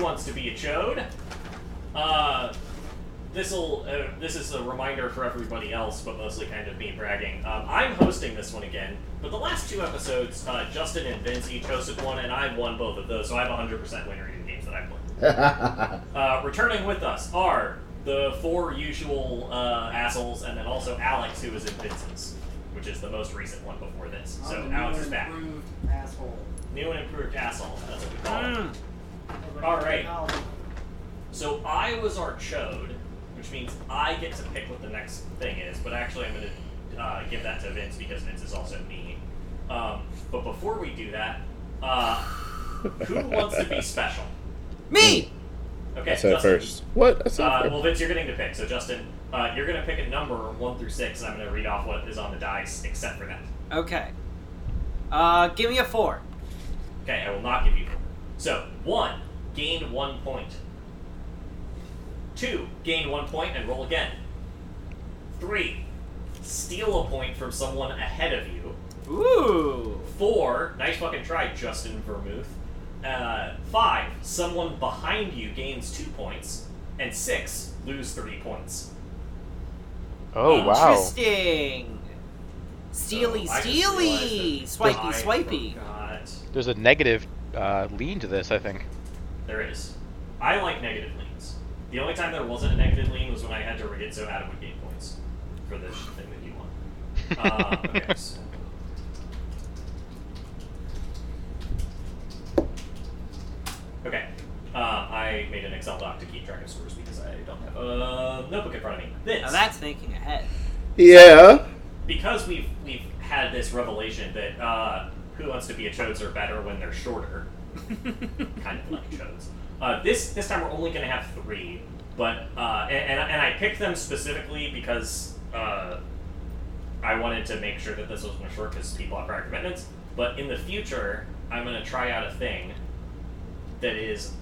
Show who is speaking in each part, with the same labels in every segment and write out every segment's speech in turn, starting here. Speaker 1: wants to be a chode. Uh, this'll uh, this is a reminder for everybody else, but mostly kind of me bragging. Um, I'm hosting this one again, but the last two episodes, uh, Justin and Vince each hosted one, and I won both of those, so I have 100% win rate in games that I play. Uh, returning with us are the four usual uh, assholes, and then also Alex, who is in Vince's, which is the most recent one before this.
Speaker 2: I'm
Speaker 1: So
Speaker 2: the
Speaker 1: Alex
Speaker 2: new
Speaker 1: is back.
Speaker 2: Improved asshole.
Speaker 1: New and improved asshole. That's what we call
Speaker 3: Hmm.
Speaker 1: him.
Speaker 4: Mm.
Speaker 1: All right. So I was our chode, which means I get to pick what the next thing is. But actually, I'm going to uh, give that to Vince because Vince is also me. Um, but before we do that, uh, who wants to be special?
Speaker 4: Me!
Speaker 1: Okay,
Speaker 3: I said it
Speaker 1: Justin,
Speaker 3: first. What? I said
Speaker 1: Uh,
Speaker 3: it
Speaker 1: well,
Speaker 3: first.
Speaker 1: Vince, you're getting to pick. So Justin, uh, you're going to pick a number one through six, and I'm going to read off what is on the dice, except for that.
Speaker 4: Okay. Uh, give me a four.
Speaker 1: Okay, I will not give you. four. So one, gain one point. Two, gain one point and roll again. Three, steal a point from someone ahead of you.
Speaker 4: Ooh.
Speaker 1: Four, nice fucking try, Justin Vermouth. Uh, five, someone behind you gains two points, and six, lose three points. um,
Speaker 3: Oh wow.
Speaker 4: Interesting. Steely,
Speaker 1: So Oh, I just
Speaker 4: steely.
Speaker 1: realized that
Speaker 4: Swipey,
Speaker 1: I
Speaker 4: swipey.
Speaker 1: forgot.
Speaker 5: There's a negative uh, lean to this, I think.
Speaker 1: There is. I like negative leans. The only time there wasn't a negative lean was when I had to rig it so Adam would gain points for this thing that you won. Uh, okay, so. Okay. Uh, I made an Excel doc to keep track of scores because I don't have a notebook in front of me. This
Speaker 4: Now that's thinking ahead.
Speaker 3: Yeah.
Speaker 1: because we've we've had this revelation that uh, who wants to be a chodes are better when they're shorter, kind of like chodes. Uh, this this time we're only going to have three, but uh, and, and and I picked them specifically because uh, I wanted to make sure that this wasn't short because people have prior commitments. But in the future, I'm going to try out a thing that is.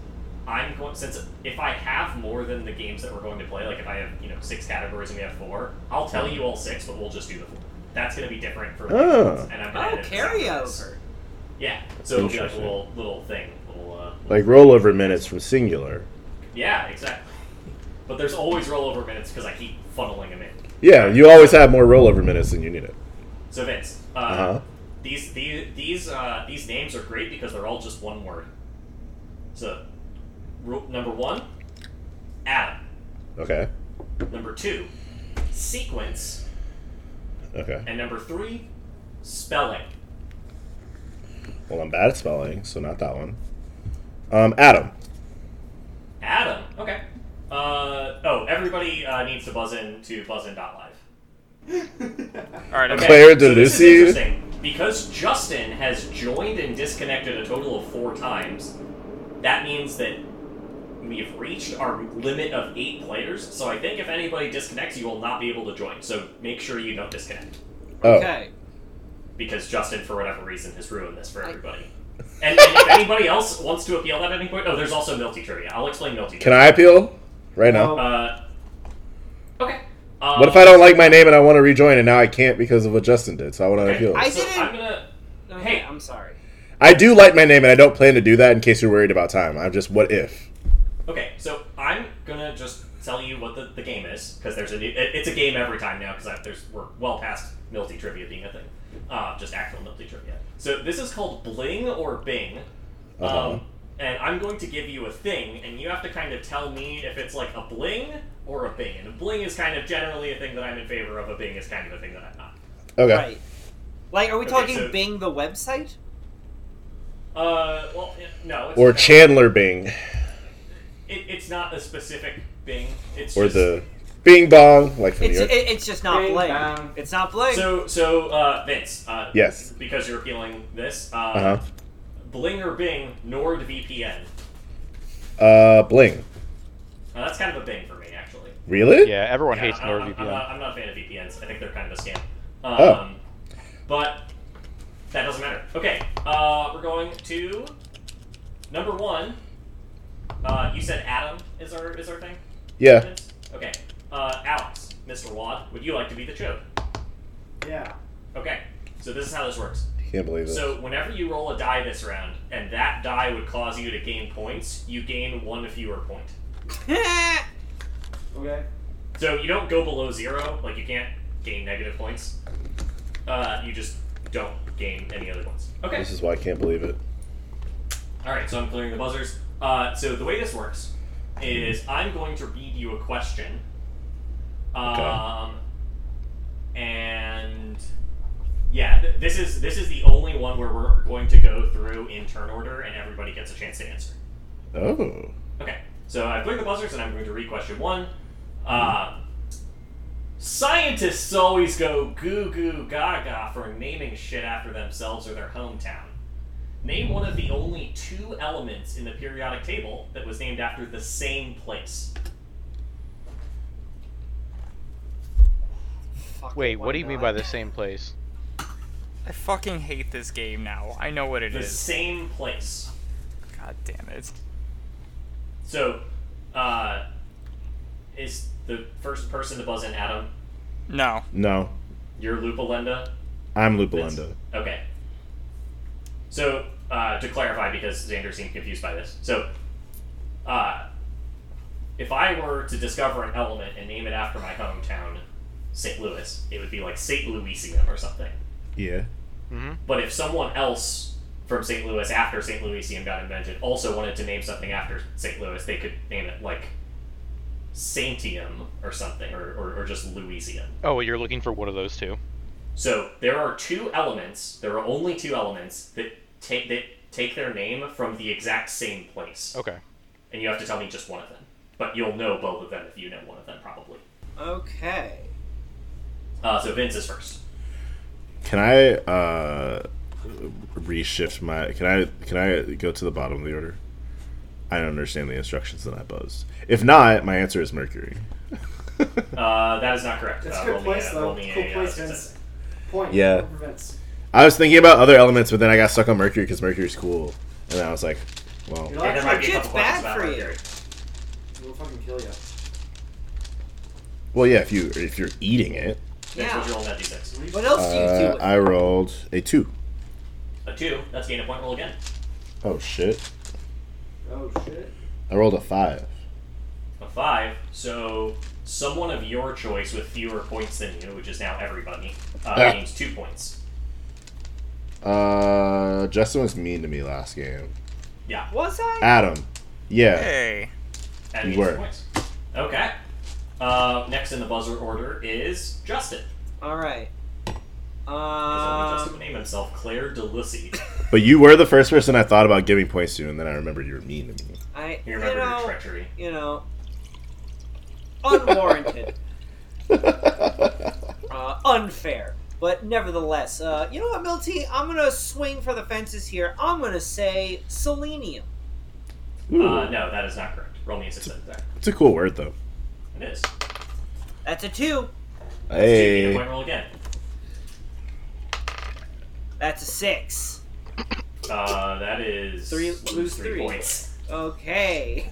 Speaker 1: I'm going since if I have more than the games that we're going to play, like if I have you know six categories and we have four, I'll tell you all six, but we'll just do the four. That's going to be different for
Speaker 3: Oh.
Speaker 1: and I'm gonna
Speaker 4: Oh,
Speaker 1: edit this out for this.
Speaker 4: carryover.
Speaker 1: Yeah, so it'll be like a
Speaker 3: Interesting.
Speaker 1: little little thing, little uh,
Speaker 3: Like rollover minutes from singular.
Speaker 1: yeah, exactly. But there's always rollover minutes because I keep funneling them in.
Speaker 3: Yeah, you always have more rollover minutes than you need it.
Speaker 1: So Vince, uh,
Speaker 3: Uh-huh.
Speaker 1: these these these uh, these names are great because they're all just one word. So, ru number one, Adam.
Speaker 3: Okay.
Speaker 1: Number two, sequence,
Speaker 3: Okay.
Speaker 1: and number three, spelling.
Speaker 3: Well, I'm bad at spelling, so not that one. Um, Adam.
Speaker 1: Adam. Okay. Uh, oh, everybody uh, needs to buzz in to buzz in dot live.
Speaker 5: All right,
Speaker 1: Okay,
Speaker 3: Claire
Speaker 1: so this is
Speaker 3: Delucci.
Speaker 1: interesting. Because Justin has joined and disconnected a total of four times, that means that we've reached our limit of eight players. So I think if anybody disconnects, you will not be able to join. So make sure you don't disconnect.
Speaker 3: Oh.
Speaker 4: Okay.
Speaker 1: Because Justin, for whatever reason, has ruined this for everybody. And, and if anybody else wants to appeal that at any point, oh, there's also Milty Trivia. I'll explain Milty
Speaker 3: Can
Speaker 1: Trivia.
Speaker 3: I appeal? Right now.
Speaker 4: Um,
Speaker 1: Uh, okay. Um,
Speaker 3: What if I don't like my name and I want to rejoin and now I can't because of what Justin did? So I want to
Speaker 1: okay,
Speaker 3: appeal.
Speaker 4: I
Speaker 3: I,
Speaker 1: so
Speaker 4: didn't-
Speaker 1: I'm gonna.
Speaker 4: Okay,
Speaker 1: Hey.
Speaker 4: I'm sorry.
Speaker 3: do like my name and I don't plan to do that in case you're worried about time. I'm just what if?
Speaker 1: Okay, so I'm gonna just tell you what the, the game is because there's a new, it, it's a game every time now because there's we're well past Milty trivia being a thing, uh, just actual Milty trivia. So this is called Bling or Bing, um,
Speaker 3: Uh-huh.
Speaker 1: and I'm going to give you a thing, and you have to kind of tell me if it's like a bling or a bing. And a bling is kind of generally a thing that I'm in favor of. A bing is kind of a thing that I'm not.
Speaker 3: Okay.
Speaker 4: Right. Like, are we
Speaker 1: Okay,
Speaker 4: talking
Speaker 1: so-
Speaker 4: Bing the website?
Speaker 1: Uh, well, eh, no. It's
Speaker 3: Or Chandler Bing.
Speaker 1: It, it's not a specific bing. It's
Speaker 3: Or
Speaker 1: just,
Speaker 3: the Bing Bong. Like from New
Speaker 4: It's
Speaker 3: York.
Speaker 4: it, it's just not
Speaker 2: Bing,
Speaker 4: Bling.
Speaker 2: bang.
Speaker 4: It's not Bling.
Speaker 1: um, So, so uh, Vince. Uh,
Speaker 3: Yes.
Speaker 1: Because you're appealing this. Uh,
Speaker 3: Uh
Speaker 1: Bling or Bing, NordVPN.
Speaker 3: huh. Uh, Bling.
Speaker 1: Now, that's kind of a Bing for me, actually.
Speaker 3: Really?
Speaker 5: Yeah, everyone
Speaker 1: Yeah,
Speaker 5: hates
Speaker 1: I- I'm, I'm, not,
Speaker 5: NordVPN.
Speaker 1: I'm not a fan of VPNs. I think they're kind of a scam.
Speaker 3: Oh.
Speaker 1: Um, But that doesn't matter. Okay, uh, we're going to number one. Uh, you said Adam is our is our thing.
Speaker 3: Yeah.
Speaker 1: Vince? Okay. Uh, Alex, Mr. Wad, would you like to be the chode?
Speaker 2: Yeah.
Speaker 1: Okay, so this is how this works.
Speaker 3: Can't believe it.
Speaker 1: So whenever you roll a die this round, and that die would cause you to gain points, you gain one fewer point.
Speaker 2: Okay.
Speaker 1: So you don't go below zero, like you can't gain negative points. Uh, you just don't gain any other ones. Okay.
Speaker 3: This is why I can't believe it.
Speaker 1: All right. So I'm clearing the buzzers. Uh, so the way this works is I'm going to read you a question. Um, and yeah, th- this is this is the only one where we're going to go through in turn order, and everybody gets a chance to answer.
Speaker 3: Oh.
Speaker 1: Okay, so I've clicked the buzzers and I'm going to read question one. Uh, scientists always go goo goo gaga for naming shit after themselves or their hometown. Name one of the only two elements in the periodic table that was named after the same place.
Speaker 4: Fuck,
Speaker 5: Wait,
Speaker 4: why
Speaker 5: what do you mean
Speaker 4: not?
Speaker 5: by the same place?
Speaker 6: I fucking hate this game now. I know what it
Speaker 1: The
Speaker 6: is.
Speaker 1: same place.
Speaker 6: God damn it.
Speaker 1: So, uh, is the first person to buzz in Adam?
Speaker 6: No.
Speaker 3: No.
Speaker 1: You're Lupalenda?
Speaker 3: I'm
Speaker 1: Vince?
Speaker 3: Lupalenda.
Speaker 1: Okay. So, uh, to clarify, because Xander seemed confused by this. So, uh, if I were to discover an element and name it after my hometown, St. Louis, it would be like St. Louisium or something.
Speaker 3: Yeah.
Speaker 5: Mm-hmm.
Speaker 1: But if someone else from St. Louis after St. Louisium got invented also wanted to name something after St. Louis, they could name it like Saintium or something, or, or, or just Louisium.
Speaker 5: Oh, well, you're looking for one of those two.
Speaker 1: So there are two elements. There are only two elements that take that take their name from the exact same place,
Speaker 5: Okay.
Speaker 1: and you have to tell me just one of them. But you'll know both of them if you know one of them, probably.
Speaker 4: Okay.
Speaker 1: Uh, so Vince is first.
Speaker 3: Can I uh reshift my can I can I go to the bottom of the order? I don't understand the instructions that I buzzed. If not, my answer is Mercury.
Speaker 1: Uh, that is not correct.
Speaker 2: That's
Speaker 1: uh,
Speaker 2: a good
Speaker 1: roll me
Speaker 2: place,
Speaker 1: a-
Speaker 2: though.
Speaker 1: roll me
Speaker 2: Cool
Speaker 1: a, uh,
Speaker 2: place,
Speaker 1: success.
Speaker 2: Vince. Point.
Speaker 3: Yeah.
Speaker 2: for Vince.
Speaker 3: I was thinking about other elements, but then I got stuck on Mercury because Mercury's cool, and then I was like, well,
Speaker 2: You're
Speaker 1: Yeah, there
Speaker 2: not
Speaker 1: might be a
Speaker 4: Shit's
Speaker 1: couple questions about
Speaker 4: bad for you.
Speaker 1: Mercury.
Speaker 2: We'll fucking kill you.
Speaker 3: well, yeah. If you if you're eating it,
Speaker 1: Vince,
Speaker 4: Yeah.
Speaker 1: what's your roll in that d6?
Speaker 4: What else do you do?
Speaker 3: uh,
Speaker 4: with
Speaker 3: I rolled a two.
Speaker 1: A two. That's gain a point roll again.
Speaker 3: Oh shit!
Speaker 2: Oh shit.
Speaker 3: I rolled a five.
Speaker 1: A five. So someone of your choice with fewer points than you, which is now everybody, uh,
Speaker 3: Ah.
Speaker 1: gains two points.
Speaker 3: Uh, Justin was mean to me last game.
Speaker 1: Yeah,
Speaker 4: Was I?
Speaker 3: Adam, yeah,
Speaker 6: Hey.
Speaker 1: that
Speaker 3: You
Speaker 1: means two
Speaker 3: were.
Speaker 1: points. Okay. Uh, next in the buzzer order is Justin.
Speaker 4: All right.
Speaker 1: Because only Justin
Speaker 4: Um,
Speaker 1: would name himself Claire DeLucy.
Speaker 3: but you were the first person I thought about giving points to, and then I remembered you were mean to me.
Speaker 4: I
Speaker 1: He
Speaker 4: you
Speaker 1: remembered her
Speaker 4: know
Speaker 1: treachery.
Speaker 4: you know unwarranted, uh, unfair, but nevertheless, uh, you know what, Milty? I'm gonna swing for the fences here. I'm gonna say selenium.
Speaker 3: Ooh,
Speaker 1: Uh, no, that is not correct. Roll me a six there.
Speaker 3: it's a cool word though.
Speaker 1: It is.
Speaker 4: That's a two.
Speaker 1: Two,
Speaker 3: Hey,
Speaker 1: point roll again.
Speaker 4: That's a six.
Speaker 1: Uh, that is
Speaker 4: Three-
Speaker 1: lose,
Speaker 4: lose
Speaker 1: three,
Speaker 4: three.
Speaker 1: points.
Speaker 4: Okay.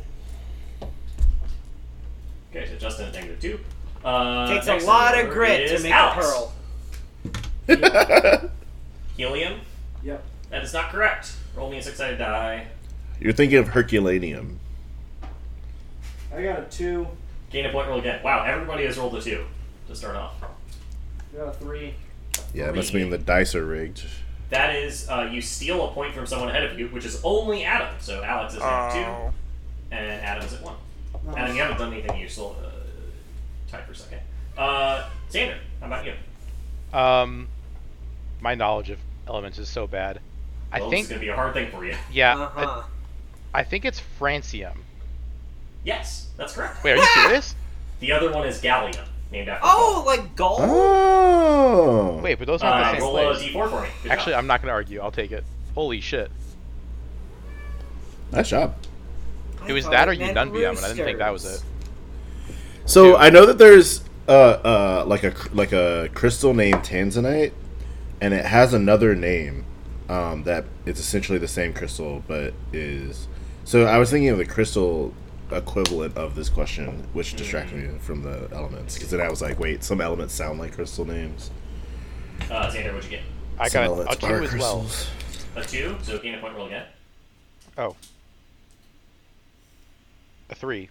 Speaker 1: Okay, so Justin at negative two. Uh,
Speaker 4: Takes
Speaker 1: next
Speaker 4: a
Speaker 1: in
Speaker 4: lot
Speaker 1: the
Speaker 4: of
Speaker 1: order
Speaker 4: grit to
Speaker 1: is
Speaker 4: make
Speaker 1: Alex.
Speaker 4: a pearl.
Speaker 1: Helium.
Speaker 2: Yep.
Speaker 1: That is not correct. Roll me a six-sided die.
Speaker 3: you're thinking of Herculaneum.
Speaker 2: I got a two.
Speaker 1: Gain a point roll again. Wow, everybody has rolled a two to start off.
Speaker 2: I got a three.
Speaker 3: Yeah, it must mean the dice are rigged.
Speaker 1: That is, uh, you steal a point from someone ahead of you, which is only Adam. So Alex is at two,
Speaker 6: Oh.
Speaker 1: and Adam's at one.
Speaker 2: Nice.
Speaker 1: Adam, you haven't done anything useful. Uh, tied for second. Uh, Xander, how about you?
Speaker 5: Um, my knowledge of elements is so bad. I
Speaker 1: Well, This
Speaker 5: think.
Speaker 1: is gonna be a hard thing for you.
Speaker 5: Yeah.
Speaker 4: Uh huh.
Speaker 5: I, I think it's francium.
Speaker 1: Yes, that's correct.
Speaker 5: Wait, are you serious?
Speaker 1: The other one is Gallium, named after.
Speaker 4: Oh, like gold.
Speaker 3: Oh,
Speaker 5: Wait, but those
Speaker 1: Paul.
Speaker 5: aren't
Speaker 1: uh,
Speaker 5: the same
Speaker 1: roll
Speaker 5: place.
Speaker 1: a d4 for me. Good
Speaker 5: Actually,
Speaker 1: job.
Speaker 5: I'm not gonna argue. I'll take it. Holy shit!
Speaker 3: nice job.
Speaker 4: I
Speaker 5: It was
Speaker 4: thought
Speaker 5: that or
Speaker 4: meant
Speaker 5: Ununbium, and I didn't think that was it.
Speaker 4: roosters.
Speaker 3: So I know that there's uh, uh like a like a crystal named tanzanite, and it has another name um, that is essentially the same crystal, but is so I was thinking of the crystal equivalent of this question, which distracted
Speaker 5: Mm-hmm.
Speaker 3: me from the elements because then I was like, wait, some elements sound like crystal names.
Speaker 1: Uh, Xander, what'd you get?
Speaker 5: I
Speaker 3: Smell
Speaker 5: got a
Speaker 3: that
Speaker 5: two
Speaker 3: spark
Speaker 5: as well.
Speaker 3: crystals.
Speaker 1: A two, so gain a point roll again.
Speaker 5: Oh. A three.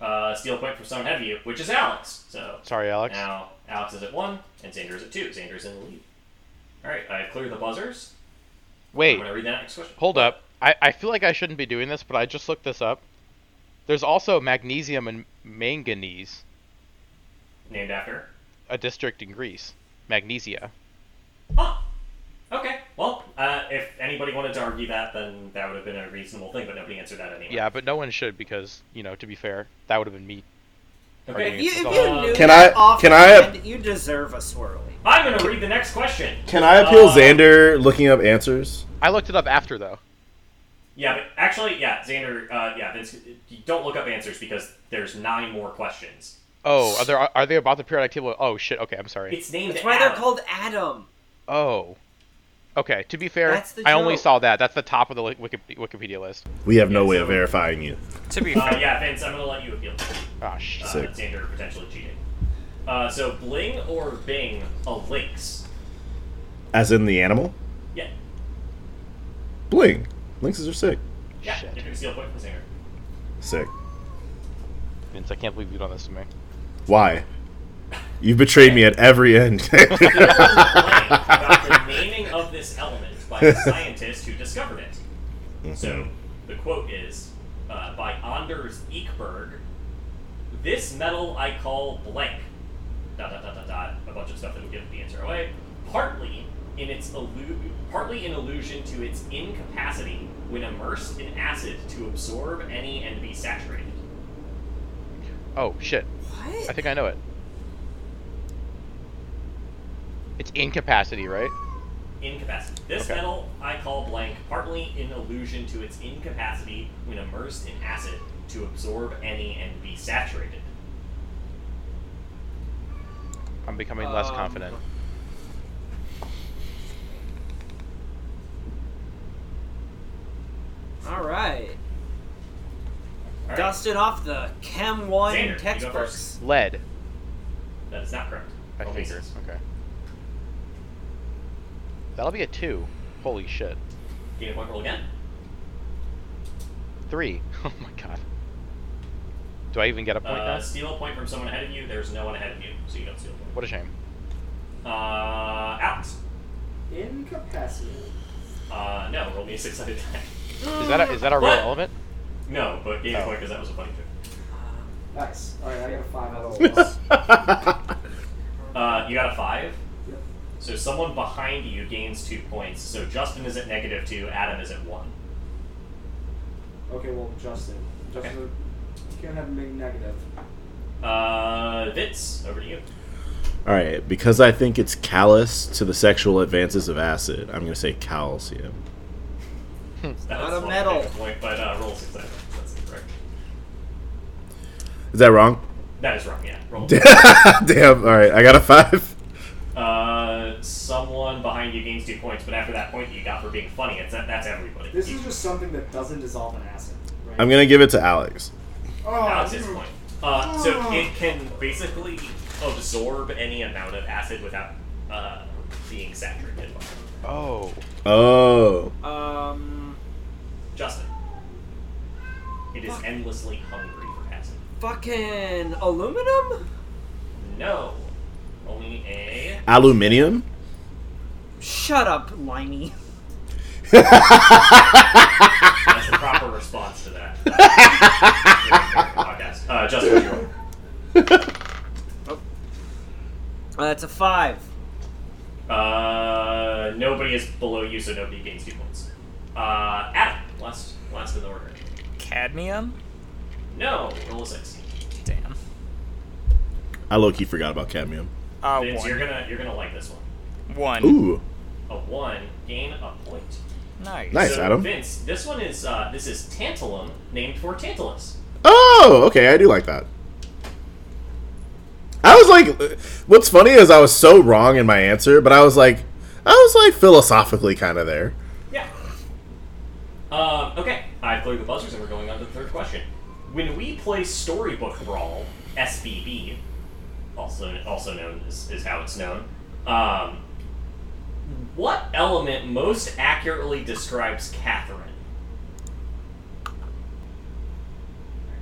Speaker 1: Uh, steal a point from someone ahead of you, which is Alex. So
Speaker 5: Sorry, Alex.
Speaker 1: now Alex is at one, and Xander is at two. Xander's in the lead. All right, I cleared the buzzers. I'm
Speaker 5: Wait,
Speaker 1: gonna read that next question.
Speaker 5: hold up. I, I feel like I shouldn't be doing this, but I just looked this up. There's also magnesium and manganese,
Speaker 1: Named after.
Speaker 5: a district in Greece. Magnesia.
Speaker 1: Huh. Okay. Well, uh, if anybody wanted to argue that, then that would have been a reasonable thing, but nobody answered that anyway.
Speaker 5: Yeah, but no one should because, you know, to be fair, that would have been me.
Speaker 1: Okay.
Speaker 4: If you, if you
Speaker 1: Uh,
Speaker 4: knew
Speaker 3: Can
Speaker 4: that
Speaker 3: I-
Speaker 4: offhand, you deserve a swirly.
Speaker 1: I'm gonna read the next question.
Speaker 3: Can I appeal
Speaker 1: Uh,
Speaker 3: Xander looking up answers?
Speaker 5: I looked it up after, though.
Speaker 1: Yeah, but actually, yeah, Xander, uh, yeah, Vince, you don't look up answers because there's nine more questions.
Speaker 5: Oh, are there are they about the periodic table? Oh shit. Okay, I'm sorry.
Speaker 1: It's named.
Speaker 4: That's why they're
Speaker 1: Adam.
Speaker 4: called Adam.
Speaker 5: Oh, okay. To be fair,
Speaker 4: That's the
Speaker 5: I only
Speaker 4: joke.
Speaker 5: saw that. That's the top of the li- Wiki- Wikipedia list.
Speaker 3: We have no
Speaker 1: yeah,
Speaker 3: way
Speaker 1: so-
Speaker 3: of verifying you.
Speaker 6: To be
Speaker 1: Uh,
Speaker 6: fair,
Speaker 1: yeah, Vince, I'm gonna let you appeal.
Speaker 5: Oh shit.
Speaker 1: Uh,
Speaker 3: Sick.
Speaker 1: Xander potentially cheating. Uh, so bling or bing a links.
Speaker 3: As in the animal?
Speaker 1: Yeah,
Speaker 3: Bling. Lynxes are sick.
Speaker 1: yeah,
Speaker 5: Shit.
Speaker 1: you're gonna steal a point from Xander.
Speaker 3: Sick.
Speaker 5: Vince, I can't believe you've done this to me.
Speaker 3: Why? You've betrayed me at every end.
Speaker 1: There was a blank about the naming of this element by the scientist who discovered it. So the quote is uh, by Anders Ekberg. This metal I call blank. Dot dot dot dot dot. A bunch of stuff that would give the answer away. Partly in its allu- partly in allusion to its incapacity when immersed in acid to absorb any and be saturated.
Speaker 5: Oh shit. I
Speaker 4: What?
Speaker 5: think I know it. It's incapacity, right?
Speaker 1: Incapacity. This
Speaker 5: Okay.
Speaker 1: metal I call blank, partly in allusion to its incapacity when immersed in acid to absorb any and be saturated.
Speaker 5: I'm becoming less
Speaker 2: Um,
Speaker 5: confident.
Speaker 4: All right.
Speaker 1: All right,
Speaker 4: Dusted off the Chem 1
Speaker 1: Xander, you go
Speaker 4: textbooks.
Speaker 5: Lead.
Speaker 1: That is not correct.
Speaker 5: I
Speaker 1: Roll
Speaker 5: figured.
Speaker 1: pieces.
Speaker 5: Okay. That'll be a two. Holy shit.
Speaker 1: Gain a point roll again.
Speaker 5: Three. Oh my god. Do I even get a point?
Speaker 1: Uh,
Speaker 5: now?
Speaker 1: steal a point from someone ahead of you. There's no one ahead of you, so you don't steal a point.
Speaker 5: What a shame.
Speaker 1: Uh, Alex.
Speaker 2: Incapacity.
Speaker 1: Uh, no, roll me a six-sided die.
Speaker 5: Is that a, is that a real
Speaker 1: What?
Speaker 5: element?
Speaker 1: No, but gain a
Speaker 5: Oh.
Speaker 1: point because that was a funny joke.
Speaker 2: Nice. Alright, I got a five out of all.
Speaker 1: Uh, you got a five.
Speaker 2: Yep.
Speaker 1: So someone behind you gains two points. So Justin is at negative two. Adam is at one.
Speaker 2: Okay, well, Justin. Justin,
Speaker 1: Okay.
Speaker 2: you can't have a big negative.
Speaker 1: Uh, Vince, over to you.
Speaker 3: All right, because I think it's callous to the sexual advances of acid, I'm going to say calcium.
Speaker 1: That
Speaker 4: Not
Speaker 1: was
Speaker 4: a
Speaker 1: one
Speaker 4: medal.
Speaker 1: negative Point, but uh, roll six. That's correct.
Speaker 3: Is that wrong?
Speaker 1: That is wrong. Yeah. Roll.
Speaker 3: Damn. All right, I got a five.
Speaker 1: uh, someone behind you gains two points, but after that point that you got for being funny, it's that, that's everybody.
Speaker 2: This is just something that doesn't dissolve in acid. Right?
Speaker 3: I'm going to give it to Alex.
Speaker 2: Oh,
Speaker 1: Alex's
Speaker 2: you-
Speaker 1: point. Uh, so it can basically absorb any amount of acid without uh, being saturated. by it.
Speaker 5: Oh.
Speaker 3: Oh.
Speaker 4: Um,
Speaker 1: Justin, it is endlessly hungry for acid.
Speaker 4: fucking aluminum?
Speaker 1: No, only a
Speaker 3: Aluminium?
Speaker 4: Shut up, Limey.
Speaker 1: That's the proper response to that. Podcast. Uh, Justin, you're on. Oh.
Speaker 4: Uh, that's a five.
Speaker 1: Uh, nobody is below you, so nobody gains two points. Uh, Adam, last, last in the order.
Speaker 6: cadmium.
Speaker 1: No, roll a six.
Speaker 6: Damn.
Speaker 3: I low key forgot about cadmium.
Speaker 6: Uh,
Speaker 1: Vince, you're
Speaker 6: one.
Speaker 1: gonna, you're gonna like this one.
Speaker 6: One.
Speaker 3: Ooh.
Speaker 1: A one, gain a point.
Speaker 6: Nice.
Speaker 3: Nice.
Speaker 1: so,
Speaker 3: Adam.
Speaker 1: Vince, this one is, uh, this is tantalum, named for Tantalus.
Speaker 3: Oh, okay. I do like that. I was like, what's funny is I was so wrong in my answer, but I was like, I was like philosophically kind of there.
Speaker 1: Yeah. Um, okay, I've cleared the buzzers and we're going on to the third question. When we play Storybook Brawl, SBB, also also known as is how it's known, um, What element most accurately describes Catherine?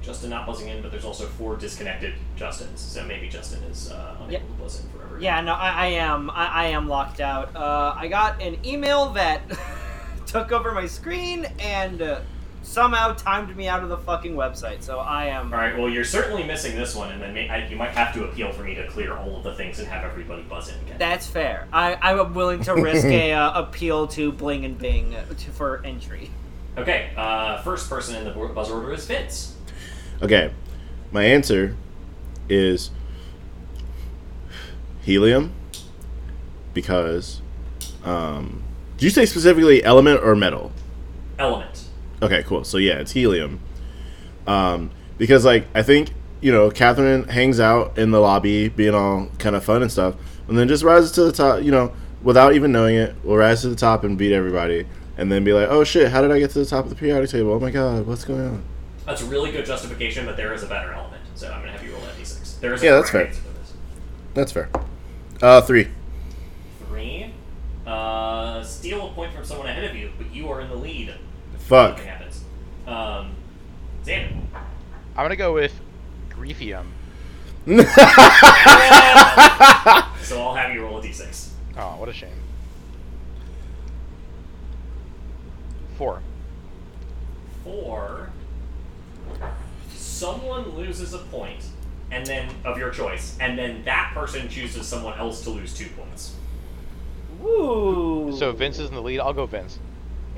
Speaker 1: Justin not buzzing in, but there's also four disconnected Justins, so maybe Justin is uh, unable
Speaker 4: Yep.
Speaker 1: to buzz in forever.
Speaker 4: Yeah, no, I, I am. I, I am locked out. Uh, I got an email that took over my screen and uh, somehow timed me out of the fucking website. So I am.
Speaker 1: All right. Well, you're certainly missing this one, and then may, I, you might have to appeal for me to clear all of the things and have everybody buzz in again.
Speaker 4: That's fair. I, I'm willing to risk a uh, appeal to Bling and Bing to, for entry.
Speaker 1: okay. Uh, first person in the bu- buzzer order is Vince.
Speaker 3: Okay, my answer is helium because. Um, did you say specifically element or metal?
Speaker 1: Element.
Speaker 3: Okay, cool. So yeah, it's helium. Um, because like I think you know Catherine hangs out in the lobby, being all kind of fun and stuff, and then just rises to the top. You know, without even knowing it, will rise to the top and beat everybody, and then be like, "Oh shit, how did I get to the top of the periodic table? Oh my god, what's going on?"
Speaker 1: That's a really good justification, but there is a better element, so I'm gonna have you roll that d6. There is a
Speaker 3: Yeah, that's
Speaker 1: correct
Speaker 3: fair.
Speaker 1: answer to this.
Speaker 3: That's fair. Uh, three.
Speaker 1: Three. Uh, steal a point from someone ahead of you, but you are in the lead.
Speaker 3: Fuck.
Speaker 1: Nothing happens. Um, Xander.
Speaker 5: I'm gonna go with Griefium.
Speaker 1: So I'll have you roll a d6.
Speaker 5: Oh, what a shame. Four.
Speaker 1: Four. Someone loses a point, and then of your choice, and then that person chooses someone else to lose two points.
Speaker 4: Ooh.
Speaker 5: So Vince is in the lead. I'll go Vince.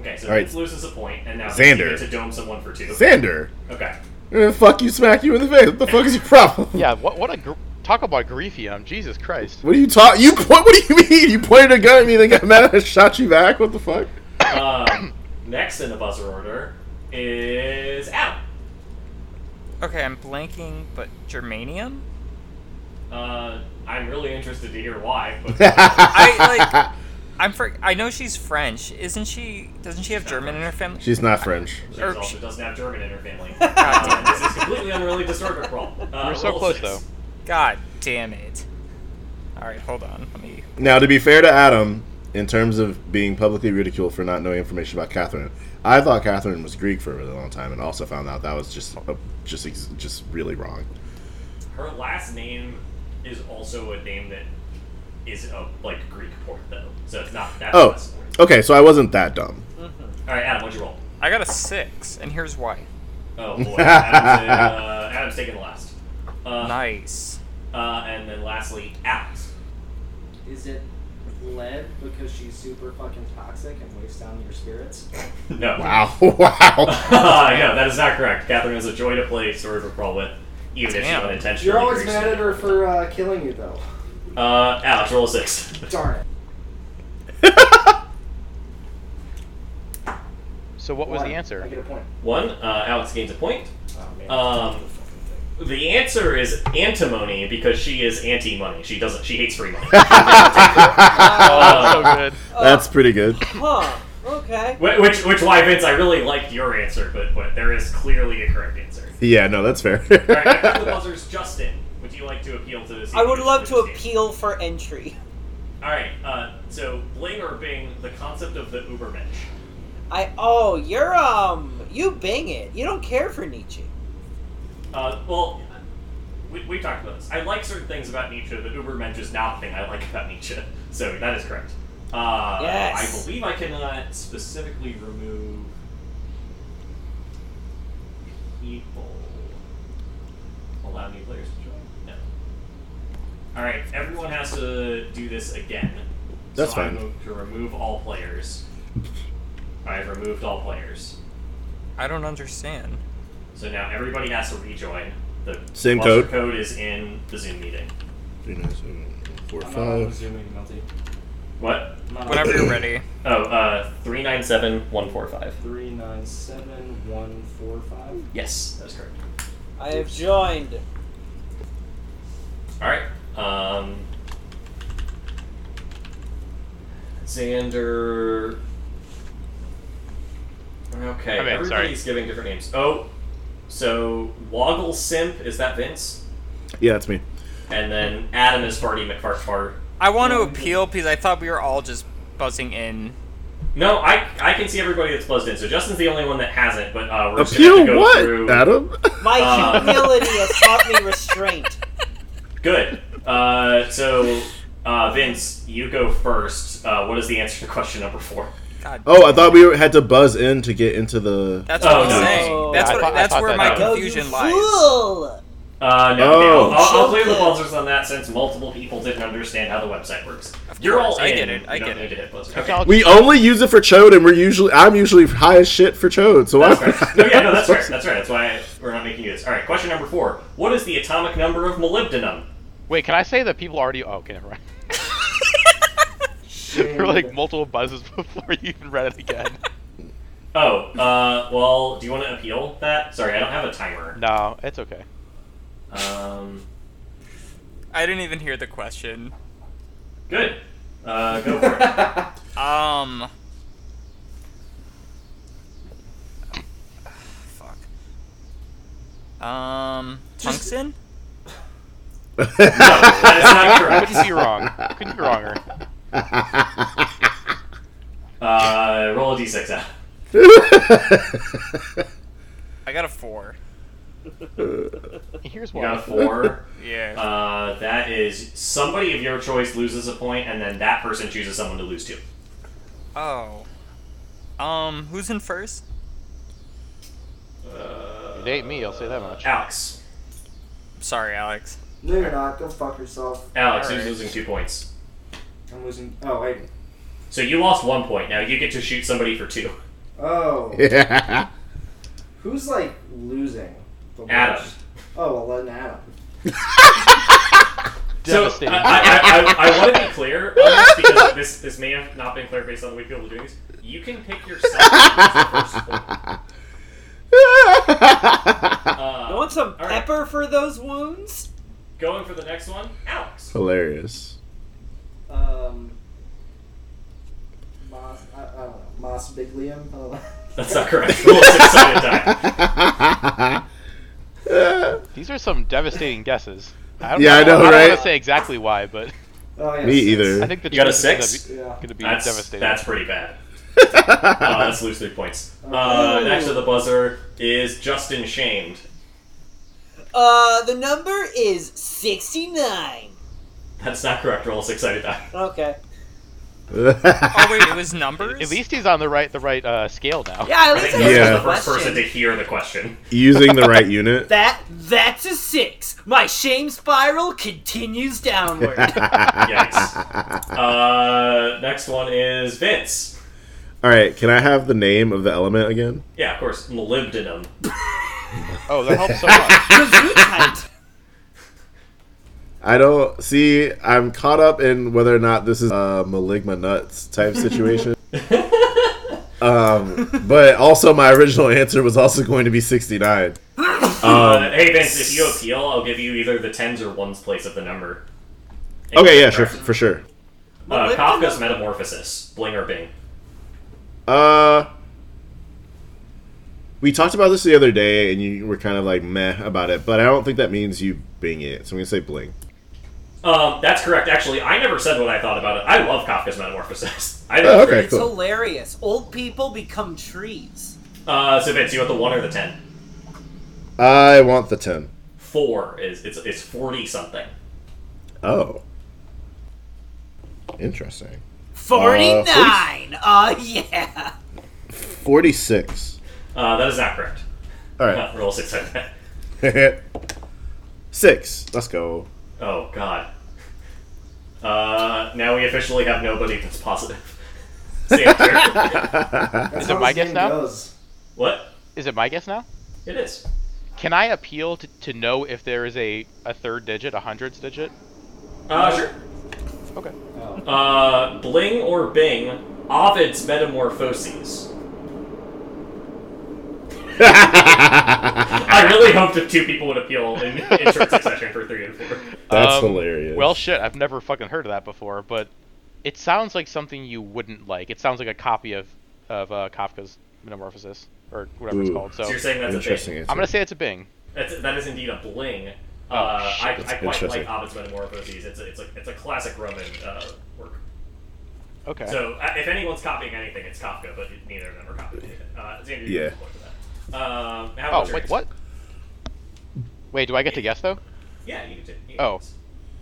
Speaker 1: Okay, so
Speaker 3: All right.
Speaker 1: Vince loses a point, and now
Speaker 3: Xander.
Speaker 1: you get to dome someone for two.
Speaker 3: Xander.
Speaker 1: Okay.
Speaker 3: I'm gonna fuck you, smack you in the face. What the fuck is your problem?
Speaker 5: Yeah. What? What a gr- talk about Griefium. Jesus Christ.
Speaker 3: What are you talk? You point. What do you mean? You pointed a gun at me, then got mad and I shot you back. What the fuck?
Speaker 1: Um, next in the buzzer order is Adam.
Speaker 6: Okay, I'm blanking, but germanium?
Speaker 1: Uh, I'm really interested to hear why. But
Speaker 6: I, I'm for, I know she's French. Isn't she? Doesn't she have German in her family?
Speaker 3: She's not French.
Speaker 1: She
Speaker 6: Or
Speaker 1: also
Speaker 6: she-
Speaker 1: doesn't have German in her family.
Speaker 6: God damn
Speaker 1: Uh, this is completely unrelated to Sword Art Brawl. Uh,
Speaker 5: We're so
Speaker 1: roll
Speaker 5: close
Speaker 1: six.
Speaker 5: though.
Speaker 6: God damn it! All right, hold on. Let me.
Speaker 3: Now, to be fair to Adam, in terms of being publicly ridiculed for not knowing information about Catherine, I thought Catherine was Greek for a really long time, and also found out that was just uh, just ex- just really wrong.
Speaker 1: Her last name is also a name that is a like Greek port though, so it's not that.
Speaker 3: Oh,
Speaker 1: last word.
Speaker 3: okay, so I wasn't that dumb.
Speaker 1: All right, Adam, what'd you roll?
Speaker 6: I got a six, and here's why.
Speaker 1: Oh boy, Adam's, in, uh, Adam's taking the last. Uh,
Speaker 6: Nice.
Speaker 1: uh, and then lastly, Alex.
Speaker 2: Is it lead because she's super fucking toxic and wastes down your spirits?
Speaker 1: No.
Speaker 3: Wow, wow.
Speaker 1: no, that is not correct. Catherine is a joy to play Sword of Brawl with, even if she
Speaker 6: Damn.
Speaker 1: unintentionally.
Speaker 2: You're always
Speaker 1: creates
Speaker 2: mad
Speaker 1: it.
Speaker 2: at her for uh, killing you, though.
Speaker 1: Uh, Alex, roll a six.
Speaker 2: Darn it.
Speaker 5: So what was
Speaker 2: One.
Speaker 5: the answer?
Speaker 2: I get a point.
Speaker 1: One, uh, Alex gains a point.
Speaker 2: Oh, man.
Speaker 1: Um, the answer is antimony because she is anti-money. She doesn't. She hates free money. Uh,
Speaker 5: Oh, that's so good.
Speaker 3: That's pretty good.
Speaker 4: Huh. Okay.
Speaker 1: whi- which, which why Vince, I really liked your answer, but but there is clearly a correct answer.
Speaker 3: Yeah, no, that's fair.
Speaker 1: All right, after the buzzer's Justin. Would you like to appeal to this?
Speaker 4: I would love to
Speaker 1: evening?
Speaker 4: appeal for entry.
Speaker 1: All right. Uh, so Bling or Bing, the concept of the Ubermensch.
Speaker 4: I oh you're um you bing it. You don't care for Nietzsche.
Speaker 1: Uh, well, we, we talked about this. I like certain things about Nietzsche. The Ubermensch is not a thing I like about Nietzsche. So that is correct. Uh,
Speaker 4: Yes.
Speaker 1: I believe I cannot specifically remove people. Allow new players to join? No. Alright, everyone has to do this again.
Speaker 3: That's
Speaker 1: so
Speaker 3: fine.
Speaker 1: I move to remove all players. I've removed all players.
Speaker 6: I don't understand.
Speaker 1: So now everybody has to rejoin. The
Speaker 3: Same
Speaker 1: cluster
Speaker 3: code?
Speaker 1: Code is in the Zoom meeting.
Speaker 3: Three, nine, seven, four,
Speaker 2: I'm not
Speaker 3: five.
Speaker 2: resuming, Melty.
Speaker 1: What?
Speaker 2: I'm not-
Speaker 6: Whenever you're ready.
Speaker 1: Oh, uh, three nine seven one four five.
Speaker 2: Three nine seven one four five.
Speaker 1: Yes, that's correct.
Speaker 4: I have joined.
Speaker 1: All right. Um, Xander. Okay,
Speaker 5: I'm in, sorry.
Speaker 1: everybody's giving different names. Oh, so Woggle Simp is that Vince,
Speaker 3: Yeah, that's me.
Speaker 1: and then Adam is Farty McFartfart.
Speaker 6: I want to appeal because I thought we were all just buzzing in.
Speaker 1: No, I I can see everybody that's buzzed in. So Justin's the only one that hasn't. But uh, we're just gonna have
Speaker 3: Appeal
Speaker 1: to go
Speaker 3: what,
Speaker 1: through.
Speaker 3: Adam?
Speaker 4: My
Speaker 1: Uh.
Speaker 4: humility has taught me restraint.
Speaker 1: Good. Uh, so uh, Vince, you go first. Uh, what is the answer to question number four?
Speaker 6: God.
Speaker 3: oh, I thought we had to buzz in to get into the.
Speaker 6: That's what
Speaker 1: Oh,
Speaker 6: I'm
Speaker 1: no.
Speaker 6: saying. That's
Speaker 5: Yeah, I
Speaker 6: what.
Speaker 5: thought- I
Speaker 6: that's
Speaker 5: thought
Speaker 6: where
Speaker 5: that
Speaker 6: my
Speaker 1: out.
Speaker 4: Go, you
Speaker 6: confusion lies.
Speaker 4: fool!
Speaker 1: Uh, no, okay,
Speaker 3: Oh.
Speaker 1: I'll, I'll, I'll blame the
Speaker 4: Joker.
Speaker 1: buzzers on that since multiple people didn't understand how the website works.
Speaker 6: Of
Speaker 1: You're
Speaker 6: course,
Speaker 1: all
Speaker 6: I
Speaker 1: in.
Speaker 6: get it, I
Speaker 1: you
Speaker 6: get
Speaker 1: don't
Speaker 6: it.
Speaker 1: need to hit buzzers.
Speaker 5: It's
Speaker 1: Okay.
Speaker 5: all-
Speaker 3: We only use it for chode, and we're usually I'm usually high as shit for chode. So
Speaker 1: That's
Speaker 3: I'm,
Speaker 1: right. No, yeah, no, that's right. That's right. That's why we're not making you this. All right, question number four. What is the atomic number of molybdenum?
Speaker 5: Wait, can I say that people already? Oh, okay, never mind. there were like multiple buzzes before you even read it again.
Speaker 1: Oh, uh, well, do you want to appeal that? Sorry, I don't have a timer.
Speaker 5: No, it's okay.
Speaker 1: Um,
Speaker 6: I didn't even hear the question.
Speaker 1: good. Uh, go for it.
Speaker 6: Um. Fuck. Um. Tungsten?
Speaker 1: No, that is not correct.
Speaker 5: Couldn't be wrong. Couldn't be wronger.
Speaker 1: Uh, roll a d6 out.
Speaker 6: I got a four.
Speaker 5: Here's
Speaker 1: You
Speaker 5: one.
Speaker 1: got a four.
Speaker 6: Yeah.
Speaker 1: Uh, that is somebody of your choice loses a point, and then that person chooses someone to lose to.
Speaker 5: Uh.
Speaker 6: oh. Um. Who's in first?
Speaker 5: It ain't me. I'll say that much.
Speaker 1: Alex.
Speaker 6: Sorry, Alex.
Speaker 2: No, you're not. Go fuck yourself.
Speaker 1: Alex, who's
Speaker 6: Alright.
Speaker 1: losing two points?
Speaker 2: I'm losing. Oh wait.
Speaker 1: So you lost one point. Now you get to shoot somebody for two.
Speaker 2: Oh,
Speaker 3: yeah.
Speaker 2: who's like losing? The
Speaker 1: Adam.
Speaker 2: worst? Oh, well then Adam.
Speaker 1: So I,
Speaker 5: Devastating.
Speaker 1: I, I, I want to be clear on this because this this may have not been clear based on the way people are doing this. You can pick yourself. as the first point.
Speaker 4: I
Speaker 1: Uh,
Speaker 4: want some
Speaker 1: right.
Speaker 4: pepper for those wounds.
Speaker 1: Going for the next one, Alex.
Speaker 3: Hilarious.
Speaker 2: Um. Mas, I, I don't know. Mas Biglium. I don't know.
Speaker 1: That's not correct. Roll a six sided die.
Speaker 5: These are some devastating guesses. I don't
Speaker 3: Yeah, I know,
Speaker 5: I don't
Speaker 3: right?
Speaker 5: want to say exactly why, but
Speaker 2: Oh, yeah,
Speaker 3: Me
Speaker 2: six.
Speaker 3: either.
Speaker 5: I think the
Speaker 1: You got a
Speaker 5: choice is
Speaker 1: six?
Speaker 2: Yeah.
Speaker 5: Gonna be, gonna be
Speaker 1: That's
Speaker 5: devastating.
Speaker 1: that's pretty bad. Uh, let's lose three points. Uh,
Speaker 2: Oh.
Speaker 1: next to the buzzer is Justin Shamed.
Speaker 4: Uh, the number is 69.
Speaker 1: That's not correct. Roll a six sided die.
Speaker 4: Okay.
Speaker 6: Oh wait, it was numbers.
Speaker 5: At least he's on the right the right uh, scale now.
Speaker 4: Yeah, at
Speaker 1: I
Speaker 4: least
Speaker 1: think
Speaker 4: I
Speaker 1: this
Speaker 4: answered
Speaker 3: Yeah.
Speaker 1: was
Speaker 4: the
Speaker 1: the first
Speaker 4: question.
Speaker 1: person to hear the question.
Speaker 3: Using the right unit.
Speaker 4: That that's a six. My shame spiral continues downward.
Speaker 1: Yikes. Uh, next one is Vince.
Speaker 3: All right, can I have the name of the element again?
Speaker 1: Yeah, of course, molybdenum.
Speaker 5: Oh, that helps so much.
Speaker 1: Uh,
Speaker 4: Gesundheit.
Speaker 3: I don't see. I'm caught up in whether or not this is a maligma nuts type situation. um, but also my original answer was also going to be 69. Um,
Speaker 1: Uh, hey Vince, if you appeal, I'll give you either the tens or ones place of the number.
Speaker 3: Okay, yeah, sure, for sure.
Speaker 1: Uh,
Speaker 4: Molybdenum?
Speaker 1: Kafka's Metamorphosis, Bling or Bing.
Speaker 3: Uh, we talked about this the other day, and you were kind of like meh about it, but I don't think that means you bing it. So I'm gonna say bling.
Speaker 1: Um, that's correct. Actually, I never said what I thought about it. I love Kafka's Metamorphosis. I
Speaker 3: Oh,
Speaker 1: love
Speaker 3: okay,
Speaker 4: It's
Speaker 3: cool.
Speaker 4: hilarious. Old people become trees.
Speaker 1: Uh, so Vince, you want the one or the ten?
Speaker 3: I want the ten.
Speaker 1: Four is it's it's forty something.
Speaker 3: Oh, interesting.
Speaker 4: Forty nine.
Speaker 3: Uh,
Speaker 4: Oh yeah.
Speaker 3: Forty-six.
Speaker 1: Uh, that is not correct.
Speaker 3: All
Speaker 1: Uh,
Speaker 3: right,
Speaker 1: roll six on that.
Speaker 3: six. Let's go.
Speaker 1: Oh God. Uh, now we officially have nobody that's positive. Sam, here.
Speaker 2: That's
Speaker 5: Is
Speaker 2: how
Speaker 5: it my
Speaker 2: this
Speaker 5: guess
Speaker 2: game
Speaker 5: now?
Speaker 2: Goes.
Speaker 1: what?
Speaker 5: Is it my guess now?
Speaker 1: It is.
Speaker 5: Can I appeal to, to know if there is a, a third digit, a hundreds digit?
Speaker 1: Uh, sure.
Speaker 5: Okay.
Speaker 2: Oh.
Speaker 1: Uh, Bling or Bing, Ovid's Metamorphoses. I really hoped if two people would appeal in, in short succession for three and four.
Speaker 3: That's
Speaker 5: Um,
Speaker 3: hilarious.
Speaker 5: Well, shit, I've never fucking heard of that before, but it sounds like something you wouldn't like. It sounds like a copy of of uh, Kafka's Metamorphosis or whatever it's
Speaker 3: Ooh.
Speaker 5: called. So
Speaker 1: So you're saying that's a
Speaker 3: interesting.
Speaker 1: thing.
Speaker 3: Answer.
Speaker 5: I'm gonna say it's a Bing.
Speaker 1: That's, that is indeed a Bling. Uh,
Speaker 5: shit,
Speaker 1: I,
Speaker 3: Oh, that's
Speaker 1: I quite
Speaker 3: interesting.
Speaker 1: like Ovid's Metamorphoses. It's a, it's a, it's a classic Roman uh, work.
Speaker 5: Okay.
Speaker 1: So uh, if anyone's copying anything, it's Kafka, but it- neither of them are copying it. Uh, Xander, you
Speaker 3: Yeah.
Speaker 1: can look for that. Um, how about
Speaker 5: oh
Speaker 1: your
Speaker 5: wait,
Speaker 1: next-
Speaker 5: what? Wait, do I get to guess though?
Speaker 1: Yeah, you can. T- you can
Speaker 5: Oh,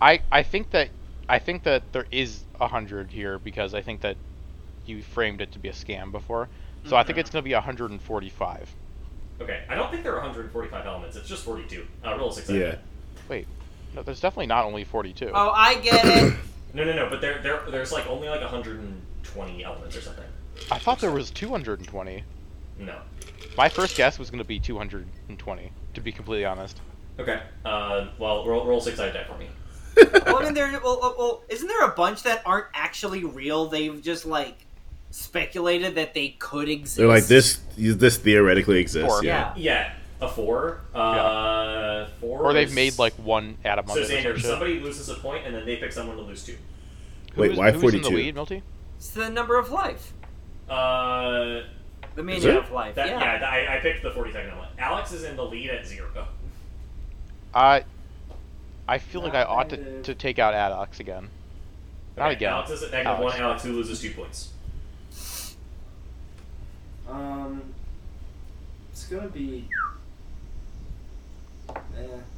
Speaker 5: I I think that I think that there is a hundred here because I think that you framed it to be a scam before. So I think it's gonna be 145.
Speaker 1: Okay, I don't think there are 145 elements. It's just 42. Uh, roll a six.
Speaker 3: Yeah.
Speaker 5: Wait, no, there's definitely not only 42.
Speaker 4: Oh, I get it.
Speaker 1: No, no, no. But there, there, there's like only like 120 elements or something.
Speaker 5: I thought there was 220.
Speaker 1: No.
Speaker 5: My first guess was gonna be 220, to be completely honest.
Speaker 1: Okay. Uh, well, roll, roll six sided die for me.
Speaker 4: well, I mean, there. Well, well, well, isn't there a bunch that aren't actually real? They've just like speculated that they could exist.
Speaker 3: They're like this. This theoretically exists.
Speaker 5: Or-
Speaker 3: Yeah.
Speaker 4: Yeah.
Speaker 1: Yeah, a four. Uh, Four.
Speaker 5: Or they've
Speaker 1: is-
Speaker 5: made like one atom of
Speaker 1: So
Speaker 5: it. or some
Speaker 1: Xander,
Speaker 5: shit.
Speaker 1: somebody loses a point, and then they pick someone to lose two.
Speaker 5: Who
Speaker 3: Wait,
Speaker 5: is-
Speaker 3: why
Speaker 5: who's in the
Speaker 3: 42?
Speaker 5: lead, Milty?
Speaker 4: It's the number of life.
Speaker 1: Uh,
Speaker 4: The
Speaker 3: Is
Speaker 4: meaning
Speaker 3: it?
Speaker 4: of life.
Speaker 1: that,
Speaker 4: yeah.
Speaker 1: yeah, I, I picked the 40 second one. Alex is in the lead at zero.
Speaker 5: I I feel like I ought to,
Speaker 2: Negative.
Speaker 5: to take out Adox again. Not
Speaker 1: Okay,
Speaker 5: again.
Speaker 1: Alex is at negative
Speaker 5: Alex.
Speaker 1: one. Alex, who loses two points?
Speaker 2: Um, it's gonna be. Eh,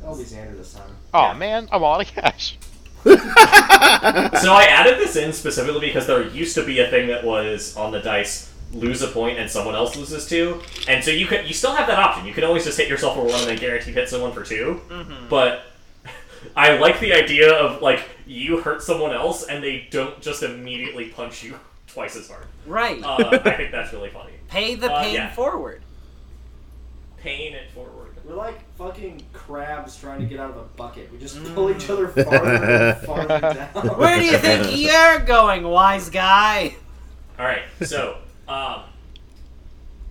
Speaker 2: it'll be Xander this time.
Speaker 5: Oh
Speaker 1: Yeah.
Speaker 5: man, I'm all out of cash.
Speaker 3: Ah.
Speaker 1: So I added this in specifically because there used to be a thing that was on the dice lose a point and someone else loses two, and so you could you still have that option. You can always just hit yourself for one and then guaranteed hit someone for 2 But I like the idea of like you hurt someone else and they don't just immediately punch you twice as hard.
Speaker 4: Right.
Speaker 1: Uh, I think that's really funny.
Speaker 4: Pay the
Speaker 1: uh,
Speaker 4: pain
Speaker 1: yeah.
Speaker 4: forward.
Speaker 1: Pain it forward.
Speaker 2: We're like fucking crabs trying to get out of a bucket. We just pull each other
Speaker 3: Mm.
Speaker 2: farther and farther down.
Speaker 4: Where do you think you're going, wise guy?
Speaker 1: All right, so um,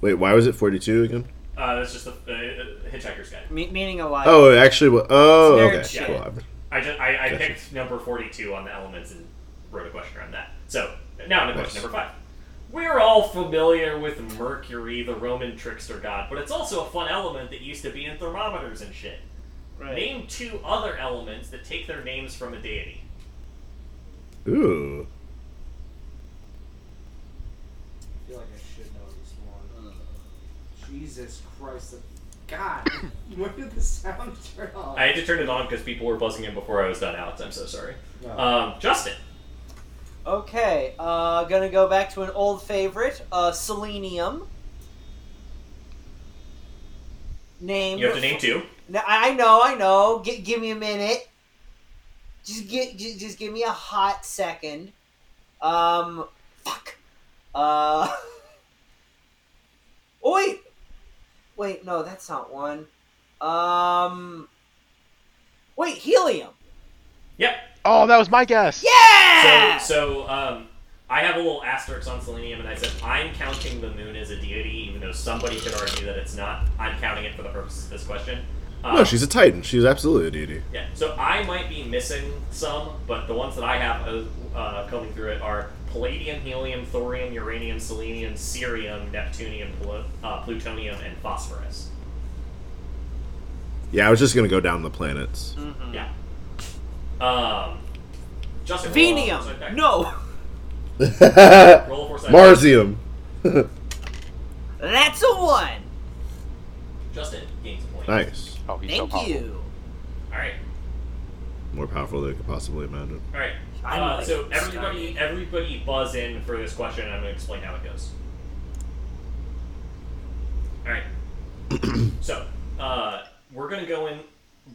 Speaker 3: Wait, why was it forty-two again?
Speaker 1: uh, that's just the uh, Hitchhiker's Guide.
Speaker 4: Me- meaning alive.
Speaker 3: Oh, it actually. wa- Oh, okay.
Speaker 4: It's
Speaker 1: nerd
Speaker 3: Cool.
Speaker 1: shit.
Speaker 3: I'm-
Speaker 1: I just I, I
Speaker 3: Gotcha.
Speaker 1: picked number forty two on the elements and wrote a question around that. So now to question
Speaker 3: Nice.
Speaker 1: number five. We're all familiar with Mercury, the Roman trickster god, but it's also a fun element that used to be in thermometers and shit. Name two other elements that take their names from a deity.
Speaker 3: Ooh.
Speaker 2: I feel like I should know this one. Jesus Christ. The... God. when did the sound turn off?
Speaker 1: I had to turn it on because people were buzzing in before I was done, Alex. I'm so sorry.
Speaker 2: No.
Speaker 3: Oh.
Speaker 1: Um, Justin.
Speaker 4: Okay, uh, gonna go back to an old favorite, uh, selenium. Name.
Speaker 1: You have to name two.
Speaker 4: No, I I know, I know. G- give me a minute. Just get, just, just give me a hot second. Um, fuck. Uh. oh, wait. Wait, no, that's not one. Um. Wait, helium.
Speaker 1: Yep.
Speaker 5: Oh, that was my guess.
Speaker 4: Yeah.
Speaker 1: So, so um, I have a little asterisk on selenium, and I said I'm counting the moon as a deity, even though somebody could argue that it's not. I'm counting it for the purposes of this question. Um,
Speaker 3: No, she's a titan. She's absolutely a deity.
Speaker 1: yeah. So I might be missing some, but the ones that I have uh, uh, coming through it are palladium, helium, thorium, uranium, selenium, cerium, neptunium, plu- uh, plutonium, and phosphorus.
Speaker 3: Yeah, I was just gonna go down the planets.
Speaker 1: Yeah. Um. Justin, roll a- sorry, back.
Speaker 4: Venium. No.
Speaker 1: Roll a foresight.
Speaker 3: Marzium.
Speaker 4: That's a one.
Speaker 1: Justin gains a point.
Speaker 3: nice.
Speaker 5: Oh, he's so
Speaker 4: Thank
Speaker 5: powerful.
Speaker 4: you.
Speaker 1: All right.
Speaker 3: More powerful than I could possibly imagine.
Speaker 1: All right.
Speaker 4: I'm
Speaker 1: Uh,
Speaker 4: like
Speaker 1: so everybody,
Speaker 4: starting.
Speaker 1: everybody, buzz in for this question. and I'm going to explain how it goes. All right. so uh, we're going to go in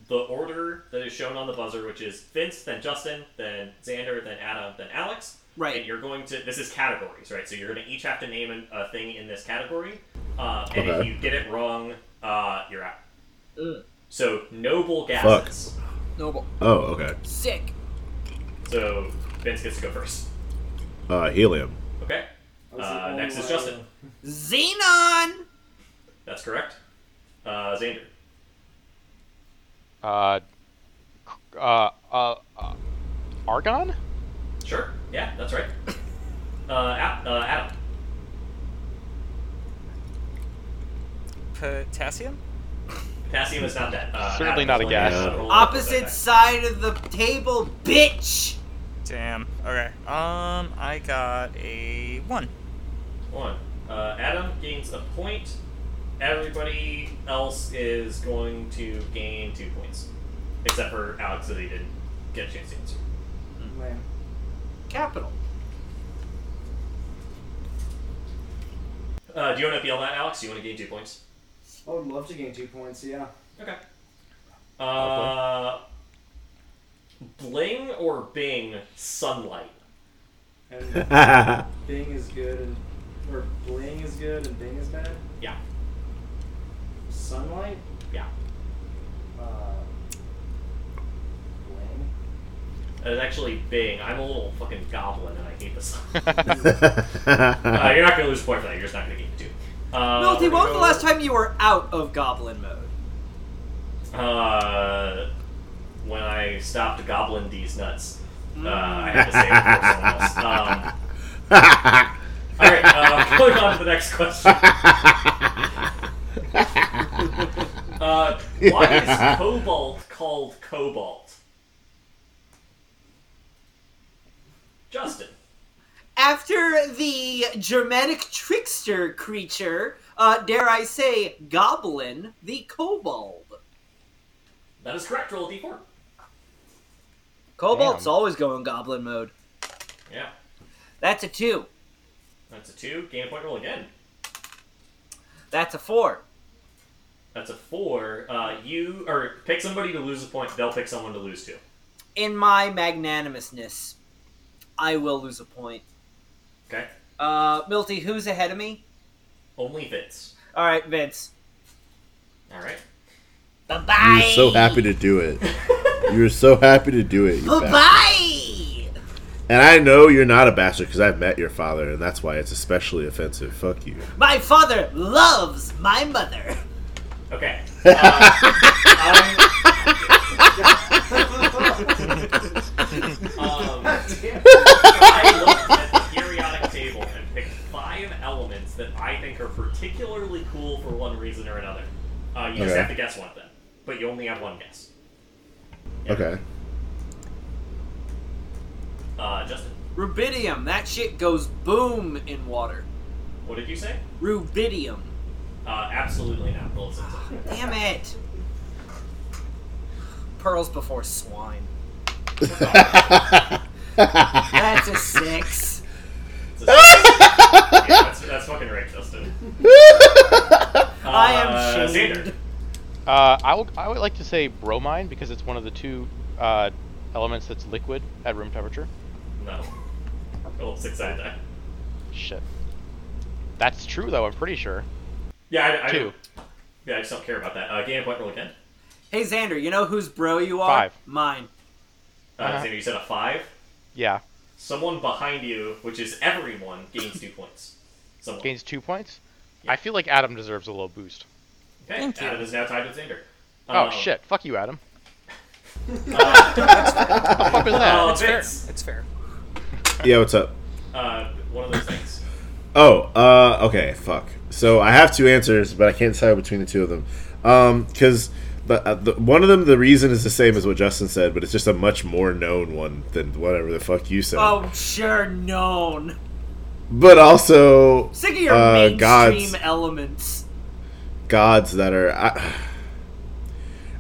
Speaker 1: the order that is shown on the buzzer, which is Vince, then Justin, then Xander, then Adam, then Alex.
Speaker 4: Right.
Speaker 1: And you're going to. This is categories, right? So you're going to each have to name an- a thing in this category. Uh, and if
Speaker 3: Okay.
Speaker 1: you get it wrong, uh, you're out.
Speaker 4: Ugh.
Speaker 1: So noble gases.
Speaker 4: Noble.
Speaker 3: Oh, okay.
Speaker 4: Sick.
Speaker 1: So Vince gets to go first.
Speaker 3: Uh, helium.
Speaker 1: Okay.
Speaker 2: I was the
Speaker 1: Uh,
Speaker 2: only
Speaker 1: next is
Speaker 2: one.
Speaker 1: Justin.
Speaker 4: Xenon.
Speaker 1: That's correct. Uh, Xander.
Speaker 5: Uh, c- uh, uh, uh, Argon?
Speaker 1: Sure. Yeah, that's right. Uh, Ad- uh, Adam.
Speaker 6: Potassium?
Speaker 1: Potassium is not that. Uh,
Speaker 5: Certainly
Speaker 1: Adam
Speaker 5: not a
Speaker 1: is
Speaker 5: gas.
Speaker 1: only-
Speaker 3: Yeah.
Speaker 1: roll-
Speaker 4: Opposite side of the table, bitch.
Speaker 6: Damn. Okay. Um, I got a one.
Speaker 1: One. Uh, Adam gains a point. Everybody else is going to gain two points, except for Alex that he didn't get a chance to answer.
Speaker 2: Lame.
Speaker 4: Capital.
Speaker 1: Uh, do you want to yell that, Alex? Do you want to gain two points?
Speaker 2: I would love to gain two points, yeah.
Speaker 1: Okay. Uh, bling or Bing sunlight.
Speaker 2: And Bing is good and. Or Bling is good and Bing is bad.
Speaker 1: Yeah,
Speaker 2: Sunlight?
Speaker 1: yeah.
Speaker 2: Uh. Bling?
Speaker 1: It's actually Bing. I'm a little fucking goblin and I hate the sun. uh, you're not gonna lose a point for that. You're just not gonna gain two. Uh,
Speaker 4: Milty,
Speaker 1: we're
Speaker 4: when was
Speaker 1: gonna
Speaker 4: the
Speaker 1: go-
Speaker 4: last time you were out of goblin mode?
Speaker 1: Uh, when I stopped gobbling these nuts, uh, I had to say it before someone else. Um, all right, uh, going on to the next question. Uh, why is cobalt called cobalt? Justin.
Speaker 4: After the Germanic trickster creature, uh, dare I say, goblin, the kobold.
Speaker 1: That is correct. Roll a d4.
Speaker 4: Kobold's
Speaker 5: Damn.
Speaker 4: always going goblin mode.
Speaker 1: Yeah.
Speaker 4: That's a two.
Speaker 1: That's a 2. Gain a point roll again.
Speaker 4: That's a four.
Speaker 1: That's a 4. Uh, you, or pick somebody to lose a point. They'll pick someone to lose to.
Speaker 4: In my magnanimousness, I will lose a point.
Speaker 1: Okay?
Speaker 4: Uh, Milty, who's ahead of me?
Speaker 1: Only Vince.
Speaker 4: All right, Vince.
Speaker 1: All right.
Speaker 4: Bye
Speaker 3: You
Speaker 4: bye.
Speaker 3: were so happy to do it. You were so happy to do it. you
Speaker 4: Bye
Speaker 3: bastard.
Speaker 4: bye.
Speaker 3: And I know you're not a bastard because I've met your father, and that's why it's especially offensive. Fuck you.
Speaker 4: My father loves my mother.
Speaker 1: Okay. Uh, I'm- um, I looked at the periodic table and picked five elements that I think are particularly cool for one reason or another. Uh, you just
Speaker 3: Okay.
Speaker 1: have to guess one of them, but you only have one guess.
Speaker 3: Okay.
Speaker 1: Uh, Justin,
Speaker 4: Rubidium. That shit goes boom in water.
Speaker 1: what did you say?
Speaker 4: Rubidium.
Speaker 1: Uh, absolutely not. Roll a six.
Speaker 4: Damn it. Pearls before swine. That's a six.
Speaker 1: It's a six. yeah, that's, that's fucking right, Justin. Uh,
Speaker 4: I am shamed.
Speaker 1: Xander.
Speaker 5: Uh, I would I would like to say bromine because it's one of the two uh, elements that's liquid at room temperature.
Speaker 1: No. Roll a six sided die.
Speaker 5: Shit. That's true though. I'm pretty sure.
Speaker 1: Yeah, I, I
Speaker 5: Two.
Speaker 1: Yeah, I just don't care about that. Uh, gain a point roll again.
Speaker 4: Hey Xander, you know whose bro you are?
Speaker 5: Five.
Speaker 4: Mine.
Speaker 1: Uh,
Speaker 5: Uh-huh.
Speaker 1: Xander, you said a five.
Speaker 5: Yeah.
Speaker 1: Someone behind you, which is everyone, gains two points. Someone.
Speaker 5: Gains two points.
Speaker 1: Yeah.
Speaker 5: I feel like Adam deserves a little boost.
Speaker 1: okay,
Speaker 6: Thank you.
Speaker 1: Adam is now tied with Xander.
Speaker 5: Oh
Speaker 1: Um,
Speaker 5: shit! Fuck you, Adam.
Speaker 1: Uh,
Speaker 5: What the fuck was
Speaker 1: uh,
Speaker 5: that?
Speaker 1: Vince,
Speaker 6: It's fair.
Speaker 3: yeah, what's up?
Speaker 1: uh, one of those things.
Speaker 3: Oh, uh, okay, fuck. So I have two answers, but I can't decide between the two of them. Um, because the, uh, the one of them, the reason is the same as what Justin said, but it's just a much more known one than whatever the fuck you said.
Speaker 4: Oh sure, known.
Speaker 3: But also,
Speaker 4: Sick of your
Speaker 3: Uh,
Speaker 4: mainstream
Speaker 3: gods.
Speaker 4: elements.
Speaker 3: gods that are. I,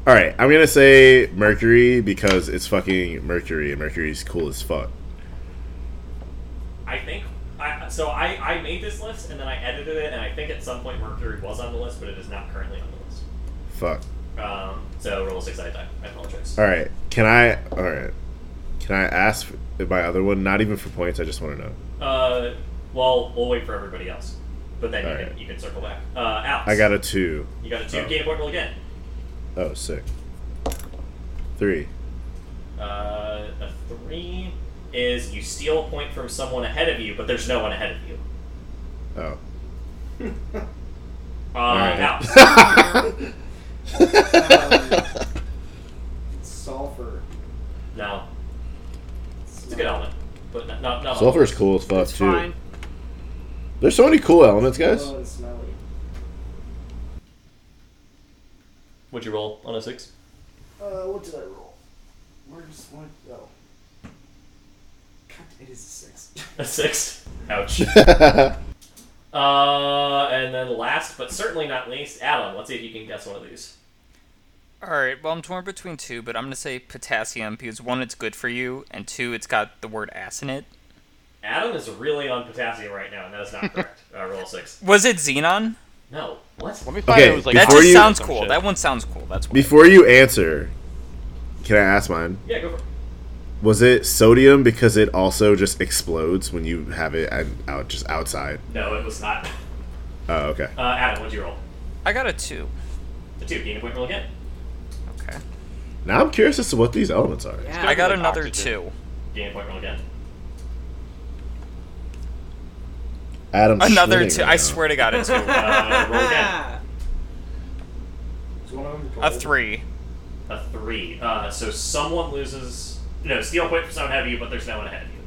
Speaker 3: all right, I'm gonna say Mercury because it's fucking Mercury, and Mercury's cool as fuck.
Speaker 1: I think. I, so I, I made this list and then I edited it, and I think at some point Mercury was on the list, but it is not currently on the list.
Speaker 3: Fuck.
Speaker 1: Um, so roll a six sided die. I apologize.
Speaker 3: All right, can I? All right, can I ask my other one? Not even for points. I just want to know.
Speaker 1: Uh, well, we'll wait for everybody else, but then you,
Speaker 3: All
Speaker 1: can,
Speaker 3: right.
Speaker 1: you can circle back. Uh, Alex,
Speaker 3: I got a two.
Speaker 1: You got a two.
Speaker 3: Oh.
Speaker 1: Game point roll again.
Speaker 3: Oh, sick. Three.
Speaker 1: Uh, a three is you steal a point from someone ahead of you, but there's no one ahead of you.
Speaker 3: Oh.
Speaker 1: Uh,
Speaker 3: Alright.
Speaker 1: Alex.
Speaker 2: Sulfur.
Speaker 1: no, it's a good element, but not not, not
Speaker 3: Sulfur's cool as fuck
Speaker 4: It's
Speaker 3: too.
Speaker 4: fine.
Speaker 3: There's so many cool elements, guys.
Speaker 2: Slow and smelly.
Speaker 1: Would you roll on a six?
Speaker 2: Uh, what did I roll? Where's what? Oh. It is a six.
Speaker 1: A six. Ouch. uh, and then last but certainly not least, Alan. Let's see if you can guess one of these.
Speaker 6: All right. Well, I'm torn between two, but I'm gonna say potassium because one, it's good for you, and two, it's got the word ass in it.
Speaker 1: Adam is really on potassium right now, and that is not correct. uh, roll a six.
Speaker 6: Was it xenon?
Speaker 1: No. What?
Speaker 5: Let me find
Speaker 3: Okay,
Speaker 5: out it was like
Speaker 6: That
Speaker 3: Before
Speaker 6: just
Speaker 3: you-
Speaker 6: sounds
Speaker 5: some
Speaker 6: cool.
Speaker 5: shit.
Speaker 6: That one sounds cool. That's why.
Speaker 3: Before you answer, can I ask mine?
Speaker 1: Yeah, go for it.
Speaker 3: Was it sodium because it also just explodes when you have it and out just outside?
Speaker 1: No, it was not.
Speaker 3: Oh, okay.
Speaker 1: Uh, Adam, what'd you roll?
Speaker 6: I got a two.
Speaker 1: A two. Gain a point roll again.
Speaker 6: Okay.
Speaker 3: Now I'm curious as to what these elements are.
Speaker 4: Yeah.
Speaker 6: I got
Speaker 5: like
Speaker 6: another
Speaker 5: oxygen.
Speaker 6: two.
Speaker 1: Gain a point roll again.
Speaker 3: Adam.
Speaker 6: Another two. I swear to God, a two.
Speaker 1: Uh, roll again.
Speaker 2: Is one of them
Speaker 6: a
Speaker 2: gold?
Speaker 6: three.
Speaker 1: A three. Uh, so someone loses. No, steal a point from someone ahead of you, but there's no one ahead of you.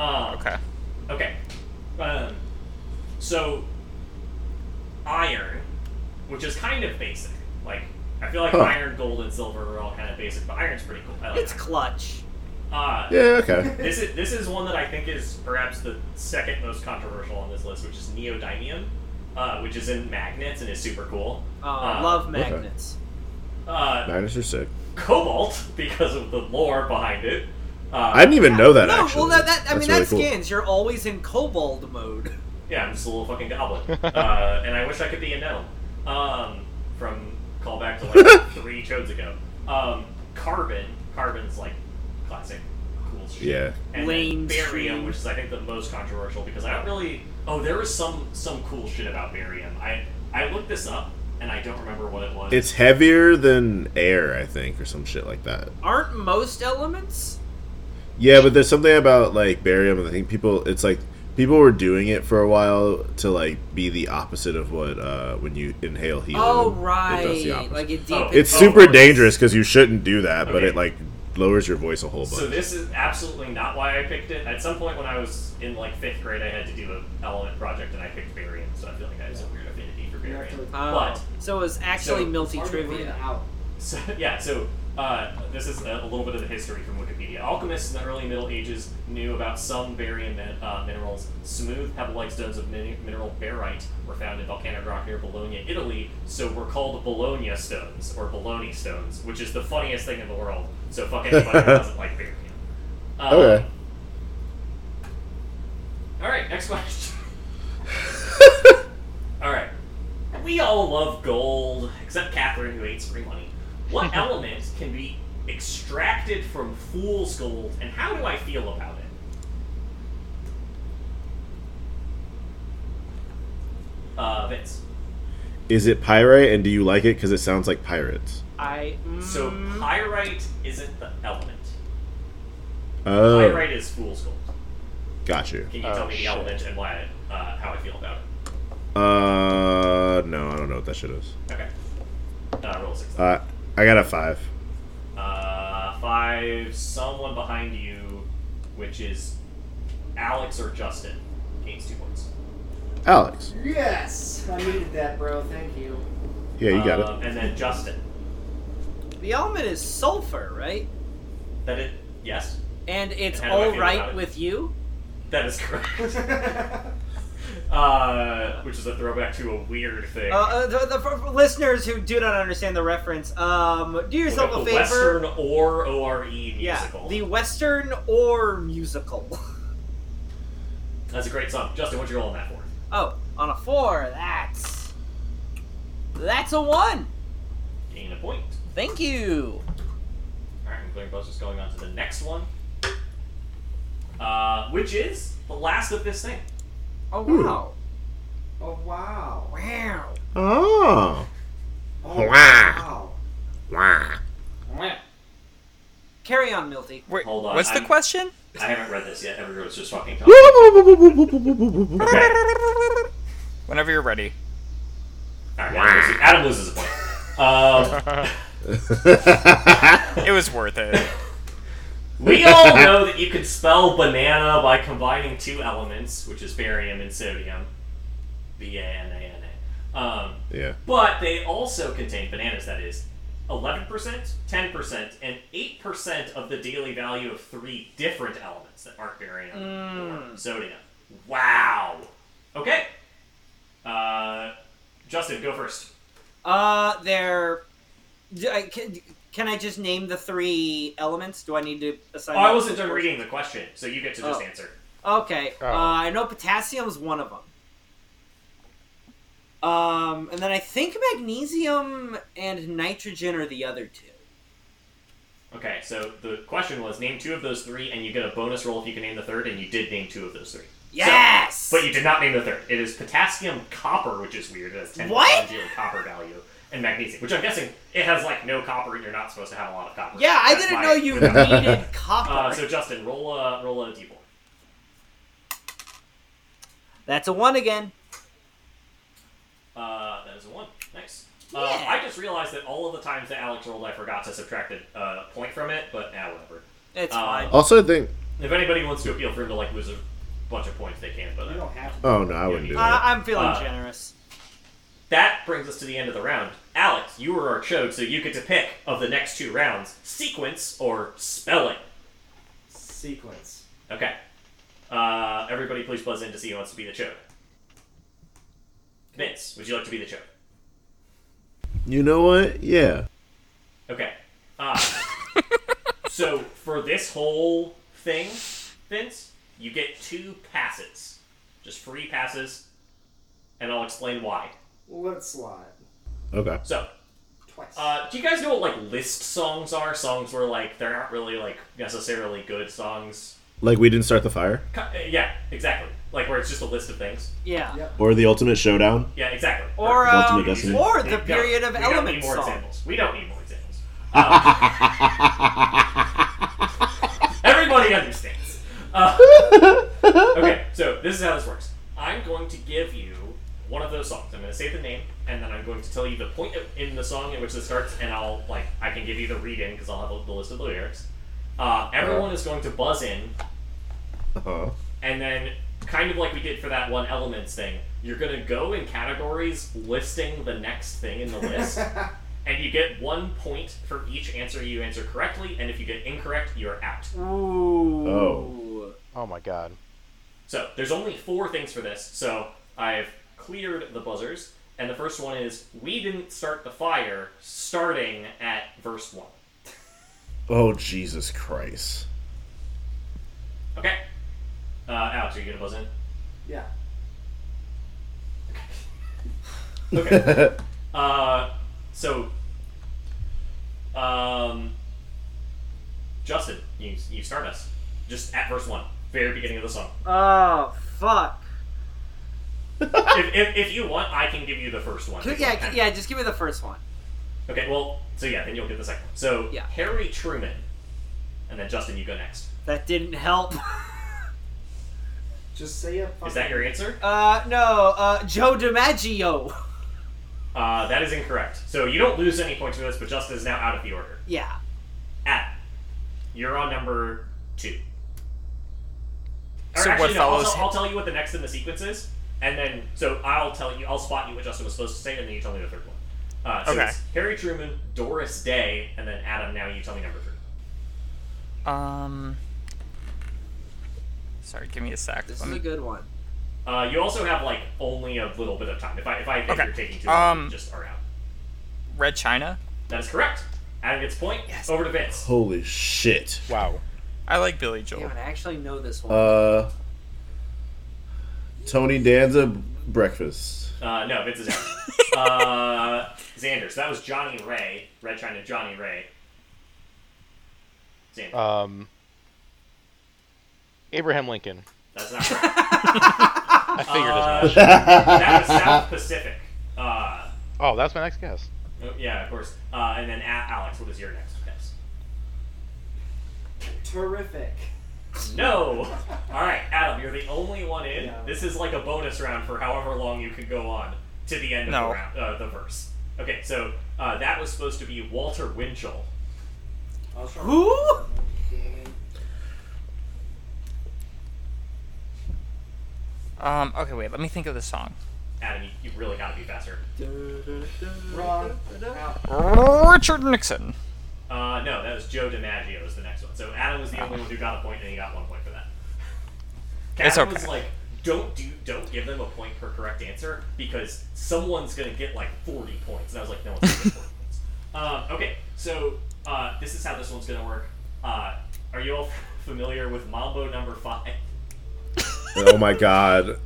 Speaker 1: Uh,
Speaker 6: Okay.
Speaker 1: Okay. Um, so, iron, which is kind of basic. Like, I feel like
Speaker 3: Huh.
Speaker 1: iron, gold, and silver are all kind of basic, but iron's pretty cool. I like
Speaker 4: It's
Speaker 1: iron.
Speaker 4: clutch.
Speaker 1: Uh,
Speaker 3: Yeah. Okay.
Speaker 1: This is this is one that I think is perhaps the second most controversial on this list, which is neodymium, uh, which is in magnets and is super cool.
Speaker 4: Oh,
Speaker 1: uh,
Speaker 4: love magnets.
Speaker 1: Uh,
Speaker 3: Magnets are sick.
Speaker 1: cobalt because of the lore behind it. Uh,
Speaker 3: I didn't even know that.
Speaker 4: no,
Speaker 3: actually.
Speaker 4: well, that, that I
Speaker 3: That's
Speaker 4: mean
Speaker 3: really
Speaker 4: that
Speaker 3: cool.
Speaker 4: scans. You're always in kobold mode.
Speaker 1: Yeah, I'm just a little fucking goblin. uh, and I wish I could be a gnome. Um, from callback to like three chodes ago. Um, carbon. Carbon's like classic cool shit.
Speaker 3: Yeah.
Speaker 1: And then
Speaker 4: Lane
Speaker 1: barium,
Speaker 4: tree.
Speaker 1: which is I think the most controversial because I don't really. Oh, there is some some cool shit about barium. I I looked this up and I don't remember what it was.
Speaker 3: It's heavier than air, I think, or some shit like that.
Speaker 4: Aren't most elements?
Speaker 3: Yeah, but there's something about like barium, and I think people. It's like people were doing it for a while to like be the opposite of what uh when you inhale helium.
Speaker 4: Oh
Speaker 3: it does
Speaker 4: right,
Speaker 3: the opposite.
Speaker 4: like it deep.
Speaker 1: Oh.
Speaker 3: it's
Speaker 1: Oh,
Speaker 3: super
Speaker 1: it's-
Speaker 3: dangerous because you shouldn't do that, but
Speaker 1: Okay.
Speaker 3: it like lowers your voice a whole bunch.
Speaker 1: So this is absolutely not why I picked it. At some point when I was in like fifth grade, I had to do an element project, and I picked barium. So I feel like I have some weird affinity for
Speaker 2: You have
Speaker 1: barium.
Speaker 2: to-
Speaker 4: Oh,
Speaker 1: But
Speaker 4: so it was actually
Speaker 1: so-
Speaker 2: It's
Speaker 4: Milty
Speaker 2: hard to bring
Speaker 4: trivia.
Speaker 2: it out.
Speaker 1: so, yeah, so uh, this is a, a little bit of the history from Wikipedia. Alchemists in the early Middle Ages knew about some barium min- uh, minerals. Smooth pebble-like stones of min- mineral barite were found in volcanic rock near Bologna, Italy, so were called Bologna stones or Bologna stones, which is the funniest thing in the world. So fuck anybody who doesn't like barium. Um,
Speaker 3: Okay.
Speaker 1: All right, next question. all right. We all love gold, except Catherine, who hates free money. What element can be extracted from fool's gold, and how do I feel about it? Uh, Vince.
Speaker 3: Is it pyrite, and do you like it because it sounds like pirates?
Speaker 4: I mm,
Speaker 1: So pyrite isn't the element.
Speaker 3: Oh,
Speaker 1: Pyrite is fool's gold.
Speaker 3: got you.
Speaker 1: Can you
Speaker 5: Oh,
Speaker 1: tell me the
Speaker 5: shit.
Speaker 1: element and why? Uh, how I feel about it?
Speaker 3: Uh, no, I don't know what that shit is.
Speaker 1: Okay. Uh, roll a six.
Speaker 3: Uh, I got a five.
Speaker 1: Uh, five, someone behind you, which is Alex or Justin, gains two points.
Speaker 3: Alex,
Speaker 2: Yes! I needed that, bro. Thank you.
Speaker 3: yeah, you got
Speaker 1: Um, And then Justin.
Speaker 4: the element is sulfur, right?
Speaker 1: That it? Yes,
Speaker 4: And it's
Speaker 1: And how do I
Speaker 4: all
Speaker 1: feel about
Speaker 4: right
Speaker 1: it?
Speaker 4: with you.
Speaker 1: that is correct. uh, which is a throwback to a weird thing.
Speaker 4: Uh, uh, the, the, for, for listeners who do not understand the reference, um, do
Speaker 1: Look
Speaker 4: yourself
Speaker 1: up
Speaker 4: a
Speaker 1: the
Speaker 4: favor.
Speaker 1: Western or ORE
Speaker 4: yeah,
Speaker 1: musical.
Speaker 4: the Western or musical.
Speaker 1: That's a great song. Justin, what's your roll on that for?
Speaker 4: Oh, on a four, that's that's a one.
Speaker 1: Gain a point.
Speaker 4: Thank you.
Speaker 1: Alright, I'm clearing posters going on to the next one. Uh, which is the last of this thing.
Speaker 4: Oh
Speaker 1: Hmm.
Speaker 3: Ooh.
Speaker 4: wow,
Speaker 2: oh, wow.
Speaker 4: wow.
Speaker 3: it. Oh,
Speaker 2: Oh,
Speaker 3: Wow.
Speaker 2: wow.
Speaker 3: wow.
Speaker 4: Carry on, Milty.
Speaker 6: Wait,
Speaker 1: Hold on,
Speaker 6: what's the
Speaker 1: I'm-
Speaker 6: question?
Speaker 1: I haven't read this yet. Everyone's just fucking talking.
Speaker 3: Woo-woo-woo-woo-woo-woo-woo-woo-woo-woo.
Speaker 1: Okay.
Speaker 6: Whenever you're ready.
Speaker 1: All right, Adam, loses, Adam loses a point. Um,
Speaker 6: It was worth it.
Speaker 1: we all know that you can spell banana by combining two elements, which is barium and sodium. B A N Um, A N A. Um,
Speaker 3: yeah.
Speaker 1: but they also contain bananas, that is. 11%, 10%, and 8% of the daily value of three different elements that aren't barium or sodium. Wow. Okay. Uh, Justin, go first.
Speaker 4: Uh, they're. do I- can, can I just name the three elements? Do I need to assign?
Speaker 1: Oh, I
Speaker 4: that
Speaker 1: wasn't done
Speaker 4: first?
Speaker 1: reading the question, so you get to just
Speaker 4: Oh.
Speaker 1: answer.
Speaker 4: Okay.
Speaker 5: Oh.
Speaker 4: Uh, I know potassium's one of them. Um, and then I think magnesium and nitrogen are the other two.
Speaker 1: Okay, so the question was name two of those three, and you get a bonus roll if you can name the third, and you did name two of those three.
Speaker 4: Yes.
Speaker 1: But you did not name the third. It is potassium copper, which is weird. It has 10
Speaker 4: What?
Speaker 1: daily copper value. And magnesium, which I'm guessing it has like no copper, and you're not supposed to have a lot of copper.
Speaker 4: yeah, I
Speaker 1: That's
Speaker 4: didn't
Speaker 1: my-
Speaker 4: know you needed copper.
Speaker 1: Uh, so Justin, roll a roll a d4.
Speaker 4: That's a one again.
Speaker 1: Uh, that is a one. Nice. Uh,
Speaker 4: Yeah.
Speaker 1: I just realized that all of the times that Alex rolled, I forgot to subtract a uh, point from it, but now whatever.
Speaker 4: It's
Speaker 1: Uh,
Speaker 4: fine.
Speaker 3: Also, I think.
Speaker 1: If anybody wants to appeal for him to like lose a bunch of points, they can. But
Speaker 2: You
Speaker 1: uh,
Speaker 2: don't have to.
Speaker 3: Oh no, I wouldn't do
Speaker 4: Uh,
Speaker 3: that.
Speaker 4: I'm feeling
Speaker 1: Uh,
Speaker 4: generous.
Speaker 1: that brings us to the end of the round. Alex, you were our chode, so you get to pick of the next two rounds: sequence or spelling.
Speaker 2: Sequence.
Speaker 1: Okay. Uh, everybody, please buzz in to see who wants to be the chode. Vince, would you like to be the chode?
Speaker 3: You know what? Yeah.
Speaker 1: Okay. Uh, so for this whole thing, Vince, you get two passes, just free passes, and I'll explain why.
Speaker 2: Let's slide.
Speaker 3: Okay.
Speaker 1: So,
Speaker 2: Twice.
Speaker 1: uh, do you guys know what like list songs are? Songs where like they're not really like necessarily good songs.
Speaker 3: Like we didn't start the fire
Speaker 1: Ki- uh, Yeah, exactly. Like where it's just a list of things.
Speaker 4: Yeah.
Speaker 2: yep.
Speaker 3: or the ultimate showdown.
Speaker 1: Yeah, exactly.
Speaker 4: Or
Speaker 3: Ultimate
Speaker 4: um,
Speaker 3: Destiny.
Speaker 4: or
Speaker 1: Yeah,
Speaker 4: the
Speaker 1: no,
Speaker 4: period of
Speaker 1: we don't need
Speaker 4: elements
Speaker 1: more
Speaker 4: song.
Speaker 1: examples. We don't need more examples. Um, everybody understands. Uh, okay, so this is how this works. I'm going to give you one of those songs. I'm going to say the name, and then I'm going to tell you the point of, in the song in which it starts, and I'll like I can give you the reading because I'll have the list of the lyrics. Uh, everyone is going to buzz in
Speaker 3: Uh-huh.
Speaker 1: and then kind of like we did for that one elements thing you're gonna go in categories listing the next thing in the list and you get one point for each answer you answer correctly and if you get incorrect you're out
Speaker 4: Ooh.
Speaker 3: Oh.
Speaker 5: Oh my god.
Speaker 1: so there's only four things for this so i've cleared the buzzers and the first one is we didn't start the fire starting at verse one
Speaker 3: Oh Jesus Christ.
Speaker 1: okay uh, alex are you gonna buzz in
Speaker 2: Yeah.
Speaker 1: okay Uh, so, um, Justin, you you start us just at verse one, very beginning of the song.
Speaker 4: Oh fuck.
Speaker 1: if, if, if you want, I can give you the first one.
Speaker 4: Yeah, yeah. Just give me the first one.
Speaker 1: Okay. Well, so yeah, then you'll get the second one. So
Speaker 4: Yeah.
Speaker 1: Harry Truman, and then Justin, you go next.
Speaker 4: That didn't help.
Speaker 2: Just say it.
Speaker 1: Is that your answer?
Speaker 4: Uh, no. Uh, Joe DiMaggio.
Speaker 1: Uh, that is incorrect. So you don't lose any points for this, but Justin is now out of the order.
Speaker 4: Yeah.
Speaker 1: At you're on number two. Or
Speaker 6: So
Speaker 1: actually,
Speaker 6: what
Speaker 1: no, I'll,
Speaker 6: follows-
Speaker 1: tell- I'll tell you what the next in the sequence is, and then so I'll tell you, I'll spot you what Justin was supposed to say, and then you tell me the third one. Uh, so
Speaker 6: Okay.
Speaker 1: it's Harry Truman, Doris Day, and then Adam. Now you tell me number three.
Speaker 6: Um. Sorry, give me a sec.
Speaker 4: This
Speaker 6: Let
Speaker 4: is
Speaker 6: me-
Speaker 4: a good one.
Speaker 1: Uh, you also have like only a little bit of time. If I if I think
Speaker 6: Okay.
Speaker 1: you're taking too long, you
Speaker 6: Um,
Speaker 1: just are out.
Speaker 6: Red China.
Speaker 1: That is correct. Adam gets a point.
Speaker 6: Yes.
Speaker 1: Over to Vince.
Speaker 3: Holy shit.
Speaker 5: Wow.
Speaker 6: I like Billy Joel.
Speaker 4: Damn it, I actually know this one.
Speaker 3: Uh. Tony Danza breakfast.
Speaker 1: Uh, no, Vince is out. uh, Xander. So that was Johnny Ray, Red China Johnny Ray. Xander.
Speaker 5: Um. Abraham Lincoln.
Speaker 1: That's not correct.
Speaker 5: I figured
Speaker 1: Uh,
Speaker 5: as much.
Speaker 1: that was South Pacific. Uh,
Speaker 5: Oh, that's my next guess.
Speaker 1: oh, yeah, of course. Uh, and then A- Alex, what was your next guess?
Speaker 2: Terrific.
Speaker 1: No. All right, Adam, you're the only one in.
Speaker 2: No.
Speaker 1: This is like a bonus round for however long you can go on to the end of
Speaker 6: No.
Speaker 1: the round, uh, the verse. Okay, so uh, that was supposed to be Walter Winchell.
Speaker 2: I'll try.
Speaker 4: Who?
Speaker 6: Um. Okay, wait. Let me think of the song.
Speaker 1: Adam, you, you really gotta be faster.
Speaker 2: Wrong. Out.
Speaker 6: Richard Nixon.
Speaker 1: Uh, no, that was Joe DiMaggio was the next one. So Adam was the only one who got a point, and he got one point for that.
Speaker 6: It's
Speaker 1: Adam
Speaker 6: okay.
Speaker 1: was like, "Don't do, don't give them a point per correct answer because someone's gonna get like forty points." And I was like, "No one's gonna get forty points." Um, okay, so uh, this is how this one's gonna work. Uh, are you all familiar with Mambo Number Five?
Speaker 3: oh my god.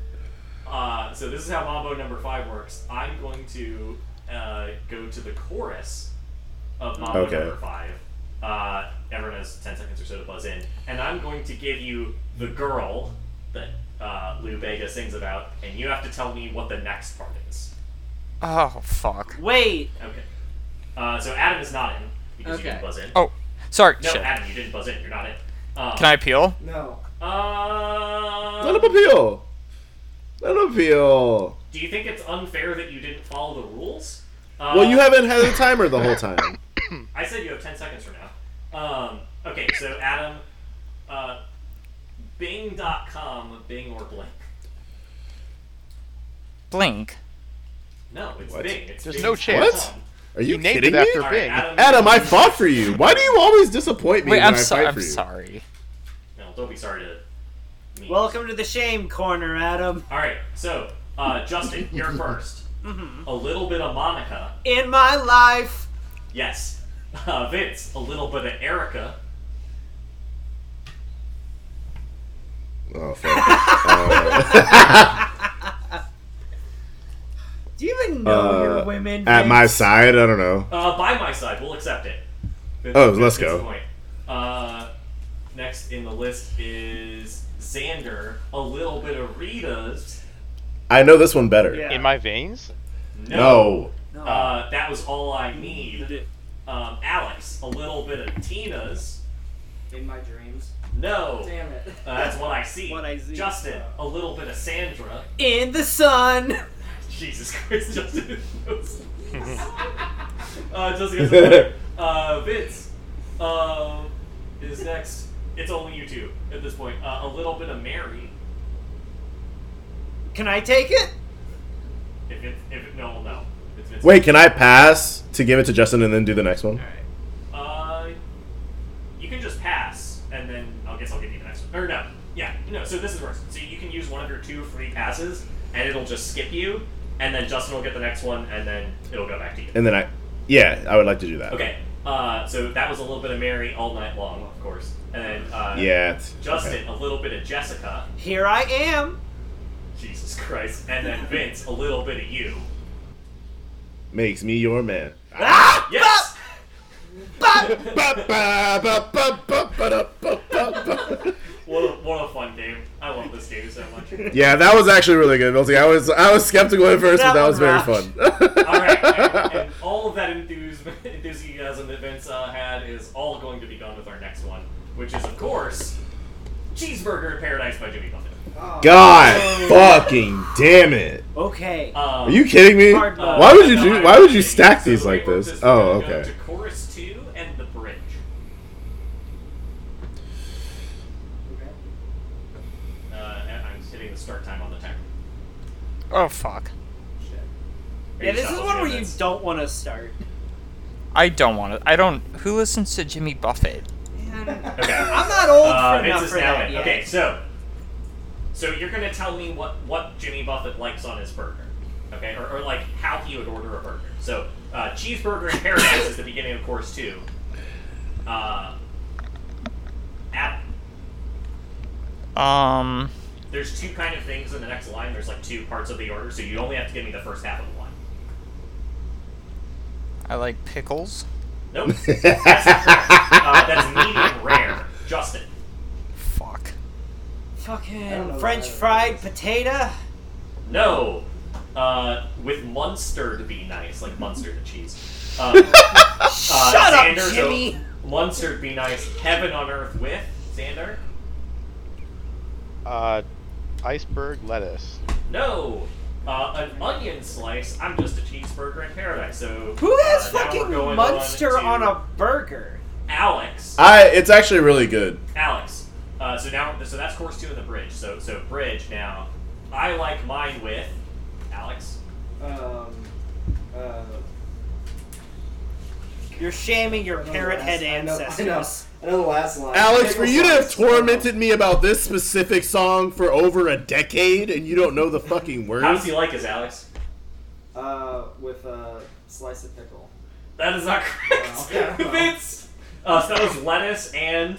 Speaker 1: Uh, so this is how Mambo number five works. I'm going to uh, go to the chorus of Mambo
Speaker 3: Okay.
Speaker 1: number five. Uh, everyone has ten seconds or so to buzz in, and I'm going to give you the girl that uh, Lou Bega sings about, and you have to tell me what the next part is.
Speaker 6: Oh fuck.
Speaker 4: Wait.
Speaker 1: Okay. Uh, so Adam is not in because you
Speaker 4: Okay.
Speaker 1: didn't buzz in.
Speaker 6: Oh, sorry.
Speaker 1: no,
Speaker 6: shit.
Speaker 1: Adam, you didn't buzz in. You're not in. Um,
Speaker 6: Can I appeal?
Speaker 2: No.
Speaker 3: Let him
Speaker 1: Uh,
Speaker 3: appeal. Let him appeal.
Speaker 1: do you think it's unfair that you didn't follow the rules? Uh,
Speaker 3: Well, you haven't had a timer the whole time.
Speaker 1: I said you have 10 seconds from now. Um, okay, so Adam, uh, Bing.com, Bing or Blink?
Speaker 6: Blink.
Speaker 1: No, it's
Speaker 3: What?
Speaker 1: Bing. It's
Speaker 5: There's
Speaker 1: Bing.
Speaker 5: no chance.
Speaker 1: What?
Speaker 3: Are you,
Speaker 5: You named
Speaker 3: kidding
Speaker 5: it after
Speaker 3: me?
Speaker 1: All
Speaker 5: Bing.
Speaker 1: right, Adam,
Speaker 3: Adam, I fought for you. Why do you always disappoint me
Speaker 6: Wait,
Speaker 3: when
Speaker 6: I'm
Speaker 3: I
Speaker 6: so-
Speaker 3: fight
Speaker 6: I'm
Speaker 3: for you?
Speaker 6: sorry.
Speaker 1: No, don't be sorry to me.
Speaker 4: Welcome to the shame corner, Adam.
Speaker 1: All right, so uh, Justin, you're first. A little bit of Monica.
Speaker 4: In my life.
Speaker 1: Yes. Uh, Vince, a little bit of Erica.
Speaker 3: Oh, fuck. Uh,
Speaker 4: Do you even know
Speaker 3: Uh,
Speaker 4: your women?
Speaker 3: at my
Speaker 4: Vince?
Speaker 3: side, I don't know.
Speaker 1: Uh, by my side, we'll accept it. Vince-
Speaker 3: Oh, let's
Speaker 1: Vince's
Speaker 3: go.
Speaker 1: Point. Uh, next in the list is Xander, a little bit of Rita's.
Speaker 3: I know this one better.
Speaker 4: Yeah.
Speaker 5: In my veins?
Speaker 3: No.
Speaker 4: No.
Speaker 1: Uh, that was all I
Speaker 4: You
Speaker 1: need.
Speaker 4: did-
Speaker 1: Um, Alex, a little bit of Tina's.
Speaker 2: In my dreams.
Speaker 1: No. Uh,
Speaker 2: Damn it.
Speaker 1: that's what I see.
Speaker 4: What I see.
Speaker 1: Justin, a little bit of Sandra.
Speaker 4: In the sun.
Speaker 1: Jesus Christ, Justin. uh, Justin has a point. Uh, Vince um, is next. It's only you two at this point. Uh, a little bit of Mary.
Speaker 4: Can I take it?
Speaker 1: If it, if it, no, no. It's Vince.
Speaker 3: Wait, can I pass to give it to Justin and then do the next one?
Speaker 1: Uh, you can just pass, and then I guess I'll give you the next one. Or no, yeah, no. So this is worse. So you can use one of your two free passes, and it'll just skip you, and then Justin will get the next one, and then it'll go back to you.
Speaker 3: And then I. Yeah, I would like to do that.
Speaker 1: Okay. Uh, so that was a little bit of Mary all night long, of course, and then uh,
Speaker 3: Yeah. it's-
Speaker 1: Justin
Speaker 3: okay.
Speaker 1: a little bit of Jessica.
Speaker 4: Here I am.
Speaker 1: Jesus Christ, and then Vince a little bit of you.
Speaker 3: Makes me your man.
Speaker 4: Ah!
Speaker 1: Yes.
Speaker 3: Ba, ba, ba, ba, ba, ba, da, ba, ba, ba.
Speaker 1: What a, what a fun game! I love this game so much.
Speaker 3: Yeah, that was actually really good, Milty. I was I was skeptical at first, but
Speaker 4: That
Speaker 3: that
Speaker 4: one
Speaker 3: was very
Speaker 4: rocked.
Speaker 3: fun.
Speaker 1: all right, and, and all of that enthusiasm, enthusiasm that Vince uh, had is all going to be gone with our next one, which is, of course, Cheeseburger in Paradise by Jimmy Buffett.
Speaker 2: Oh,
Speaker 3: God fucking damn it!
Speaker 4: Okay.
Speaker 1: Um,
Speaker 3: Are you kidding me?
Speaker 4: Hard
Speaker 1: uh,
Speaker 4: luck.
Speaker 3: Why would you
Speaker 1: no,
Speaker 3: do?
Speaker 1: I-
Speaker 3: Why would you stack
Speaker 1: so
Speaker 3: these
Speaker 1: the way it
Speaker 3: like
Speaker 1: works
Speaker 3: this?
Speaker 1: is we're
Speaker 3: Oh,
Speaker 1: gonna go
Speaker 3: okay.
Speaker 1: To chorus two and the bridge. Uh, and I'm hitting the start time on the timer.
Speaker 6: Oh fuck.
Speaker 2: shit.
Speaker 1: Are
Speaker 4: yeah,
Speaker 1: you
Speaker 4: this
Speaker 1: stopped
Speaker 4: is one where
Speaker 1: listening
Speaker 4: you
Speaker 1: to this?
Speaker 4: don't want to start.
Speaker 6: I don't want to. I don't. Who listens to Jimmy Buffett?
Speaker 4: I'm not old
Speaker 1: Uh,
Speaker 4: for
Speaker 1: Vince
Speaker 4: enough
Speaker 1: is
Speaker 4: for
Speaker 1: now
Speaker 4: that
Speaker 1: in.
Speaker 4: yet.
Speaker 1: Okay, so so you're gonna tell me what what Jimmy Buffett likes on his burger, okay, or, or like how he would order a burger. So uh, cheeseburger in paradise is the beginning of course two. Uh, Adam,
Speaker 6: Um.
Speaker 1: there's two kind of things in the next line. There's like two parts of the order, so you only have to give me the first half of the line.
Speaker 6: I like pickles.
Speaker 1: Nope, that's not correct. Uh, that's medium rare. Justin,
Speaker 2: I don't
Speaker 6: Fuck.
Speaker 2: know
Speaker 4: Fucking
Speaker 2: that
Speaker 4: French
Speaker 2: I know
Speaker 4: fried
Speaker 2: this.
Speaker 4: potato.
Speaker 1: no. Uh, with Munster to be nice, like Munster the cheese. Uh, uh,
Speaker 4: Shut up,
Speaker 1: Xander, so-
Speaker 4: Jimmy.
Speaker 1: Munster be nice. Heaven on earth with Xander?
Speaker 5: Uh, iceberg lettuce.
Speaker 1: No. Uh, an onion slice. I'm just a cheeseburger in paradise. So
Speaker 4: Who has
Speaker 1: uh, now we're
Speaker 4: fucking
Speaker 1: going
Speaker 4: Munster
Speaker 1: to
Speaker 4: on, a burger?
Speaker 1: Alex?
Speaker 3: I. It's actually really good.
Speaker 1: Alex. Uh, so now, so that's course two of the bridge. So so bridge now. I like mine with Alex.
Speaker 2: um, uh,
Speaker 4: You're shaming your
Speaker 2: I know the
Speaker 4: parrot
Speaker 2: last-
Speaker 4: head
Speaker 2: I know-
Speaker 4: ancestors.
Speaker 2: I know, I know the last line.
Speaker 3: Alex, for you to have
Speaker 2: Pickles lines.
Speaker 3: tormented me about this specific song for over a decade and you don't know the fucking
Speaker 1: How does
Speaker 3: words.
Speaker 1: he like us, Alex?
Speaker 2: Uh, with a slice of pickle.
Speaker 1: That is not correct.
Speaker 2: Wow. Yeah, wow.
Speaker 1: Vince. Uh, so that was lettuce and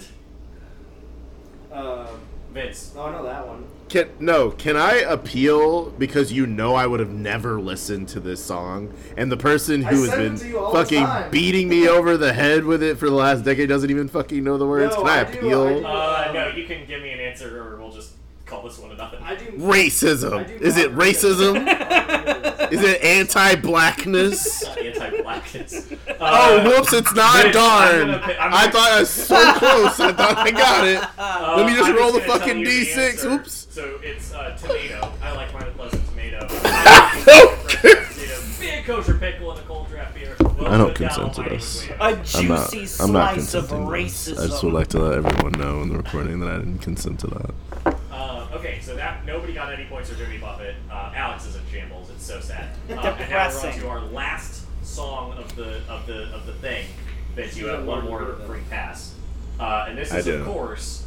Speaker 2: Um,
Speaker 1: Vince.
Speaker 2: no, I know that one.
Speaker 3: Can, no, can I appeal because you know I would have never listened to this song, and the person
Speaker 2: I
Speaker 3: who has
Speaker 2: send it
Speaker 3: been
Speaker 2: to you all the
Speaker 3: fucking
Speaker 2: time.
Speaker 3: beating me over the head with it for the last decade doesn't even fucking know the words.
Speaker 2: No,
Speaker 3: can I,
Speaker 2: I do,
Speaker 3: appeal?
Speaker 2: I do.
Speaker 1: Uh, no, you can give me an answer, or we'll just call this one another.
Speaker 2: I do. I
Speaker 3: Racism.
Speaker 2: do
Speaker 3: Is it
Speaker 2: not read
Speaker 3: racism?
Speaker 2: it.
Speaker 3: Is it anti-blackness?
Speaker 2: Uh,
Speaker 1: Anti-blackness. Uh,
Speaker 3: oh, whoops! It's not.
Speaker 1: Vince, I'm
Speaker 3: Darn.
Speaker 1: gonna pick- I'm
Speaker 3: I
Speaker 1: gonna-
Speaker 3: thought I was so close. I thought I got it.
Speaker 1: Uh,
Speaker 3: Let me just
Speaker 1: I'm
Speaker 3: roll the
Speaker 1: gonna tell
Speaker 3: fucking
Speaker 1: you the
Speaker 3: D6,
Speaker 1: answer.
Speaker 3: oops.
Speaker 1: So it's uh, tomato. I like mine with less than tomato. I like it with tomato. Be a kosher pickle in a cold draft beer. Well
Speaker 3: I don't
Speaker 1: put down
Speaker 3: consent to
Speaker 1: mighty
Speaker 3: this.
Speaker 1: Whalen.
Speaker 4: A juicy slice of racism.
Speaker 3: to let everyone know in the recording that I didn't consent to that.
Speaker 1: Uh, okay, so that nobody got any points for Jimmy Buffett. Uh, Alex is in shambles. It's so sad. Uh, and now we're on
Speaker 4: Depressing.
Speaker 1: to our last song of the of the of the thing. That you
Speaker 2: Yeah,
Speaker 1: have one
Speaker 2: we're
Speaker 1: more
Speaker 2: good, though.
Speaker 1: free pass, uh, and this
Speaker 3: I
Speaker 1: is
Speaker 3: do.
Speaker 1: of course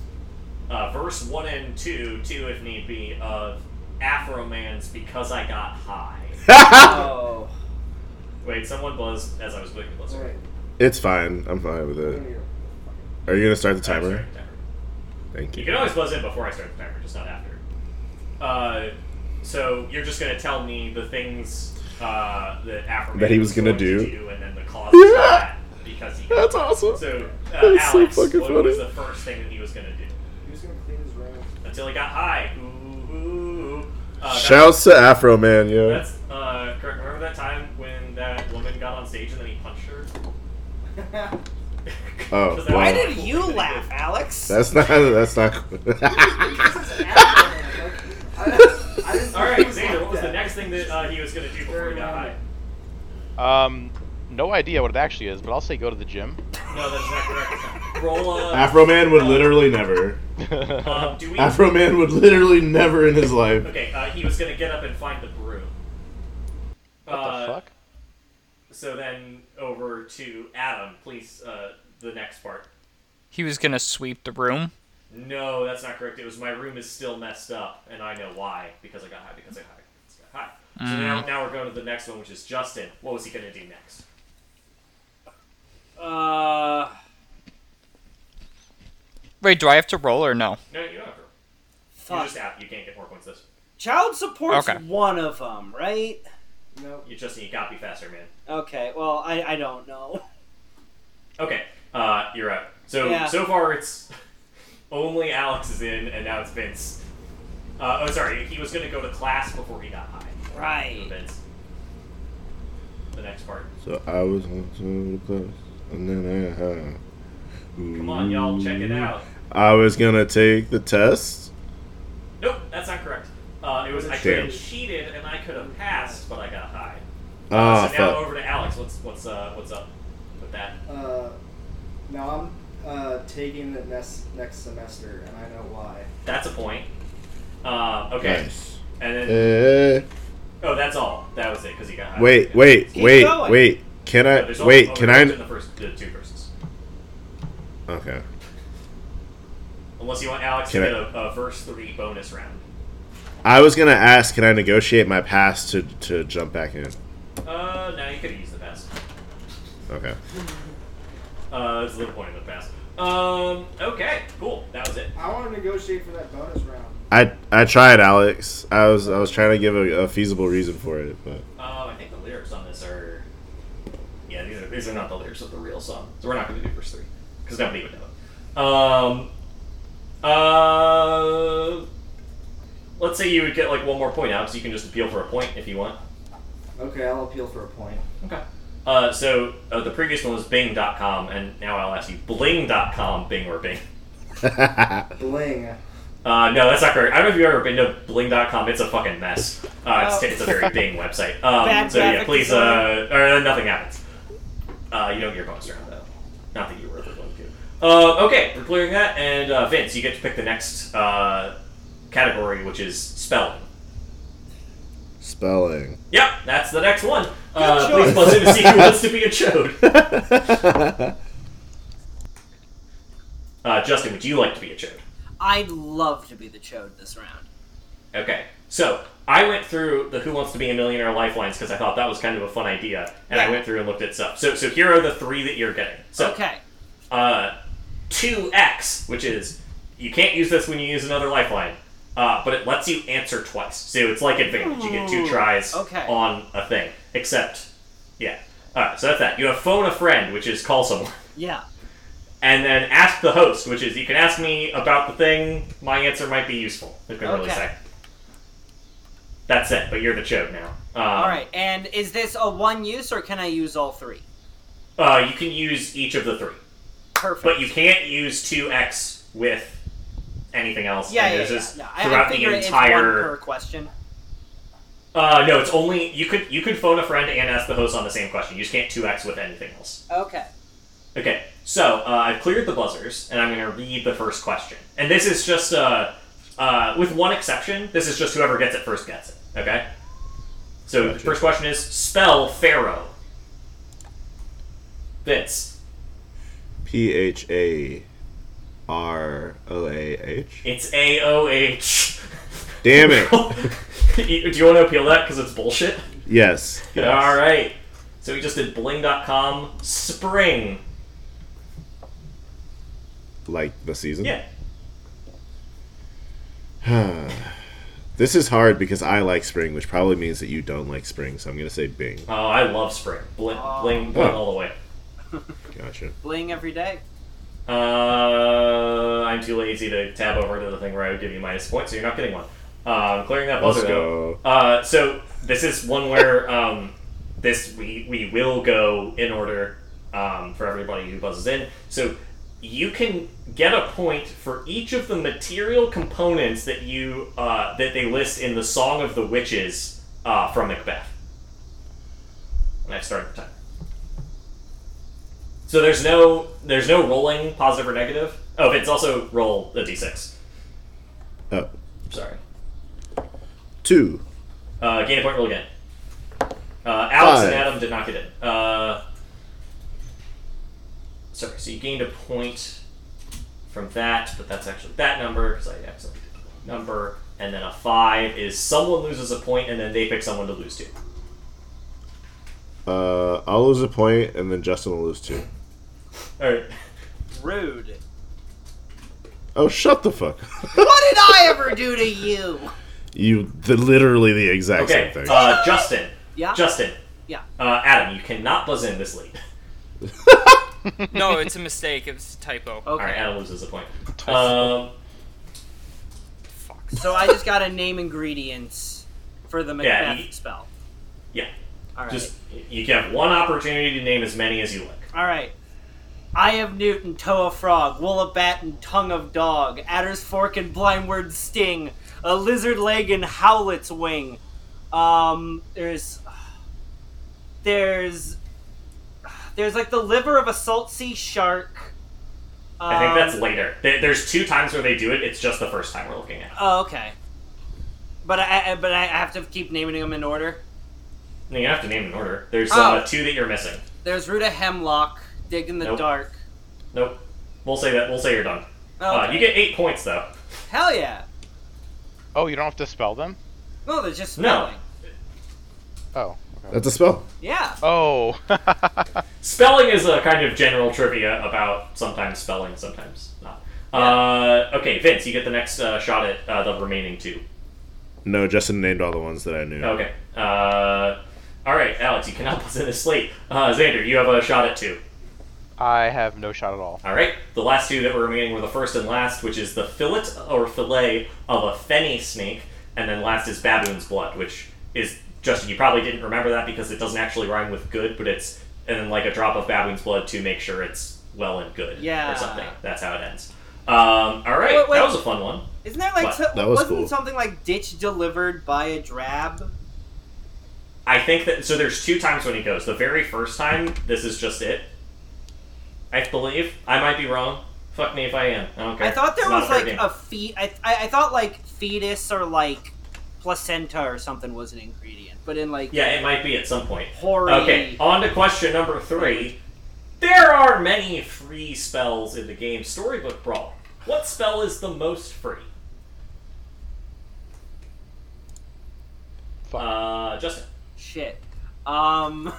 Speaker 1: uh, verse one and two, two if need be, of Afro Man's "Because I Got High."
Speaker 2: Oh.
Speaker 1: Wait, someone buzzed as I was looking
Speaker 2: All
Speaker 1: closer.
Speaker 2: right.
Speaker 3: It's fine. I'm fine with
Speaker 2: I'm
Speaker 3: it.
Speaker 2: here.
Speaker 3: Are you gonna start the
Speaker 1: I started
Speaker 3: timer?
Speaker 1: the timer.
Speaker 3: Thank
Speaker 1: You can always buzz in before I start the timer, just not after. Uh, so you're just gonna tell me the things uh, that Afro
Speaker 3: That he
Speaker 1: Man
Speaker 3: was gonna
Speaker 1: going to
Speaker 3: do.
Speaker 1: and then the cause of
Speaker 3: Yeah.
Speaker 1: that because he.
Speaker 3: That's awesome.
Speaker 1: So, uh,
Speaker 3: That's so
Speaker 1: Alex,
Speaker 3: fucking
Speaker 1: what was
Speaker 3: funny.
Speaker 1: the first thing that he was gonna do
Speaker 2: He was gonna clean his room.
Speaker 1: until he got high? Ooh, ooh, ooh. Uh, that-
Speaker 3: Shouts to Afro Man, yo.
Speaker 1: That's uh, correct. Remember that time when that woman got on stage and then he punched her?
Speaker 3: Oh,
Speaker 1: 'Cause that-
Speaker 3: wow.
Speaker 4: Why did you laugh, Alex?
Speaker 3: That's not. That's not.
Speaker 1: All right, Xander, what was the next thing that uh, he was gonna do before he got high?
Speaker 5: Um, no idea what it actually is, but I'll say go to the gym.
Speaker 1: No, that's not correct. Roll a.
Speaker 3: Afro Man would literally never.
Speaker 1: Um, do we?
Speaker 3: Afro Man would literally never in his life.
Speaker 1: Okay, uh, he was gonna get up and find the broom.
Speaker 5: what
Speaker 1: uh,
Speaker 5: the fuck?
Speaker 1: So then over to Adam, please. Uh, the next part.
Speaker 6: He was gonna sweep the room.
Speaker 1: No, that's not correct. It was my room is still messed up, and I know why because I got high. Because I got high. Because I got high. So
Speaker 5: Mm.
Speaker 1: now, now we're going to the next one, which is Justin. What was he gonna do next?
Speaker 4: Uh,
Speaker 6: Wait, do I have to roll or no?
Speaker 1: No, you don't have to. You
Speaker 4: fuck.
Speaker 1: just have. You can't get more points this.
Speaker 4: Child support's
Speaker 6: Okay.
Speaker 4: one of them, right?
Speaker 2: Nope.
Speaker 1: You Justin, you gotta be faster, man.
Speaker 4: Okay, well, I, I don't know.
Speaker 1: Okay, uh, you're up. So
Speaker 4: Yeah.
Speaker 1: so far it's only Alex is in, and now it's Vince. Uh, oh, sorry, he was gonna go to class before he got high. So
Speaker 4: Right.
Speaker 1: Vince. The next part.
Speaker 3: So I was on to the class, and then I had.
Speaker 1: Come on, y'all, check it out.
Speaker 3: I was gonna take the test.
Speaker 1: Nope, that's not correct. Uh, it was I could
Speaker 3: Damn.
Speaker 1: have cheated and I could have passed, but I got high.
Speaker 3: Ah,
Speaker 1: Oh, so now
Speaker 3: fuck.
Speaker 1: over to Alex. What's what's uh what's up with that?
Speaker 2: Uh, now I'm uh, taking it next next semester, and I know why.
Speaker 1: That's a point. Uh, okay,
Speaker 3: Nice.
Speaker 1: and then
Speaker 3: Eh.
Speaker 1: oh, that's all. That was it because he got high.
Speaker 3: Wait,
Speaker 1: Yeah.
Speaker 3: wait,
Speaker 4: Keep
Speaker 3: wait,
Speaker 4: going.
Speaker 3: wait. Can
Speaker 1: No,
Speaker 3: I
Speaker 1: there's only
Speaker 3: Uh, wait? Can
Speaker 1: overlaps In
Speaker 3: I?
Speaker 1: the first the two verses.
Speaker 3: Okay.
Speaker 1: Unless you want Alex
Speaker 3: Can
Speaker 1: to
Speaker 3: I-
Speaker 1: get a, a verse three bonus round.
Speaker 3: I was gonna ask. Can I negotiate my pass to to jump back in?
Speaker 1: Uh, no, you could use the pass.
Speaker 3: Okay.
Speaker 1: Uh, that's the point of the pass. Um, okay, cool. That was it.
Speaker 2: I want to negotiate for that bonus round.
Speaker 3: I I tried, Alex. I was I was trying to give a, a feasible reason for it, but
Speaker 1: Uh, I think the lyrics on this are. Yeah, these are these are not the lyrics of the real song, so we're not going to do verse three because nobody would know it. Um, uh, let's say you would get like one more point out, so you can just appeal for a point if you want.
Speaker 2: Okay, I'll appeal for a point.
Speaker 1: Okay. Uh, so uh, the previous one was Bing.com, and now I'll ask you Bling.com, Bing or Bing.
Speaker 2: Bling.
Speaker 1: Uh, no, that's not correct. I don't know if you've ever been to Bling.com. It's a fucking mess. Uh, it's,
Speaker 4: Oh.
Speaker 1: it's a very Bing website. Um,
Speaker 4: Bad
Speaker 1: so yeah,
Speaker 4: graphic
Speaker 1: please. Uh,
Speaker 4: design.
Speaker 1: or nothing happens. Uh, you don't get your bonus round though. Not that you were ever going to. Uh, okay, we're clearing that. And uh, Vince, you get to pick the next uh, category, which is spelling.
Speaker 3: spelling.
Speaker 1: Yep, that's the next one. Uh, please
Speaker 4: choice.
Speaker 1: plus in to see who wants to be a chode. Uh, Justin, would you like to be a chode?
Speaker 4: I'd love to be the chode this round.
Speaker 1: Okay, so I went through the Who Wants to Be a Millionaire lifelines because I thought that was kind of a fun idea, and I
Speaker 4: Yeah.
Speaker 1: went through and looked at stuff. So, so here are the three that you're getting. So,
Speaker 4: Okay.
Speaker 1: uh, 2x, which is you can't use this when you use another lifeline, uh, but it lets you answer twice. So it's like advantage. You get two tries
Speaker 4: Hmm. okay.
Speaker 1: on a thing. Except, yeah. All right, so that's that. You have phone a friend, which is call someone,
Speaker 4: Yeah.
Speaker 1: and then ask the host, which is you can ask me about the thing. My answer might be useful. It can really
Speaker 4: Okay.
Speaker 1: say. That's it. But you're the chode now. Um,
Speaker 4: All right. And is this a one use or can I use all three?
Speaker 1: Uh, you can use each of the three.
Speaker 4: Perfect.
Speaker 1: But you can't use 2x with anything else.
Speaker 4: yeah,
Speaker 1: and
Speaker 4: yeah,
Speaker 1: there's
Speaker 4: yeah,
Speaker 1: just
Speaker 4: yeah. I, I
Speaker 1: throughout
Speaker 4: figure
Speaker 1: the
Speaker 4: it's one
Speaker 1: entire.
Speaker 4: per question.
Speaker 1: Uh, no, it's only you could you could phone a friend and ask the host on the same question. You just can't 2x with anything else.
Speaker 4: Okay.
Speaker 1: Okay, so uh, I've cleared the buzzers and I'm going to read the first question. And this is just uh, uh, with one exception. This is just whoever gets it first gets it. Okay. So the
Speaker 3: Gotcha.
Speaker 1: first question is spell pharaoh. Vince,
Speaker 3: P H A R O A H.
Speaker 1: it's A O H.
Speaker 3: Damn it.
Speaker 1: Do you want to appeal that because it's bullshit?
Speaker 3: Yes. yes.
Speaker 1: All right. So we just did bling.com spring.
Speaker 3: Like the season.
Speaker 1: Yeah.
Speaker 3: This is hard because I like spring, which probably means that you don't like spring. So I'm gonna say Bing.
Speaker 1: Oh, I love spring. Bling,
Speaker 4: Oh.
Speaker 1: bling, bling
Speaker 3: Oh.
Speaker 1: all the way.
Speaker 3: Gotcha.
Speaker 4: Bling every day.
Speaker 1: Uh, I'm too lazy to tab over to the thing where I would give you minus points, so you're not getting one. Um, clearing that
Speaker 3: Let's
Speaker 1: buzzer though.
Speaker 3: go.
Speaker 1: Uh, so this is one where um, this we we will go in order um, for everybody who buzzes in. So you can get a point for each of the material components that you uh, that they list in the Song of the Witches uh, from Macbeth. And I started the time. So there's no there's no rolling positive or negative. Oh, it's also roll a d6.
Speaker 3: Oh,
Speaker 1: Sorry.
Speaker 3: two.
Speaker 1: Uh, gain a point. Roll again. Uh, Alex and
Speaker 3: Five.
Speaker 1: Adam did not get it. Uh, sorry. So you gained a point from that, but that's actually that number because I accidentally did the wrong number. And then a five is someone loses a point, and then they pick someone to lose to.
Speaker 3: Uh, I'll lose a point, and then Justin will lose two.
Speaker 1: All right.
Speaker 4: Rude.
Speaker 3: Oh, shut the fuck. up.
Speaker 4: What did I ever do to you?
Speaker 3: you the, literally the exact
Speaker 1: Okay.
Speaker 3: same thing.
Speaker 1: Uh, Justin.
Speaker 4: Yeah.
Speaker 1: Justin.
Speaker 4: Yeah.
Speaker 1: Uh, Adam, you cannot buzz in this late.
Speaker 6: No, it's a mistake. It's a typo.
Speaker 1: All right.
Speaker 4: Okay.
Speaker 1: Adam loses a point. Um,
Speaker 6: Fuck.
Speaker 4: so I just gotta name ingredients for the
Speaker 1: Yeah,
Speaker 4: Macbeth
Speaker 1: you-
Speaker 4: spell.
Speaker 1: yeah.
Speaker 4: All right.
Speaker 1: Just you can have one opportunity to name as many as you like.
Speaker 4: All right. Eye of newt and toe of frog, wool of bat and tongue of dog, adder's fork and blindward sting, a lizard leg and howlet's wing. Um, there's, there's, there's like the liver of a salt sea shark. Um,
Speaker 1: I think that's later. There- There's two times where they do it. It's just the first time we're looking at. it.
Speaker 4: Oh, okay. But I, I- but I have to keep naming them in order.
Speaker 1: No, you have to name an order. There's
Speaker 4: Oh.
Speaker 1: uh, two that you're missing.
Speaker 4: There's root of hemlock, dig in the
Speaker 1: Nope.
Speaker 4: dark.
Speaker 1: Nope. We'll say that. We'll say you're done. Uh,
Speaker 4: Okay.
Speaker 1: you get eight points though.
Speaker 4: Hell yeah!
Speaker 5: Oh, you don't have to spell them.
Speaker 4: No, they're just
Speaker 1: No.
Speaker 4: spelling.
Speaker 5: Oh. okay.
Speaker 3: That's a spell.
Speaker 4: Yeah.
Speaker 5: Oh.
Speaker 1: Spelling is a kind of general trivia about sometimes spelling, sometimes not. Uh, okay, Vince, you get the next uh, shot at uh, the remaining two.
Speaker 3: No, Justin named all the ones that I
Speaker 4: Mm-hmm.
Speaker 3: knew.
Speaker 1: Okay. Uh, all right, Alex, you cannot buzz in this late. Uh, Xander, you have a shot at two.
Speaker 5: I have no shot at all.
Speaker 1: All right. The last two that were remaining were the first and last, which is the fillet or fillet of a fenny snake, and then last is baboon's blood, which is Justin. You probably didn't remember that because it doesn't actually rhyme with good, but it's and then like a drop of baboon's blood to make sure it's well and good,
Speaker 4: Yeah.
Speaker 1: or something. That's how it ends. Um, all right,
Speaker 4: Wait, wait.
Speaker 1: that was a fun one.
Speaker 4: Isn't there like
Speaker 1: What?
Speaker 4: so,
Speaker 3: That was
Speaker 4: wasn't
Speaker 3: cool.
Speaker 4: something like ditch delivered by a drab?
Speaker 1: I think that so. There's two times when he goes. The very first time, this is just it. I believe I might be wrong. Fuck me if I am. I don't care.
Speaker 4: I thought there
Speaker 1: It's not
Speaker 4: was
Speaker 1: fair
Speaker 4: like
Speaker 1: game.
Speaker 4: a feet. I, I I thought like fetus or like placenta or something was an ingredient, but in like
Speaker 1: Yeah, it might be at some point.
Speaker 4: hoary.
Speaker 1: Okay, on to question number three. There are many free spells in the game Storybook Brawl. What spell is the most free?
Speaker 5: Fuck.
Speaker 1: Uh, Justin.
Speaker 4: Shit. Um.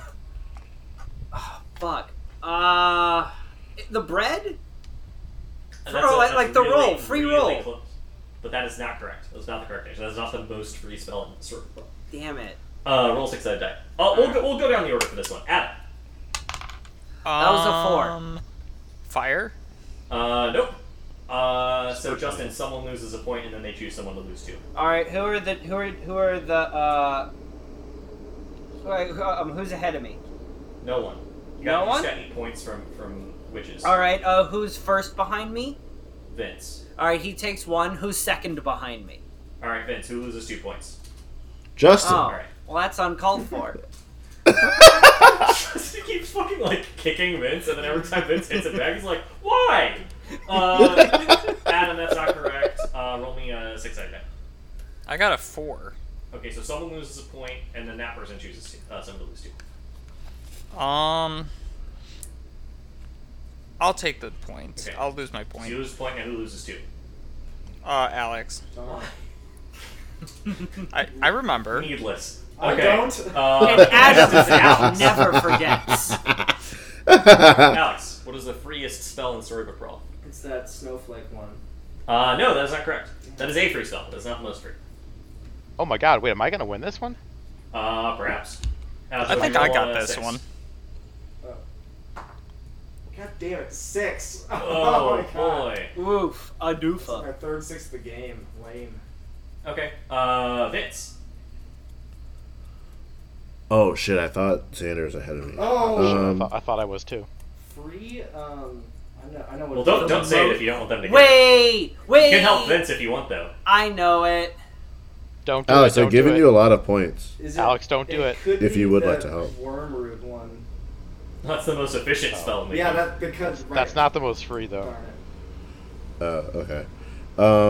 Speaker 4: oh, fuck. Uh. The bread?
Speaker 1: And
Speaker 4: Throw it like the
Speaker 1: really,
Speaker 4: roll, free
Speaker 1: really
Speaker 4: roll.
Speaker 1: close. But that is not correct. That's not the correct answer. That is not the most free spell in the Storybook Brawl.
Speaker 4: Damn it.
Speaker 1: Uh, roll six sided die. Uh, we'll, go, we'll go down the order for this one. Adam.
Speaker 4: That was a four.
Speaker 6: Um, Fire?
Speaker 1: Uh, nope. Uh, so Justin, someone loses a point, and then they choose someone to lose two.
Speaker 4: All right. Who are the who are who are the uh? Who, are- who- um, who's ahead of me?
Speaker 1: No one. You got,
Speaker 4: No
Speaker 1: you
Speaker 4: one?
Speaker 1: just got eight points from from witches.
Speaker 4: All right. Uh, who's first behind me?
Speaker 1: Vince.
Speaker 4: All right. He takes one. Who's second behind me?
Speaker 1: All right, Vince. Who loses two points?
Speaker 3: Justin.
Speaker 4: Oh,
Speaker 1: right.
Speaker 4: well, that's uncalled for.
Speaker 1: Justin keeps fucking like kicking Vince, and then every time Vince hits it back, he's like, "Why?" Uh, Adam, that's not correct. Uh, roll me a six sided die.
Speaker 6: I got a four.
Speaker 1: Okay, so someone loses a point, and then that person chooses two. Uh, someone to lose two.
Speaker 6: Um, I'll take the point.
Speaker 1: Okay.
Speaker 6: I'll lose my
Speaker 1: So you
Speaker 6: point.
Speaker 1: lose a point, and who loses two?
Speaker 6: Uh, Alex,
Speaker 2: Don't.
Speaker 6: I, I remember.
Speaker 1: Needless.
Speaker 2: I
Speaker 1: Okay.
Speaker 2: don't.
Speaker 1: Uh,
Speaker 4: And Adam
Speaker 1: Alex,
Speaker 4: is out, never forgets.
Speaker 1: Alex, what is the freest spell in Storybook Brawl?
Speaker 2: It's that snowflake one.
Speaker 1: Uh, no, that's not correct. That is a free spell. That's not the most free.
Speaker 5: Oh my god, wait, am I gonna win this one?
Speaker 1: Uh, perhaps. Alex,
Speaker 6: I
Speaker 1: what
Speaker 6: think
Speaker 1: do you
Speaker 6: I
Speaker 1: roll on
Speaker 6: got
Speaker 1: a
Speaker 6: this
Speaker 1: six?
Speaker 6: one.
Speaker 2: Oh. God damn it, six. Oh,
Speaker 1: Oh,
Speaker 2: my god.
Speaker 1: boy.
Speaker 4: Oof, a
Speaker 2: That's my
Speaker 4: doofa.
Speaker 2: third six of the game. Lame.
Speaker 1: Okay. Uh, Vince.
Speaker 3: oh shit! I thought Xander was ahead of me.
Speaker 2: Oh,
Speaker 5: I,
Speaker 3: Um,
Speaker 5: thought, I thought I was too.
Speaker 2: free. Um, I know. I know what.
Speaker 1: Well, don't don't say it if you don't want them to get it.
Speaker 4: Wait, wait.
Speaker 1: You can help Vince if you want, though.
Speaker 4: I know it.
Speaker 5: Don't do
Speaker 3: Alex,
Speaker 5: it.
Speaker 3: I'm
Speaker 5: Don't do
Speaker 3: oh, giving
Speaker 5: it.
Speaker 3: you a lot of points.
Speaker 2: Is
Speaker 5: Alex, don't do it.
Speaker 2: could
Speaker 3: If
Speaker 2: be
Speaker 3: you would
Speaker 2: the
Speaker 3: like to help.
Speaker 2: Worm root one.
Speaker 1: That's the most efficient spell in the
Speaker 2: Oh. Yeah,
Speaker 1: game.
Speaker 2: that because right.
Speaker 5: That's not the most free though.
Speaker 2: Darn it.
Speaker 3: Oh, okay.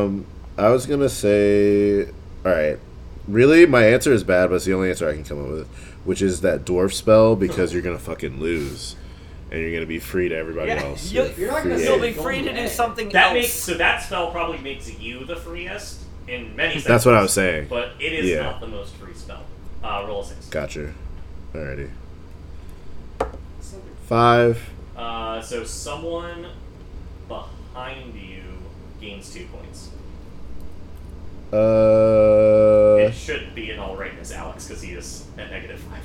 Speaker 3: Um, I was gonna say, all right. Really, my answer is bad, but it's the only answer I can come up with, which is that dwarf spell because you're gonna fucking lose, and you're gonna be free to everybody
Speaker 4: Yeah,
Speaker 3: else.
Speaker 4: you'll-
Speaker 2: you're not gonna
Speaker 3: Free
Speaker 2: still
Speaker 4: You'll
Speaker 3: agent.
Speaker 4: be free to do something
Speaker 1: That
Speaker 4: else.
Speaker 1: makes so that spell probably makes you the freest in many senses.
Speaker 3: That's what I was saying.
Speaker 1: But it is
Speaker 3: Yeah.
Speaker 1: not the most free spell. Uh, roll a six.
Speaker 3: Gotcha. Alrighty. Five.
Speaker 1: Uh, so someone behind you gains two points.
Speaker 3: Uh.
Speaker 1: it should be in all rightness, Alex, because he is at negative five.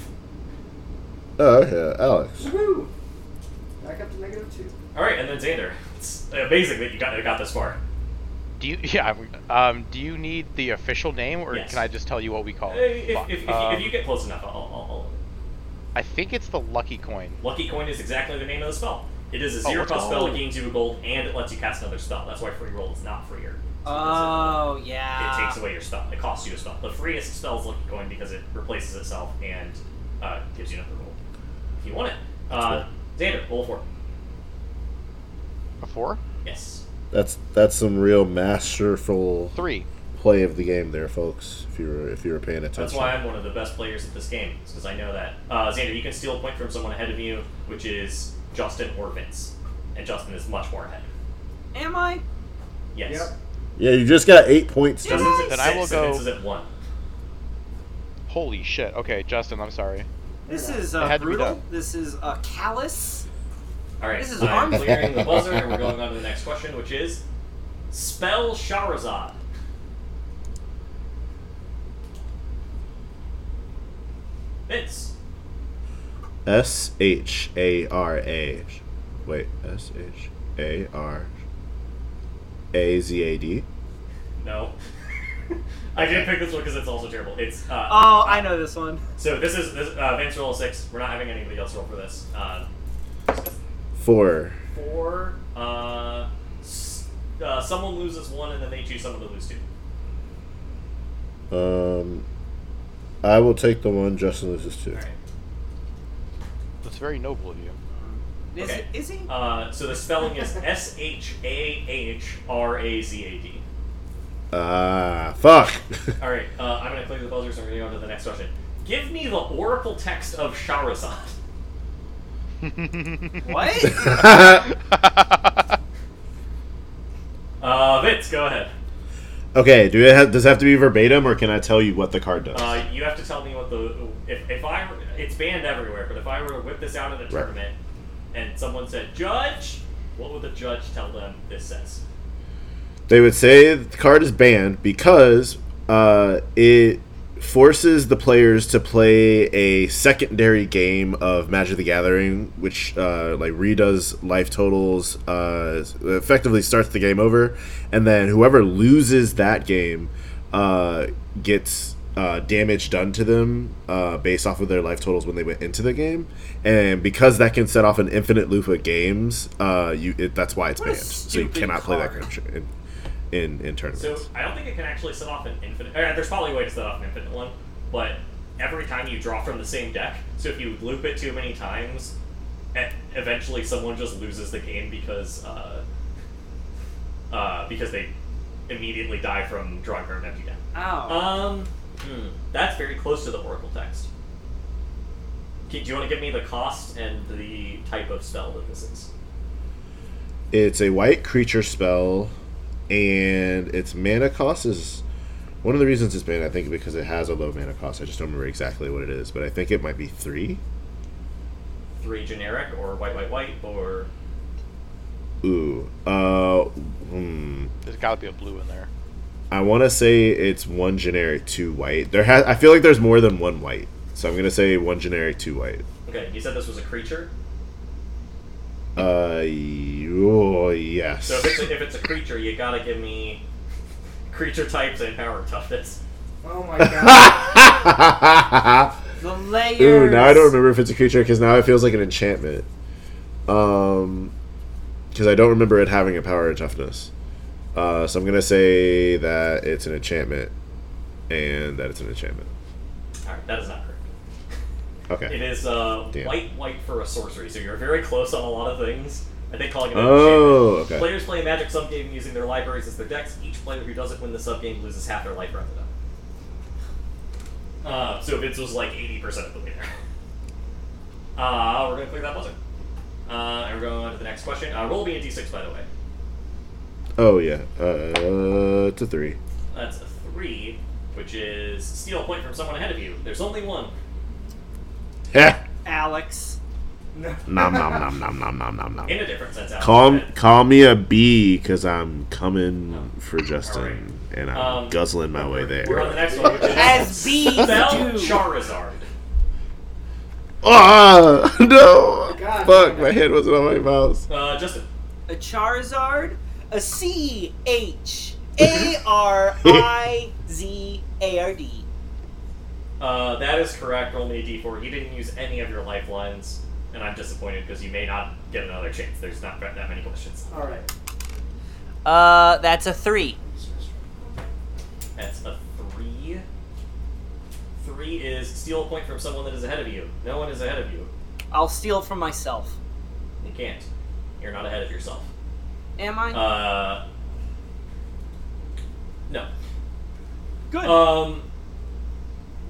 Speaker 3: Oh, okay. Alex.
Speaker 2: Woo! Back up to negative two.
Speaker 1: All right, and then Xander. It's amazing that you got got this far.
Speaker 5: Do you? Yeah. Um. Do you need the official name, or
Speaker 1: Yes.
Speaker 5: can I just tell you what we call
Speaker 1: Uh,
Speaker 5: it?
Speaker 1: If, if,
Speaker 5: Fuck.
Speaker 1: if,
Speaker 5: Um,
Speaker 1: if you get close enough, I'll, I'll, I'll-
Speaker 5: I think it's the lucky coin.
Speaker 1: Lucky Coin is exactly the name of the spell. It is a
Speaker 5: Oh,
Speaker 1: zero
Speaker 5: let's
Speaker 1: cost
Speaker 5: go.
Speaker 1: spell. It gains you a gold, and it lets you cast another spell. That's why free roll is not freer.
Speaker 4: Oh
Speaker 1: It
Speaker 4: yeah.
Speaker 1: takes away your spell. It costs you a spell. The freest spell is Lucky Coin because it replaces itself and uh, gives you another roll if you want it. Uh, Xander, roll four.
Speaker 5: A four,
Speaker 1: Yes.
Speaker 3: That's that's some real masterful
Speaker 5: three.
Speaker 3: play of the game there, folks. If you were if you were paying attention.
Speaker 1: That's why I'm one of the best players at this game, because I know that. Uh, Xander, you can steal a point from someone ahead of you, which is Justin or Vince. And Justin is much more ahead.
Speaker 4: Am I?
Speaker 1: Yes.
Speaker 2: Yep.
Speaker 3: Yeah, you just got eight points. dude.
Speaker 1: Justin's at
Speaker 5: Then
Speaker 1: six,
Speaker 5: I will
Speaker 1: and
Speaker 5: go-
Speaker 1: Vince is at one.
Speaker 5: Holy shit. Okay, Justin, I'm sorry.
Speaker 4: This is
Speaker 5: It
Speaker 4: uh,
Speaker 5: had to be
Speaker 4: brutal.
Speaker 5: done.
Speaker 4: This is uh, callous.
Speaker 1: All right.
Speaker 4: This is
Speaker 1: I'm
Speaker 4: armful.
Speaker 1: clearing the buzzer, and we're going on to the next question, which is spell Sharazad. Vince.
Speaker 3: S H A R A. Wait, S H A R A Z A D.
Speaker 1: No. I didn't pick this one because it's also terrible. It's uh,
Speaker 4: Oh, I know this one.
Speaker 1: so this is this, uh, Vince roll a six. We're not having anybody else roll for this. Uh,
Speaker 3: Four.
Speaker 1: four. Uh, s- uh, someone loses one, and then they choose someone to lose two.
Speaker 3: Um, I will take the one Justin loses to.
Speaker 1: All right.
Speaker 5: That's very noble of you.
Speaker 4: Is
Speaker 1: Okay.
Speaker 4: it? Is he?
Speaker 1: Uh, so the spelling is S H A H R A Z A D.
Speaker 3: Ah, fuck.
Speaker 1: All right, uh, I'm gonna click the buzzers and we're gonna go to the next question. Give me the oracle text of Shahrazad.
Speaker 4: What?
Speaker 1: Uh, Vince, go ahead.
Speaker 3: okay, do it have, does it have to be verbatim, or can I tell you what the card does?
Speaker 1: Uh, you have to tell me what the if, if I were- it's banned everywhere, but if I were to whip this out at a tournament and someone said judge, what would the judge tell them this says?
Speaker 3: They would say the card is banned because uh, it forces the players to play a secondary game of Magic the Gathering, which uh, like redoes life totals, uh, effectively starts the game over, and then whoever loses that game uh, gets. Uh, damage done to them uh, based off of their life totals when they went into the game, and because that can set off an infinite loop of games, uh, you it, that's why it's
Speaker 4: What a
Speaker 3: banned. So you
Speaker 4: stupid
Speaker 3: cannot play that
Speaker 4: card.
Speaker 3: card in in, in
Speaker 1: So
Speaker 3: tournaments.
Speaker 1: I don't think it can actually set off an infinite. Uh, there's probably a way to set off an infinite one, but every time you draw from the same deck, so if you loop it too many times, e- eventually someone just loses the game because uh, uh, because they immediately die from drawing from an empty deck.
Speaker 4: Ow.
Speaker 1: Um, hmm, that's very close to the Oracle text. Ki- Do you want to give me the cost and the type of spell that this is?
Speaker 3: it's a white creature spell, and its mana cost is one of the reasons it's banned. I think because it has a low mana cost. I just don't remember exactly what it is, but I think it might be three.
Speaker 1: Three generic or white, white, white, or
Speaker 3: Ooh, uh, hmm.
Speaker 5: There's got to be a blue in there.
Speaker 3: I want to say it's one generic, two white. There has I feel like there's more than one white, so I'm gonna say one generic, two white.
Speaker 1: okay. You said this was a creature.
Speaker 3: Uh, y- oh, yes.
Speaker 1: So if it's a, if it's a creature, you gotta give me creature types and power toughness.
Speaker 2: Oh my god.
Speaker 4: the layers.
Speaker 3: Ooh, now I don't remember if it's a creature because now it feels like an enchantment. Um, because I don't remember it having a power of toughness. Uh, so I'm gonna say that it's an enchantment, and that it's an enchantment.
Speaker 1: All right, that is not correct. It
Speaker 3: Okay.
Speaker 1: is uh,
Speaker 3: Damn.
Speaker 1: white, white for a sorcery. So you're very close on a lot of things. I think calling it. an enchantment.
Speaker 3: Oh, okay.
Speaker 1: Players play a magic subgame using their libraries as their decks. Each player who doesn't win the subgame loses half their life rather than. Uh, so Vince was like 80% of the way there. Uh, we're going to click that buzzer. Uh, and we're going on to the next question. Uh, roll me a d6, by the way.
Speaker 3: Oh yeah. Uh, it's a three.
Speaker 1: That's a 3, which is steal a point from someone ahead of you. There's only one.
Speaker 3: Yeah.
Speaker 4: Alex.
Speaker 2: No.
Speaker 3: Nom nom nom nom nom nom nom nom.
Speaker 1: In a different sense, out
Speaker 3: Call call me a bee because I'm coming for Justin, and I'm
Speaker 1: Um,
Speaker 3: guzzling my way there.
Speaker 1: We're on the next one, which is
Speaker 4: As bees
Speaker 1: spell
Speaker 4: do.
Speaker 1: Charizard.
Speaker 3: Ah, no!
Speaker 2: God.
Speaker 3: Fuck, my head wasn't on my mouse.
Speaker 1: Uh, Justin.
Speaker 4: A Charizard. A C H A R I Z A R D.
Speaker 1: Uh, that is correct. Roll me a d4. You didn't use any of your lifelines, and I'm disappointed because you may not get another chance. There's not that many questions.
Speaker 2: Alright.
Speaker 4: Uh, that's a three.
Speaker 1: That's a three. Three is steal a point from someone that is ahead of you. No one is ahead of you.
Speaker 4: I'll steal from myself.
Speaker 1: You can't. You're not ahead of yourself.
Speaker 4: Am I?
Speaker 1: Uh, no.
Speaker 4: Good.
Speaker 1: Um,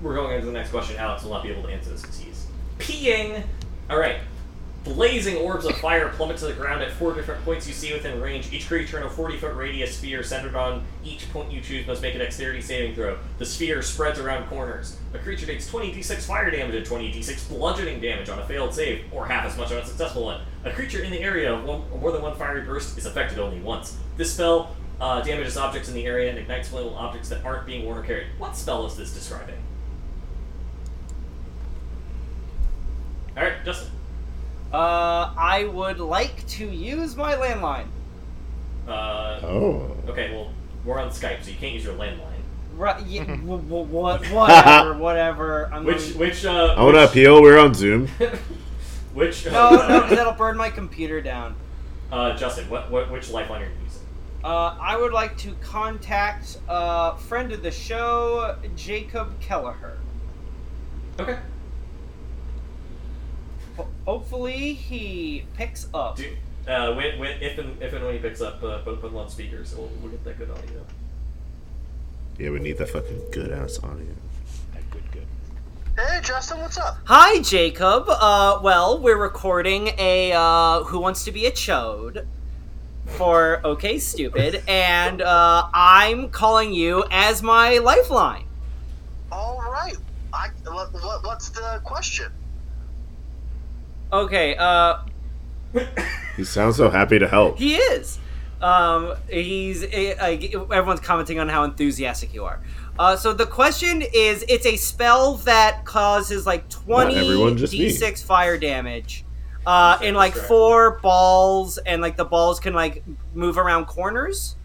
Speaker 1: we're going into the next question. Alex will not be able to answer this because he's peeing. All right. Blazing orbs of fire plummet to the ground at four different points you see within range. Each creature in a 40 foot radius sphere centered on each point you choose must make a dexterity saving throw. The sphere spreads around corners. A creature takes 20d6 fire damage and 20d6 bludgeoning damage on a failed save, or half as much on a successful one. A creature in the area of one, or more than one fiery burst is affected only once. This spell uh, damages objects in the area and ignites flammable objects that aren't being worn or carried. What spell is this describing? Alright, Justin.
Speaker 4: Uh, I would like to use my landline.
Speaker 1: Uh,
Speaker 3: Oh.
Speaker 1: okay, well, we're on Skype, so you can't use your landline.
Speaker 4: Right, yeah, w- w- what, whatever, whatever. I'm
Speaker 1: Which,
Speaker 4: gonna-
Speaker 1: which, uh.
Speaker 3: I want to appeal. We're on Zoom.
Speaker 1: Which, uh,
Speaker 4: no, no, 'cause
Speaker 1: uh,
Speaker 4: that'll burn my computer down.
Speaker 1: uh, Justin, what, what, which lifeline are you using?
Speaker 4: Uh, I would like to contact uh, friend of the show, Jacob Kelleher.
Speaker 1: Okay.
Speaker 4: Ho- hopefully, he picks up.
Speaker 1: Do, uh, when, when, if and, if and when he picks up, uh, both put them on speakers, so we'll, we'll get that good audio.
Speaker 3: Yeah, we need that fucking good ass audio.
Speaker 5: That good, good.
Speaker 7: Hey, Justin, what's up?
Speaker 4: Hi, Jacob. Uh, well, we're recording a uh, Who Wants to Be a Chode for OK Stupid, and uh, I'm calling you as my lifeline.
Speaker 7: All right. I, what, what, what's the question?
Speaker 4: Okay, uh,
Speaker 3: He sounds so happy to help.
Speaker 4: He is. Um, he's eh, like everyone's commenting on how enthusiastic you are. Uh, so the question is: It's a spell that causes like twenty
Speaker 3: Not everyone, just me.
Speaker 4: d6 fire damage, uh, in like
Speaker 2: Distract.
Speaker 4: four balls, and like the balls can like move around corners.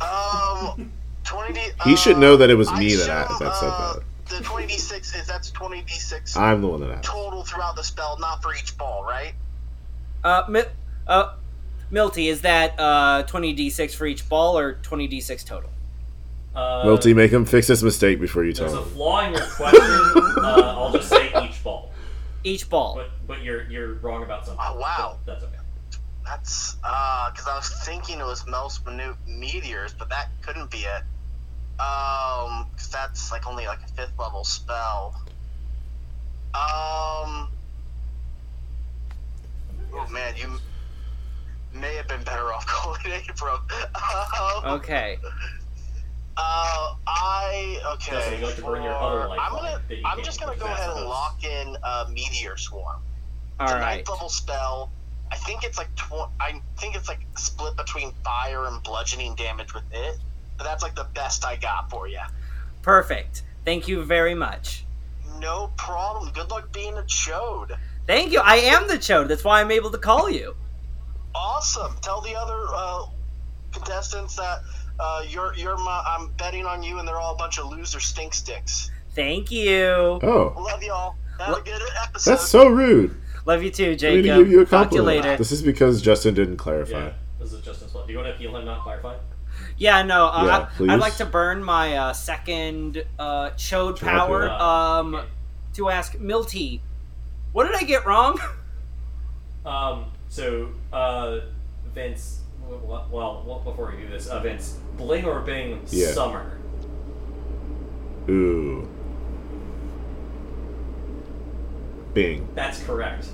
Speaker 7: Um, 20D.
Speaker 3: He should know that it was
Speaker 7: uh,
Speaker 3: me
Speaker 7: I
Speaker 3: that I-
Speaker 7: show,
Speaker 3: that said
Speaker 7: uh,
Speaker 3: that.
Speaker 7: The 20D6 is that's 20D6
Speaker 3: I'm the one that asked.
Speaker 7: total throughout the spell, not for each ball, right?
Speaker 4: Uh, mi- uh, Milty, is that uh twenty d6 for each ball or twenty d6 total?
Speaker 1: Uh,
Speaker 3: Milty, make him fix this mistake before you tell
Speaker 1: There's a
Speaker 3: him.
Speaker 1: flaw in your question. uh, I'll just say each ball,
Speaker 4: Each ball.
Speaker 1: but but you're you're wrong about something.
Speaker 7: Oh, wow.
Speaker 1: But that's okay.
Speaker 7: That's because I was thinking it was Mel's minute meteors, but that couldn't be it. Um, 'cause that's like only like a fifth level spell. Um. Oh man, you may have been better off calling it Abram. Um,
Speaker 4: Okay.
Speaker 7: uh, I okay.
Speaker 1: Justin, would you like to burn your other
Speaker 7: for- I'm
Speaker 1: lifeline
Speaker 7: gonna.
Speaker 1: that you
Speaker 7: I'm
Speaker 1: can't
Speaker 7: just gonna
Speaker 1: use
Speaker 7: go
Speaker 1: as
Speaker 7: ahead
Speaker 1: a
Speaker 7: and
Speaker 1: host?
Speaker 7: lock in uh, meteor swarm
Speaker 4: All
Speaker 7: the
Speaker 4: right.
Speaker 7: ninth level spell. I think it's like tw- I think it's like split between fire and bludgeoning damage with it. But that's like the best I got for you.
Speaker 4: Perfect. Thank you very much.
Speaker 7: No problem. Good luck being a chode.
Speaker 4: Thank you. I am the chode. That's why I'm able to call you.
Speaker 7: Awesome. Tell the other uh, contestants that uh, you're you're my. I'm betting on you, and they're all a bunch of loser stink sticks.
Speaker 4: Thank you.
Speaker 3: Oh,
Speaker 7: Love y'all. Have
Speaker 4: Well,
Speaker 7: a good episode.
Speaker 3: that's so rude.
Speaker 4: Love you too,
Speaker 3: I'm
Speaker 4: Jacob.
Speaker 3: gonna give you a
Speaker 4: Talk to you
Speaker 3: compliment.
Speaker 4: later.
Speaker 3: This is because Justin didn't clarify.
Speaker 1: Yeah, this is Justin's fault. Do you want to heal him, not clarify?
Speaker 4: Yeah, no, uh,
Speaker 3: Yeah,
Speaker 4: I-
Speaker 3: please.
Speaker 4: I'd like to burn my uh, second uh, chode
Speaker 3: Chode
Speaker 4: power
Speaker 1: power.
Speaker 4: um,
Speaker 1: Okay.
Speaker 4: to ask Milty, what did I get wrong?
Speaker 1: Um, so, uh, Vince, w- w- well, well, before we do this, uh, Vince, bling or bing,
Speaker 3: Yeah.
Speaker 1: summer.
Speaker 3: Ooh. Bing.
Speaker 1: That's correct.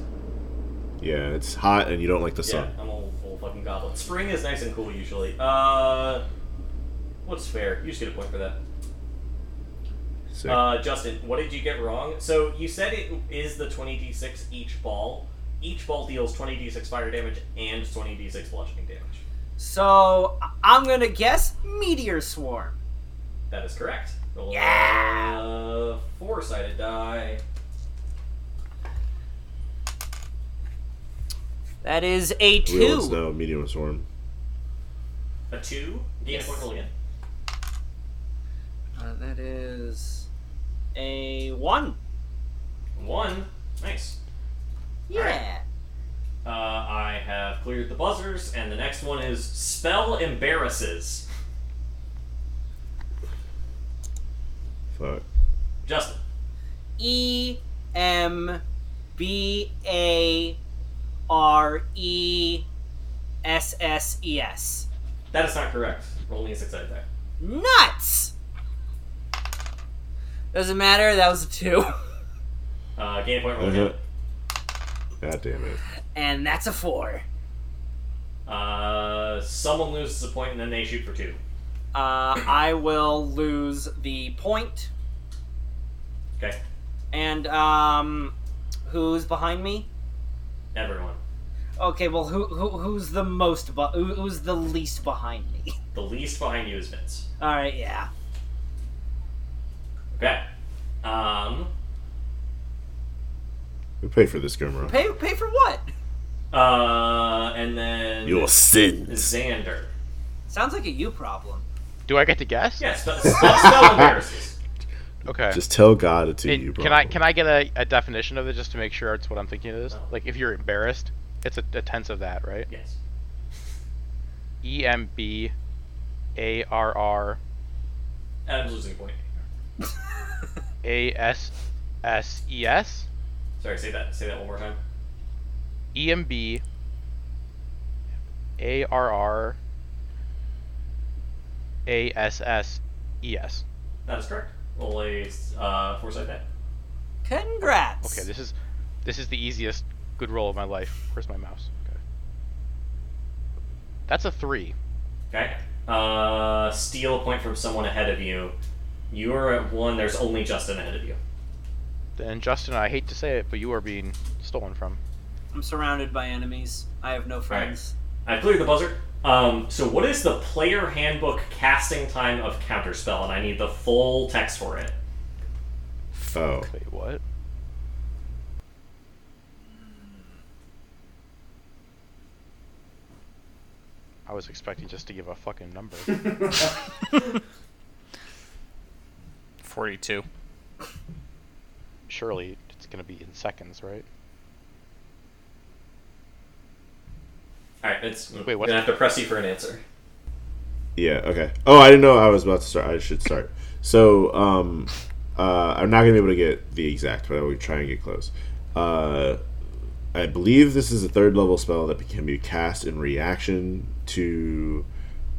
Speaker 3: Yeah, it's hot and you don't like the
Speaker 1: Yeah,
Speaker 3: sun.
Speaker 1: I'm a full fucking goblin. Spring is nice and cool usually. Uh, what's fair? You just get a point for that.
Speaker 3: Sick.
Speaker 1: Uh, Justin, what did you get wrong? So you said it is the 20d6 each ball. Each ball deals 20d6 fire damage and 20d6 bludgeoning damage.
Speaker 4: So I- I'm gonna guess meteor swarm.
Speaker 1: That is correct. Roll
Speaker 4: Yeah.
Speaker 1: a four-sided die.
Speaker 4: That is a
Speaker 3: we always
Speaker 4: two.
Speaker 3: know medium swarm.
Speaker 1: A two. Gain a point roll again.
Speaker 4: Uh, that is a one.
Speaker 1: One. Nice.
Speaker 4: Yeah.
Speaker 1: Uh, I have cleared the buzzers, and the next one is spell embarrasses.
Speaker 3: Fuck.
Speaker 1: Justin.
Speaker 4: E M B A R E S S E S.
Speaker 1: That is not correct. Roll me a six-sided die.
Speaker 4: Nuts! Doesn't matter, that was a two.
Speaker 1: Uh, gain a point roll
Speaker 3: Uh-huh.
Speaker 1: again.
Speaker 3: God damn it.
Speaker 4: And that's a four.
Speaker 1: Uh, someone loses a point, and then they shoot for two.
Speaker 4: Uh, I will lose the point.
Speaker 1: Okay.
Speaker 4: And, um, who's behind me?
Speaker 1: Everyone.
Speaker 4: Okay, well, who, who who's the most, bu- who, who's the least behind me?
Speaker 1: The least behind you is Vince.
Speaker 4: Alright, yeah.
Speaker 1: Okay. Um,
Speaker 3: We pay for this Grimrock.
Speaker 4: Pay, pay for what?
Speaker 1: uh, and then
Speaker 3: Your sins.
Speaker 1: Xander.
Speaker 4: Sounds like a you problem.
Speaker 5: Do I get to guess?
Speaker 1: Yeah, spell, spell, spell embarrasses.
Speaker 5: Okay.
Speaker 3: Just tell God it's a
Speaker 5: And
Speaker 3: you, bro.
Speaker 5: can I can I get a, a definition of it just to make sure it's what I'm thinking it is?
Speaker 1: No.
Speaker 5: Like if you're embarrassed, it's a, a tense of that, right?
Speaker 1: Yes.
Speaker 5: E M B A R R
Speaker 1: I'm losing a point.
Speaker 5: A S S E S
Speaker 1: Sorry, say that. Say that one more time.
Speaker 5: E M B A R R A S S E S.
Speaker 1: That is correct. Roll a uh, foresight die.
Speaker 4: Congrats.
Speaker 5: Okay, this is this is the easiest good roll of my life. Where's my mouse? Okay. That's a three.
Speaker 1: Okay. Uh, steal a point from someone ahead of you. You are at one. There's only Justin ahead of you.
Speaker 5: Then Justin, I hate to say it, but you are being stolen from.
Speaker 4: I'm surrounded by enemies. I have no friends.
Speaker 1: I cleared the buzzer. Um, so what is the player handbook casting time of counterspell? And I need the full text for it.
Speaker 3: Oh,
Speaker 5: Wait, what? I was expecting just to give a fucking number.
Speaker 6: 42.
Speaker 5: Surely it's gonna be in seconds, right?
Speaker 1: All right, it's
Speaker 5: Wait, what?
Speaker 1: gonna have to press you for an answer.
Speaker 3: yeah. Okay. Oh, I didn't know I was about to start. I should start. So, um, uh, I'm not gonna be able to get the exact, but I will try and get close. Uh, I believe this is a third level spell that can be cast in reaction to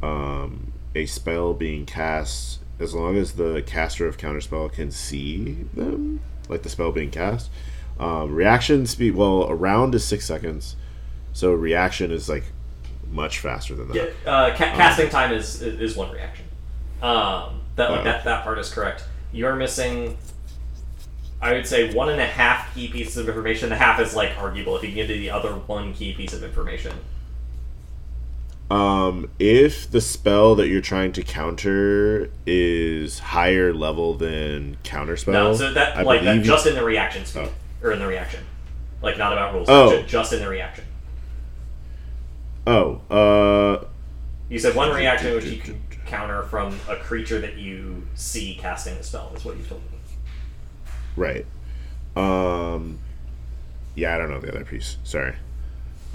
Speaker 3: um, a spell being cast as long as the caster of counterspell can see them, like the spell being cast. Um, reaction speed, well, a round is six seconds, so reaction is like much faster than that.
Speaker 1: Yeah, uh, ca-
Speaker 5: Oh.
Speaker 1: casting time is is one reaction. Um, that like, that that part is correct. You are missing. I would say one and a half key pieces of information. The half is like arguable. If you can get to the other one key piece of information,
Speaker 3: Um, if the spell that you're trying to counter is higher level than counter spell,
Speaker 1: no. So that
Speaker 3: I
Speaker 1: like that,
Speaker 3: believe you-
Speaker 1: just in the reaction speed or in the reaction, like not about rules.
Speaker 3: Oh.
Speaker 1: ju- just in the reaction.
Speaker 3: oh, uh,
Speaker 1: You said one reaction which you can counter from a creature that you see casting the spell. Is what you told me.
Speaker 3: right. Um, yeah, I don't know the other piece. Sorry,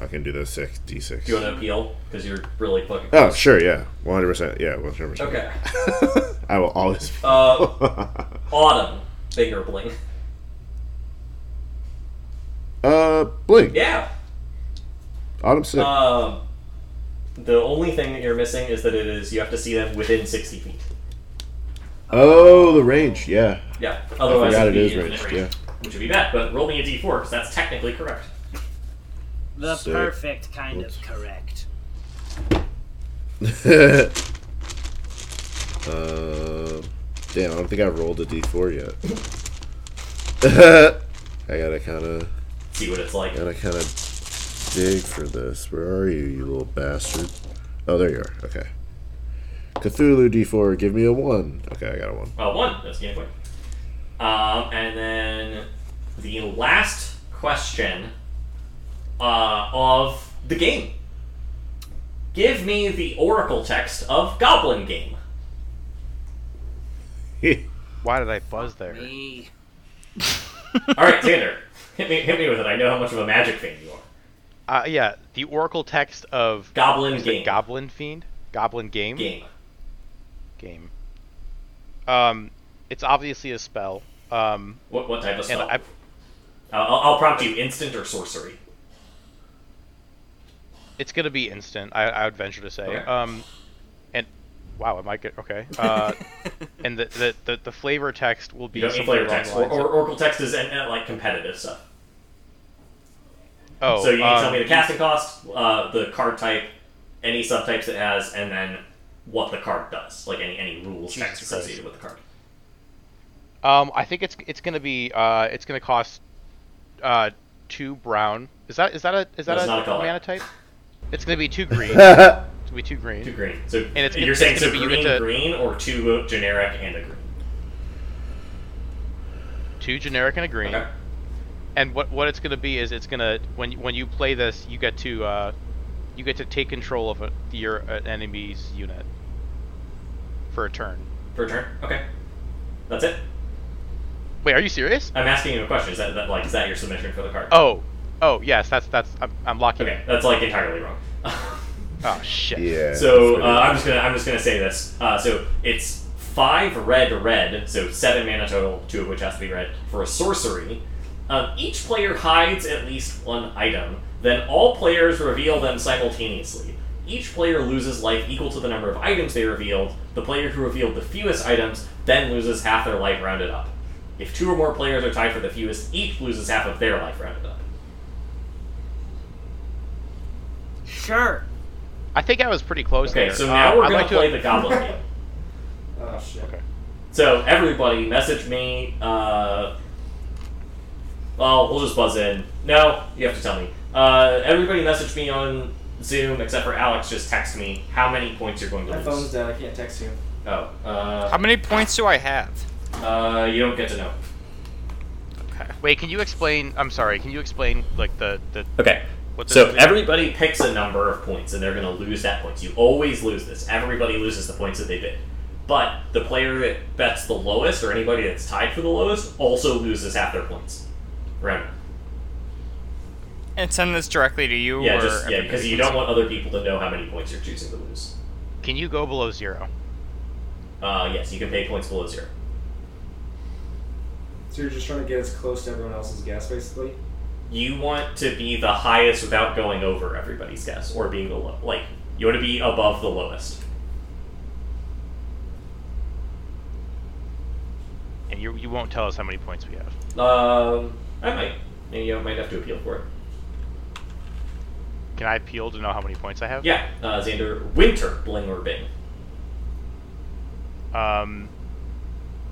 Speaker 3: I can do the six d six.
Speaker 1: Do you want to appeal? Because you're really fucking.
Speaker 3: Oh, sure, yeah, one hundred percent, yeah, one hundred percent.
Speaker 1: Okay.
Speaker 3: I will always.
Speaker 1: Uh, Autumn finger bling.
Speaker 3: uh, blink.
Speaker 1: Yeah.
Speaker 3: Autumn six.
Speaker 1: Um, the only thing that you're missing is that it is you have to see them within sixty feet.
Speaker 3: oh, the range. Yeah,
Speaker 1: Yeah.
Speaker 3: I
Speaker 1: Otherwise,
Speaker 3: forgot
Speaker 1: it'd
Speaker 3: it
Speaker 1: be
Speaker 3: is
Speaker 1: infinite
Speaker 3: range. Yeah.
Speaker 1: which would be bad. But roll me a d4 because that's technically correct.
Speaker 4: The
Speaker 3: Sick.
Speaker 4: perfect kind
Speaker 3: Oops.
Speaker 4: of correct.
Speaker 3: Um, damn, I don't think I rolled a d4 yet. I gotta kind of,
Speaker 1: See what it's like.
Speaker 3: gotta kind of dig for this. Where are you, you little bastard? Oh, there you are. Okay. Cthulhu d4, give me a one. Okay, I got a one.
Speaker 1: Uh, one. That's game point. Um, and then the last question uh, of the game. Give me the oracle text of Goblin Game.
Speaker 5: Why did I buzz there?
Speaker 4: Me.
Speaker 1: All right, Xander, hit me, hit me with it. I know how much of a magic fan you are.
Speaker 5: Uh, yeah, the Oracle text of
Speaker 1: Goblin
Speaker 5: is it
Speaker 1: Game.
Speaker 5: Goblin Fiend, Goblin Game,
Speaker 1: game.
Speaker 5: Game. Um, it's obviously a spell. Um,
Speaker 1: What, what type of
Speaker 5: and
Speaker 1: spell?
Speaker 5: I,
Speaker 1: Uh, I'll, I'll prompt you: instant or sorcery.
Speaker 5: it's gonna be instant. I, I would venture to say.
Speaker 1: Okay.
Speaker 5: Um, and wow, am I good? Okay. Uh, and the, the the the flavor text will be
Speaker 1: You don't need
Speaker 5: something
Speaker 1: flavor
Speaker 5: along
Speaker 1: text.
Speaker 5: the
Speaker 1: Or,
Speaker 5: lines
Speaker 1: or
Speaker 5: of-
Speaker 1: Oracle text is and, and, like competitive stuff.
Speaker 5: oh,
Speaker 1: so you can tell
Speaker 5: um,
Speaker 1: me the casting cost, uh, the card type, any subtypes it has, and then what the card does, like any any rules
Speaker 5: Jesus
Speaker 1: text associated with the card.
Speaker 5: Um, I think it's it's gonna be uh, it's gonna cost uh, two brown. Is that is that a is that
Speaker 1: That's
Speaker 5: a,
Speaker 1: not a color.
Speaker 5: mana type? It's gonna be two green. it's
Speaker 3: yeah,
Speaker 5: gonna be two green.
Speaker 1: Two green. So
Speaker 5: And it's-
Speaker 1: you're
Speaker 5: it's
Speaker 1: saying
Speaker 5: gonna
Speaker 1: so
Speaker 5: be- you
Speaker 1: green,
Speaker 5: get to-
Speaker 1: green, or two generic and a green.
Speaker 5: two generic and a green.
Speaker 1: Okay.
Speaker 5: And what what it's gonna be is it's gonna when when you play this, you get to uh, you get to take control of a, your uh, enemy's unit for a turn.
Speaker 1: For a turn. Okay. That's it.
Speaker 5: Wait, are you serious?
Speaker 1: I'm asking you a question. Is that, that like is that your submission for the card?
Speaker 5: Oh, oh yes, that's that's I'm, I'm locking.
Speaker 1: Okay, that's like entirely wrong.
Speaker 5: Oh shit.
Speaker 1: So
Speaker 3: that's pretty-
Speaker 1: uh, I'm just gonna I'm just gonna say this. Uh, so it's five red red, so seven mana total, two of which has to be red for a sorcery. Um, each player hides at least one item. Then all players reveal them simultaneously. Each player loses life equal to the number of items they revealed. The player who revealed the fewest items then loses half their life rounded up. If two or more players are tied for the fewest, each loses half of their life rounded up.
Speaker 4: Sure.
Speaker 5: I think I was pretty close
Speaker 1: Okay,
Speaker 5: there.
Speaker 1: so
Speaker 5: Uh,
Speaker 1: now we're
Speaker 5: I'd
Speaker 1: gonna
Speaker 5: like to-
Speaker 1: play the Goblin game.
Speaker 2: Oh shit.
Speaker 5: Okay.
Speaker 1: So everybody, message me. Uh, well, we'll just buzz in. No, you have to tell me. Uh, everybody, message me on Zoom except for Alex. Just text me how many points you're going to
Speaker 2: My
Speaker 1: lose.
Speaker 2: phone's dead. I can't text you.
Speaker 1: Oh, uh,
Speaker 6: How many points do I have?
Speaker 1: uh, you don't get to know.
Speaker 6: Okay.
Speaker 5: Wait, can you explain? I'm sorry. Can you explain like the the?
Speaker 1: Okay.
Speaker 5: What
Speaker 1: So
Speaker 5: this is?
Speaker 1: everybody picks a number of points, and they're going to lose that points. You always lose this. Everybody loses the points that they bid. But the player that bets the lowest, or anybody that's tied for the lowest, also loses half their points. Right.
Speaker 6: And send this directly to you.
Speaker 1: Yeah,
Speaker 6: or
Speaker 1: just yeah,
Speaker 6: everybody
Speaker 1: because you
Speaker 6: can
Speaker 1: don't want other people to know how many points you're choosing to lose.
Speaker 5: Can you go below zero?
Speaker 1: Uh, yes, you can pay points below zero.
Speaker 2: So you're just trying to get as close to everyone else's guess, basically.
Speaker 1: You want to be the highest without going over everybody's guess, or being the low. Like you want to be above the lowest.
Speaker 5: And you you won't tell us how many points we have.
Speaker 1: Um, I might. Maybe I might have to appeal for it.
Speaker 5: Can I appeal to know how many points I have?
Speaker 1: Yeah, uh, Xander Winter Bling or Bing.
Speaker 5: Um,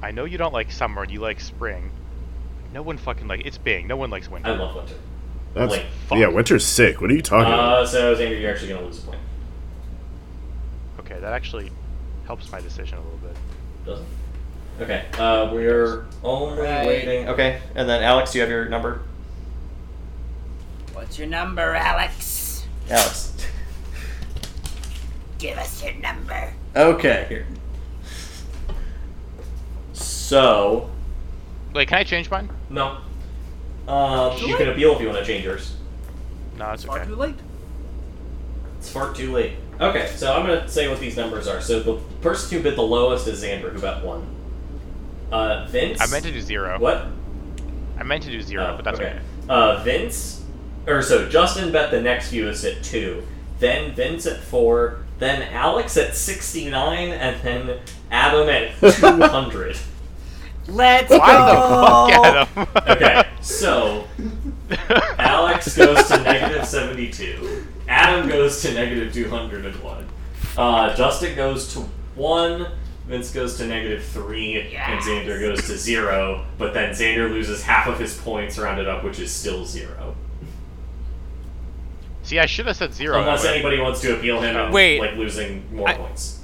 Speaker 5: I know you don't like summer and you like spring. No one fucking like it's Bing. No one likes
Speaker 1: I
Speaker 5: winter.
Speaker 1: love Winter.
Speaker 3: That's
Speaker 1: Wait,
Speaker 5: fuck.
Speaker 3: yeah. Winter's sick. What are you talking about?
Speaker 1: Uh, so Xander, you're actually gonna lose a point.
Speaker 5: Okay, that actually helps my decision a little bit.
Speaker 1: Doesn't. Okay. Uh, we're only waiting.
Speaker 8: Okay, and then Alex, do you have your number?
Speaker 4: What's your number, Alex?
Speaker 8: Alex.
Speaker 4: Give us your number.
Speaker 8: Okay, here. So,
Speaker 5: Wait, can I change mine?
Speaker 1: No. Um, you can appeal if you want to change yours.
Speaker 5: No, it's
Speaker 4: Far
Speaker 5: okay.
Speaker 4: too late.
Speaker 1: It's far too late. Okay, so I'm gonna say what these numbers are. So the person who bid the lowest is Xander, who got one. Uh, Vince.
Speaker 5: I meant to do zero.
Speaker 1: What?
Speaker 5: I meant to do zero,
Speaker 1: Oh,
Speaker 5: but that's okay.
Speaker 1: Uh, Vince, or so Justin bet the next fewest at two, then Vince at four, then Alex at sixty nine, and then Adam at two hundred.
Speaker 4: Let's
Speaker 6: Oh.
Speaker 5: Why
Speaker 4: go.
Speaker 5: the fuck, Adam?
Speaker 1: okay, so Alex goes to negative 72. Adam goes to negative 201. Uh, Justin goes to 1. Vince goes to negative 3. And Xander goes to 0. But then Xander loses half of his points rounded up, which is still 0.
Speaker 5: See, I should have said zero.
Speaker 1: Unless
Speaker 5: but-
Speaker 1: anybody wants to appeal him and
Speaker 6: Wait.
Speaker 1: like losing more
Speaker 6: I-
Speaker 1: points.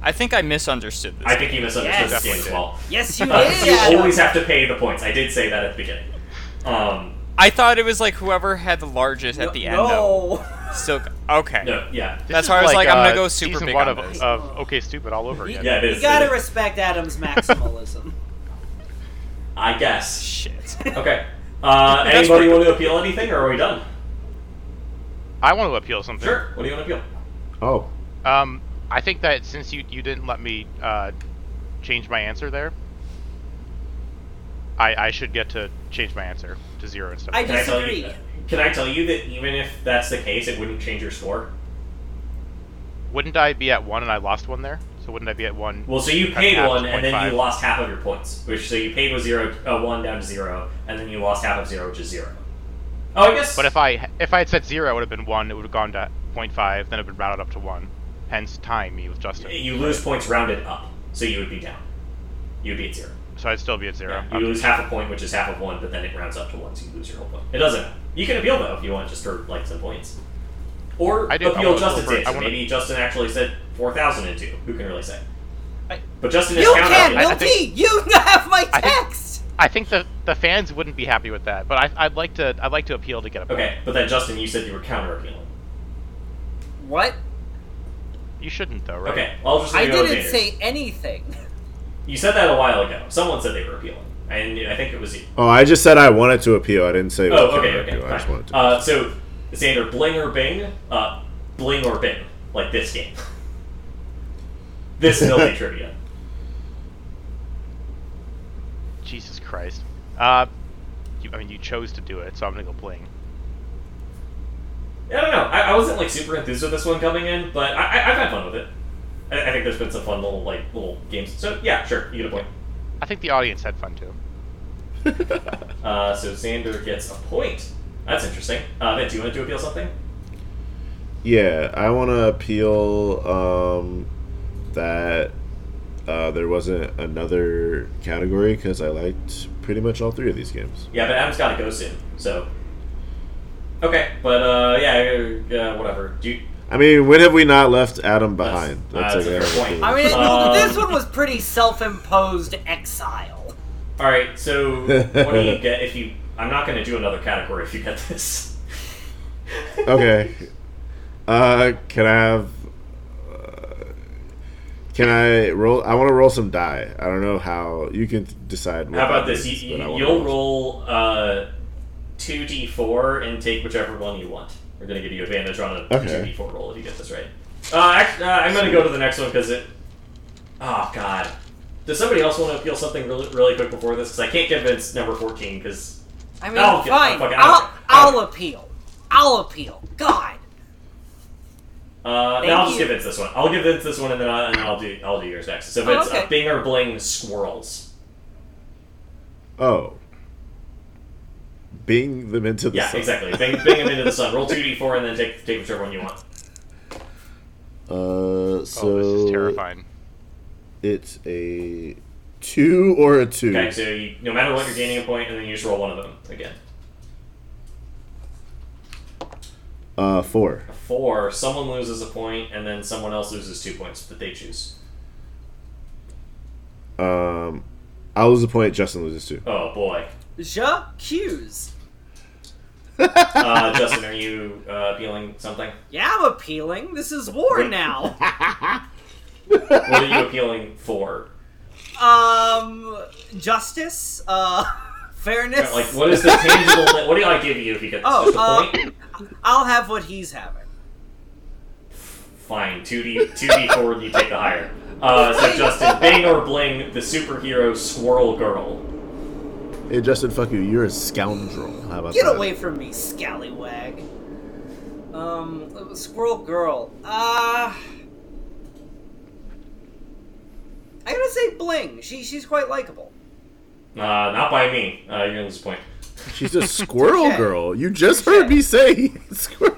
Speaker 6: I think I misunderstood this.
Speaker 1: I think you misunderstood this
Speaker 4: Yes.
Speaker 1: game as well.
Speaker 4: Yes, you did.
Speaker 1: Uh, you
Speaker 4: Adam.
Speaker 1: always have to pay the points. I did say that at the beginning. Um,
Speaker 6: I thought it was like whoever had the largest
Speaker 4: no,
Speaker 6: at the end. though.
Speaker 4: No.
Speaker 6: So okay.
Speaker 1: no, yeah.
Speaker 5: This
Speaker 6: That's
Speaker 5: is
Speaker 6: why I was like, I'm gonna
Speaker 5: uh,
Speaker 6: go super
Speaker 5: season
Speaker 6: big
Speaker 5: one of,
Speaker 6: on
Speaker 5: uh,
Speaker 6: this.
Speaker 5: of Okay Stupid all over again.
Speaker 1: Yeah, it is.
Speaker 4: You
Speaker 1: it
Speaker 4: gotta
Speaker 1: is.
Speaker 4: respect Adam's maximalism.
Speaker 1: I guess.
Speaker 6: Shit.
Speaker 1: Okay. Uh,
Speaker 6: That's
Speaker 1: anybody
Speaker 6: pretty
Speaker 1: want to appeal anything, or are we done?
Speaker 5: I want to appeal something.
Speaker 1: Sure. What do you want to appeal?
Speaker 3: oh,
Speaker 5: Um, I think that since you you didn't let me uh, change my answer there, I I should get to change my answer to zero instead.
Speaker 4: I
Speaker 5: of
Speaker 1: Can I tell
Speaker 4: disagree.
Speaker 1: you? Can I tell you that even if that's the case, it wouldn't change your score?
Speaker 5: Wouldn't I be at one and I lost one there? So wouldn't I be at one?
Speaker 1: Well, so you
Speaker 5: Cut
Speaker 1: paid
Speaker 5: half
Speaker 1: one,
Speaker 5: to
Speaker 1: and then you
Speaker 5: 0.5.
Speaker 1: lost half of your points. Which so you paid was zero, uh, one down to zero, and then you lost half of zero, which is zero. Oh, I guess.
Speaker 5: But if I if I had said zero, it would have been one. It would have gone to 0.5, then it would have rounded up to one. Hence, tying me with Justin.
Speaker 1: you lose points rounded up, so you would be down. You'd be at zero.
Speaker 5: So I'd still be at zero.
Speaker 1: You lose half a point, which is half of one, but then it rounds up to one, so you lose your whole point. It doesn't. matter. You can appeal though if you want, just for like some points. Or
Speaker 5: I do- I
Speaker 1: appeal
Speaker 5: wanna go
Speaker 1: Justin's
Speaker 5: for- I
Speaker 1: answer.
Speaker 5: wanna-
Speaker 1: Maybe Justin actually said four thousand and two. Who can really say?
Speaker 5: I-
Speaker 1: but Justin is
Speaker 4: You can,
Speaker 5: I-
Speaker 4: Bill
Speaker 5: I think-
Speaker 4: T. You have my
Speaker 5: I think-
Speaker 4: text.
Speaker 5: I think the the fans wouldn't be happy with that, but I, I'd like to I'd like to appeal to get a point.
Speaker 1: Okay, but then Justin, you said you were counter appealing.
Speaker 4: What?
Speaker 5: You shouldn't though, right?
Speaker 1: Okay, I'll just.
Speaker 4: I
Speaker 1: leave it with
Speaker 4: didn't
Speaker 1: Xander.
Speaker 4: say anything.
Speaker 1: You said that a while ago. Someone said they were appealing, and I think it was you.
Speaker 3: oh! I just said I wanted to appeal. I didn't say.
Speaker 1: Oh,
Speaker 3: what
Speaker 1: okay,
Speaker 3: kind of
Speaker 1: okay.
Speaker 3: appeal. I just
Speaker 1: fine.
Speaker 3: wanted to.
Speaker 1: Uh, so, Xander, bling or bing? Uh, bling or bing? Like this game. this Milby trivia.
Speaker 5: Jesus Christ. Uh, you, I mean, you chose to do it, so I'm gonna go bling.
Speaker 1: I don't know. I, I wasn't like super enthused with this one coming in, but I, I, I've had fun with it. I, I think there's been some fun little like little games. So yeah, sure, you get a point.
Speaker 5: I think the audience had fun too.
Speaker 1: Uh, so Xander gets a point. That's interesting. Uh, Vint, do you want to do appeal something?
Speaker 3: Yeah, I want to appeal um, that uh, there wasn't another category because I liked pretty much all three of these games.
Speaker 1: Yeah, but Adam's got to go soon. So okay, but uh, yeah, uh, whatever. Do you,
Speaker 3: I mean, when have we not left Adam behind?
Speaker 1: That's- that's a fair point.
Speaker 4: I mean,
Speaker 1: Um,
Speaker 4: this one was pretty self-imposed exile.
Speaker 1: all right. So what do you get if you? I'm not going to do another category if you get this.
Speaker 3: okay. Uh, can I have? Uh, can I roll? I want to roll some die. I don't know how you can decide. what
Speaker 1: How about
Speaker 3: that
Speaker 1: this?
Speaker 3: means,
Speaker 1: You,
Speaker 3: but I
Speaker 1: you,
Speaker 3: wanna
Speaker 1: you'll roll uh, 2d4 and take whichever one you want. We're going to give you advantage on a
Speaker 3: Okay.
Speaker 1: 2d4 roll if you get this right. Uh, act, uh, I'm going to go to the next one because it. Oh, God. Does somebody else want to appeal something really, really quick before this? Because I can't convince number 14 because.
Speaker 4: I mean,
Speaker 1: Oh, yeah,
Speaker 4: fine.
Speaker 1: fuck it, I
Speaker 4: I'll,
Speaker 1: don't-
Speaker 4: I'll appeal. I'll appeal. God.
Speaker 1: Uh,
Speaker 4: Thank
Speaker 1: no, I'll just
Speaker 4: you.
Speaker 1: give Vince this one. I'll give Vince this one, and then, I, and then I'll do I'll do yours next. So Vince,
Speaker 4: Oh, okay.
Speaker 1: uh, Bing or Bling squirrels.
Speaker 3: Oh. Bing them into the
Speaker 1: Yeah,
Speaker 3: sun.
Speaker 1: exactly. Bing, bing them into the sun. Roll two d four, and then take take whichever one you want.
Speaker 3: Uh, so
Speaker 5: oh, this is terrifying.
Speaker 3: it's a two or a two.
Speaker 1: Okay, so you, no matter what, you're gaining a point, and then you just roll one of them again.
Speaker 3: Uh, four.
Speaker 1: A four, someone loses a point, and then someone else loses two points that they choose.
Speaker 3: Um, I lose a point. Justin loses two.
Speaker 1: Oh boy,
Speaker 4: Ja Hughes.
Speaker 1: uh, Justin, are you uh, appealing something?
Speaker 4: Yeah, I'm appealing. This is war now.
Speaker 1: What are you appealing for?
Speaker 4: um, justice. Uh, fairness.
Speaker 1: Like, what is the tangible? Thing? What do I give you if you get this?
Speaker 4: Oh,
Speaker 1: just a
Speaker 4: uh,
Speaker 1: point?
Speaker 4: I'll have what he's having.
Speaker 1: Fine, two d two d four. You take the higher. Uh, so Justin, Bing or Bling, the superhero squirrel girl.
Speaker 3: Hey, Justin, fuck you. You're a scoundrel. How about
Speaker 4: Get
Speaker 3: that?
Speaker 4: away from me, scallywag. Um, squirrel girl. Uh, I gotta say, Bling. She she's quite likable.
Speaker 1: Uh, not by me. Uh, you're gonna lose a point.
Speaker 3: She's a squirrel
Speaker 4: Touche.
Speaker 3: girl. You just
Speaker 4: Touche.
Speaker 3: heard me say squirrel.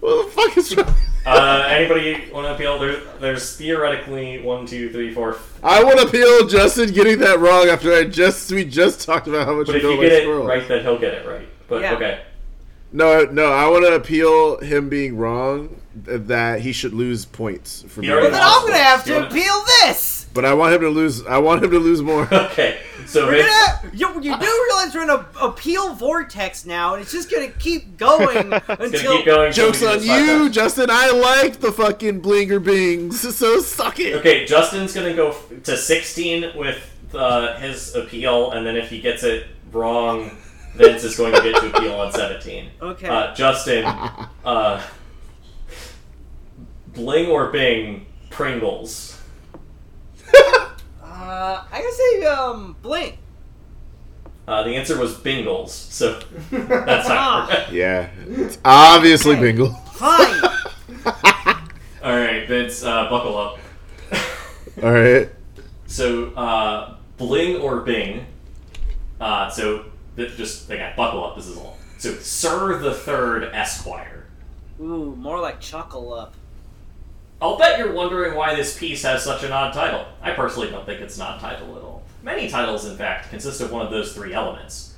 Speaker 3: What the fuck is wrong?
Speaker 1: Uh, anybody want to appeal? There, there's theoretically one, two, three, four,
Speaker 3: I want to appeal Justin getting that wrong after I just we just talked about how much
Speaker 1: But
Speaker 3: we
Speaker 1: if
Speaker 3: don't
Speaker 1: you
Speaker 3: like
Speaker 1: get it
Speaker 3: squirrels.
Speaker 1: right, then he'll get it right. But
Speaker 4: Yeah.
Speaker 1: okay,
Speaker 3: No, no, I want to appeal him being wrong th- that he should lose points for
Speaker 1: He
Speaker 3: me.
Speaker 1: already
Speaker 4: Then I'm gonna have
Speaker 1: You
Speaker 4: to
Speaker 1: wanna-
Speaker 4: appeal this.
Speaker 3: But I want him to lose. I want him to lose more.
Speaker 1: okay. So
Speaker 4: We're
Speaker 1: Vince,
Speaker 4: gonna, you, you do realize we're in a appeal vortex now, and it's just gonna keep going
Speaker 1: it's
Speaker 4: until
Speaker 1: gonna keep going. till
Speaker 3: Jokes
Speaker 1: we do
Speaker 3: on
Speaker 1: this five
Speaker 3: you,
Speaker 1: times.
Speaker 3: Justin. I liked the fucking blinger bings, so suck it.
Speaker 1: Okay, Justin's gonna go f- to sixteen with uh, his appeal, and then if he gets it wrong, Vince is going to get to appeal on seventeen.
Speaker 4: Okay.
Speaker 1: Uh, Justin, uh, Bling or Bing Pringles.
Speaker 4: uh, I gotta say, um, Bling.
Speaker 1: Uh, the answer was Bingles, so that's not correct.
Speaker 3: Yeah, it's obviously Bingle.
Speaker 4: Fine.
Speaker 1: All right, Vince, uh, buckle up.
Speaker 3: All right.
Speaker 1: So, uh, bling or bing. Uh, so, th- just, again, buckle up, this is all. So, Sir the Third Esquire.
Speaker 4: Ooh, more like chuckle up.
Speaker 1: I'll bet you're wondering why this piece has such an odd title. I personally don't think it's an odd title at all. Many titles, in fact, consist of one of those three elements.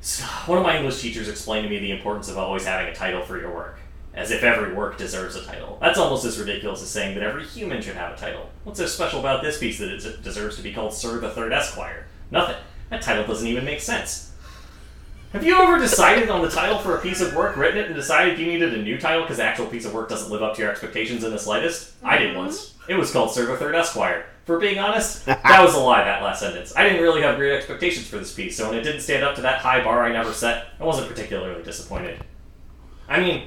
Speaker 1: So, one of my English teachers explained to me the importance of always having a title for your work, as if every work deserves a title. That's almost as ridiculous as saying that every human should have a title. What's so special about this piece that it des- deserves to be called Sir the Third Esquire? Nothing. That title doesn't even make sense. Have you ever decided on the title for a piece of work, written it, and decided you needed a new title because the actual piece of work doesn't live up to your expectations in the slightest? I did once. It was called Server Third Esquire. For being honest, that was a lie, that last sentence. I didn't really have great expectations for this piece, so when it didn't stand up to that high bar I never set, I wasn't particularly disappointed. I mean,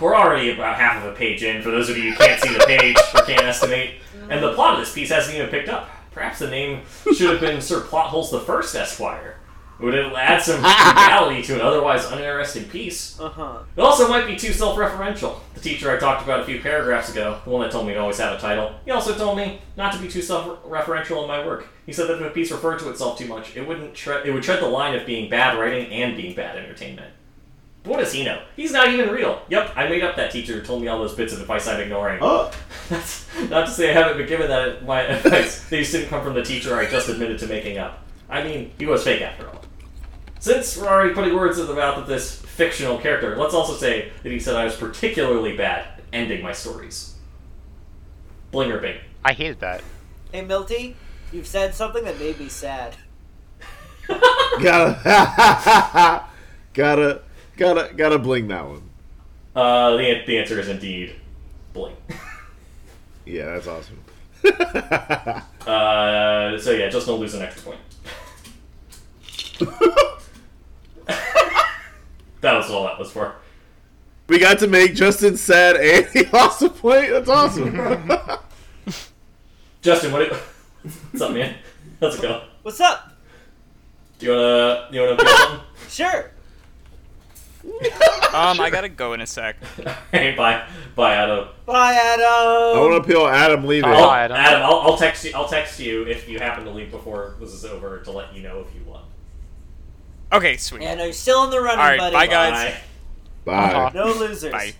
Speaker 1: we're already about half of a page in, for those of you who can't see the page or can't estimate. And the plot of this piece hasn't even picked up. Perhaps the name should have been Sir Plotholes the First Esquire. Would it add some reality to an otherwise uninteresting piece?
Speaker 4: Uh huh.
Speaker 1: It also might be too self referential. The teacher I talked about a few paragraphs ago, the one that told me to always have a title, he also told me not to be too self referential in my work. He said that if a piece referred to itself too much, it wouldn't tre- it would tread the line of being bad writing and being bad entertainment. But what does he know? He's not even real. Yep, I made up that teacher who told me all those bits of advice I'm ignoring.
Speaker 8: Oh,
Speaker 1: That's not to say I haven't been given that my advice. These didn't come from the teacher I just admitted to making up. I mean, he was fake after all. Since we're already putting words in the mouth of this fictional character, let's also say that he said I was particularly bad at ending my stories. Blinger bing.
Speaker 5: I hated that.
Speaker 4: Hey, Milty, you've said something that made me sad.
Speaker 3: gotta, gotta, gotta, gotta bling that one.
Speaker 1: Uh, the, the answer is indeed bling.
Speaker 3: Yeah, that's awesome.
Speaker 1: Uh, so yeah, just don't lose an extra point. that was all that was for.
Speaker 3: we got to make Justin sad and he lost a point. That's awesome.
Speaker 1: Justin, what? do- What's up, man? How's it go?
Speaker 4: What's up?
Speaker 1: Do you wanna you wanna play something?
Speaker 4: Sure.
Speaker 6: Um, I gotta go in a sec.
Speaker 1: hey, bye, bye, Adam.
Speaker 4: Bye,
Speaker 3: I
Speaker 4: Adam.
Speaker 3: want to appeal Adam leaving.
Speaker 1: I'll,
Speaker 5: Bye, Adam.
Speaker 1: Adam, I'll, I'll text you. I'll text you if you happen to leave before this is over to let you know if you won.
Speaker 6: Okay, sweet.
Speaker 4: And are you still in the running,
Speaker 6: All right,
Speaker 4: buddy?
Speaker 6: bye, guys.
Speaker 1: Bye.
Speaker 3: Bye.
Speaker 4: No losers.
Speaker 6: Bye.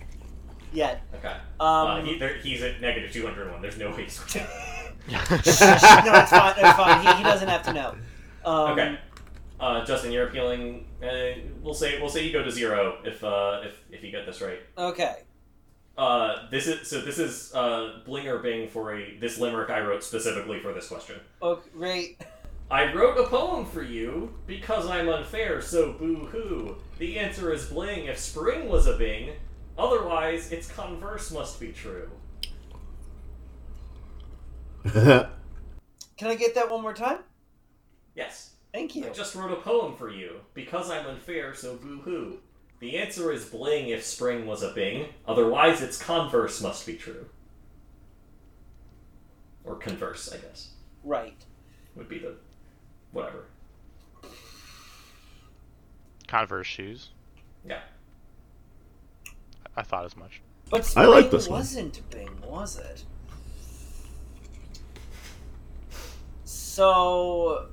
Speaker 4: Yet.
Speaker 1: Okay. uh,
Speaker 4: Um,
Speaker 1: he, there, he's at negative two hundred one. There's no way. He's...
Speaker 4: no, it's fine. It's fine. He, he doesn't have to know. Um,
Speaker 1: okay. Uh, Justin, you're appealing. Uh, we'll say we'll say you go to zero if uh, if if you get this right.
Speaker 4: Okay.
Speaker 1: Uh, this is so. This is uh, bling or bing for a this limerick I wrote specifically for this question.
Speaker 4: Okay. Great.
Speaker 1: I wrote a poem for you because I'm unfair, so boo hoo. The answer is bling if spring was a bing. Otherwise, its converse must be true.
Speaker 4: Can I get that one more time?
Speaker 1: Yes,
Speaker 4: Thank you.
Speaker 1: I just wrote a poem for you because I'm unfair, so boo hoo. The answer is bling if spring was a bing. Otherwise, its converse must be true. Or converse, I guess,
Speaker 4: Right.
Speaker 1: would be the whatever.
Speaker 5: Converse shoes.
Speaker 1: Yeah.
Speaker 5: I thought as much.
Speaker 4: But
Speaker 3: I
Speaker 4: spring
Speaker 3: like this one.
Speaker 4: wasn't Bing, was it? So,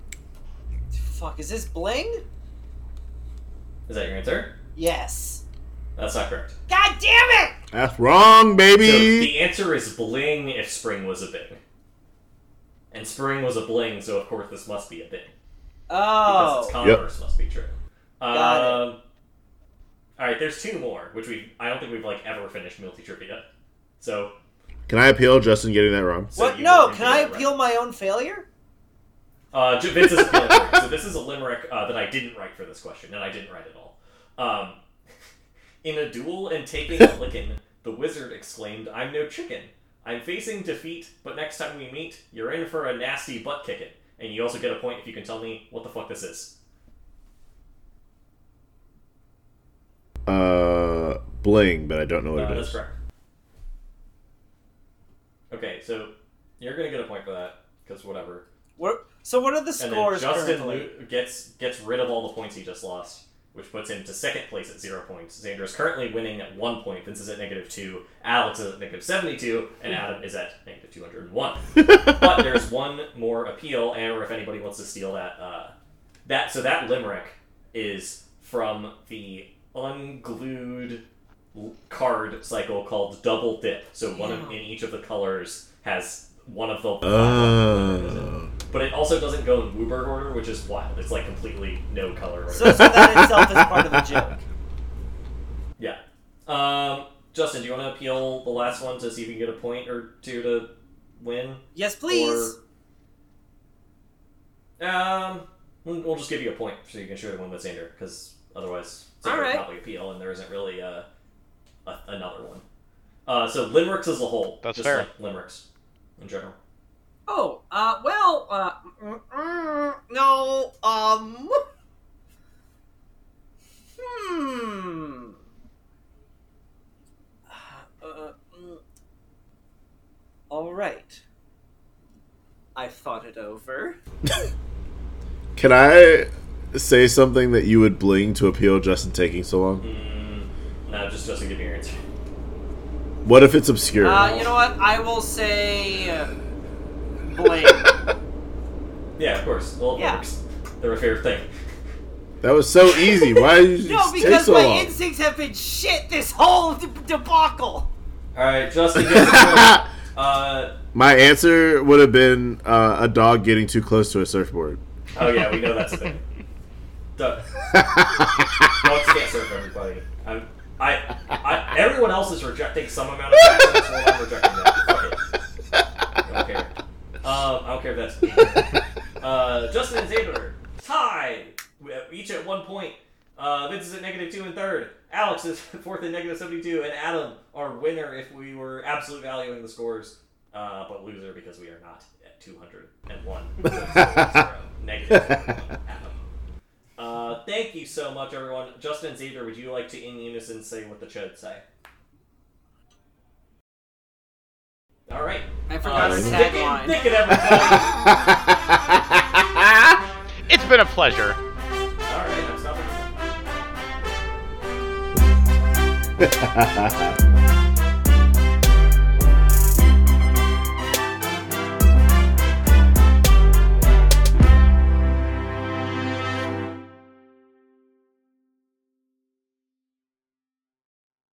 Speaker 4: fuck. Is this Bling?
Speaker 1: Is that your answer?
Speaker 4: Yes.
Speaker 1: That's not correct.
Speaker 4: God damn it!
Speaker 3: That's wrong,
Speaker 1: So
Speaker 3: baby.
Speaker 1: the answer is bling if spring was a bing. And spring was a bling, so of course this must be a bing. Because
Speaker 4: Oh,
Speaker 1: its converse must be true.
Speaker 4: Got it.
Speaker 1: Um, Alright, there's two more, which we I don't think we've like ever finished multi trivia. So,
Speaker 3: Can I appeal Justin getting that wrong?
Speaker 1: so
Speaker 4: what?
Speaker 1: you
Speaker 4: No,
Speaker 1: were
Speaker 4: can
Speaker 1: gonna
Speaker 4: I
Speaker 1: do it
Speaker 4: appeal my own failure?
Speaker 1: Right. Uh, Ju- Vince is appealing for it. So this is a limerick uh, that I didn't write for this question, and I didn't write at all. Um, in a duel and taking a licking, the wizard exclaimed, "I'm no chicken. I'm facing defeat, but next time we meet, you're in for a nasty butt kicking." And you also get a point if you can tell me what the fuck this is.
Speaker 3: Uh, bling, but I don't know what
Speaker 1: Uh,
Speaker 3: it
Speaker 1: that's
Speaker 3: is.
Speaker 1: correct. Okay, so you're gonna get a point for that because whatever.
Speaker 4: What? So what are the
Speaker 1: And then
Speaker 4: scores
Speaker 1: Justin
Speaker 4: currently?
Speaker 1: lo- gets gets rid of all the points he just lost, which puts him to second place at zero points. Xander is currently winning at one point. Vince is at negative two. Alex is at negative seventy-two, and Adam is at negative two hundred and one. but there's one more appeal, and or if anybody wants to steal that, uh, that so that limerick is from the unglued l- card cycle called Double Dip. So one of, in each of the colors has one of the.
Speaker 3: Oh.
Speaker 1: But it also doesn't go in Wooberg order, which is wild. It's like completely no color. Order.
Speaker 4: So, so that itself is part of the joke.
Speaker 1: yeah. Um, Justin, do you want to appeal the last one to see if you can get a point or two to win?
Speaker 4: Yes, please.
Speaker 1: Or, um, we'll we'll just give you a point so you can share the one with Xander, because otherwise Xander
Speaker 4: All
Speaker 1: would
Speaker 4: right.
Speaker 1: probably appeal, and there isn't really a, a, another one. Uh, so limericks as a whole.
Speaker 5: That's
Speaker 1: just
Speaker 5: fair.
Speaker 1: Like limericks in general.
Speaker 4: Oh, uh, well, uh, mm, mm, no, um, hmm. Uh, mm. all right. I thought it over.
Speaker 3: Can I say something that you would bling to appeal Justin taking so long?
Speaker 1: Mm, no, just doesn't give me your answer.
Speaker 3: What if it's obscure?
Speaker 4: Uh, you know what? I will say. uh, Blame.
Speaker 1: Yeah, of course. Well, it
Speaker 4: Yeah.
Speaker 1: works. They're a favorite thing.
Speaker 3: that was so easy. Why did you
Speaker 4: no,
Speaker 3: just take
Speaker 4: because
Speaker 3: so
Speaker 4: my
Speaker 3: long?
Speaker 4: instincts have been shit this whole de- debacle.
Speaker 8: All right, Justin. Get the point. uh,
Speaker 3: my answer would have been uh, a dog getting too close to a surfboard.
Speaker 1: Oh yeah, we know that's a thing. Duh. Dogs can't serve everybody. I'm, I, I, everyone else is rejecting some amount of facts. That's what I'm rejecting. That. Fuck it. I don't care. Um, I don't care if that's. Uh, Justin and Xander tied, We- each at one point. Uh, Vince is at negative two and third. Alex is fourth and negative seventy-two, and Adam our winner if we were absolute valuing the scores, uh, but loser because we are not at two hundred and one. Negative 101, Adam. Uh, thank you so much, everyone. Justin and Xander, would you like to in unison say what the chode say? All right.
Speaker 4: I forgot
Speaker 1: Uh,
Speaker 4: his
Speaker 1: stick it-
Speaker 4: tagline.
Speaker 1: stick it, everybody.
Speaker 5: It's been a pleasure.
Speaker 1: All right, I'm stopping.
Speaker 3: Ha ha ha.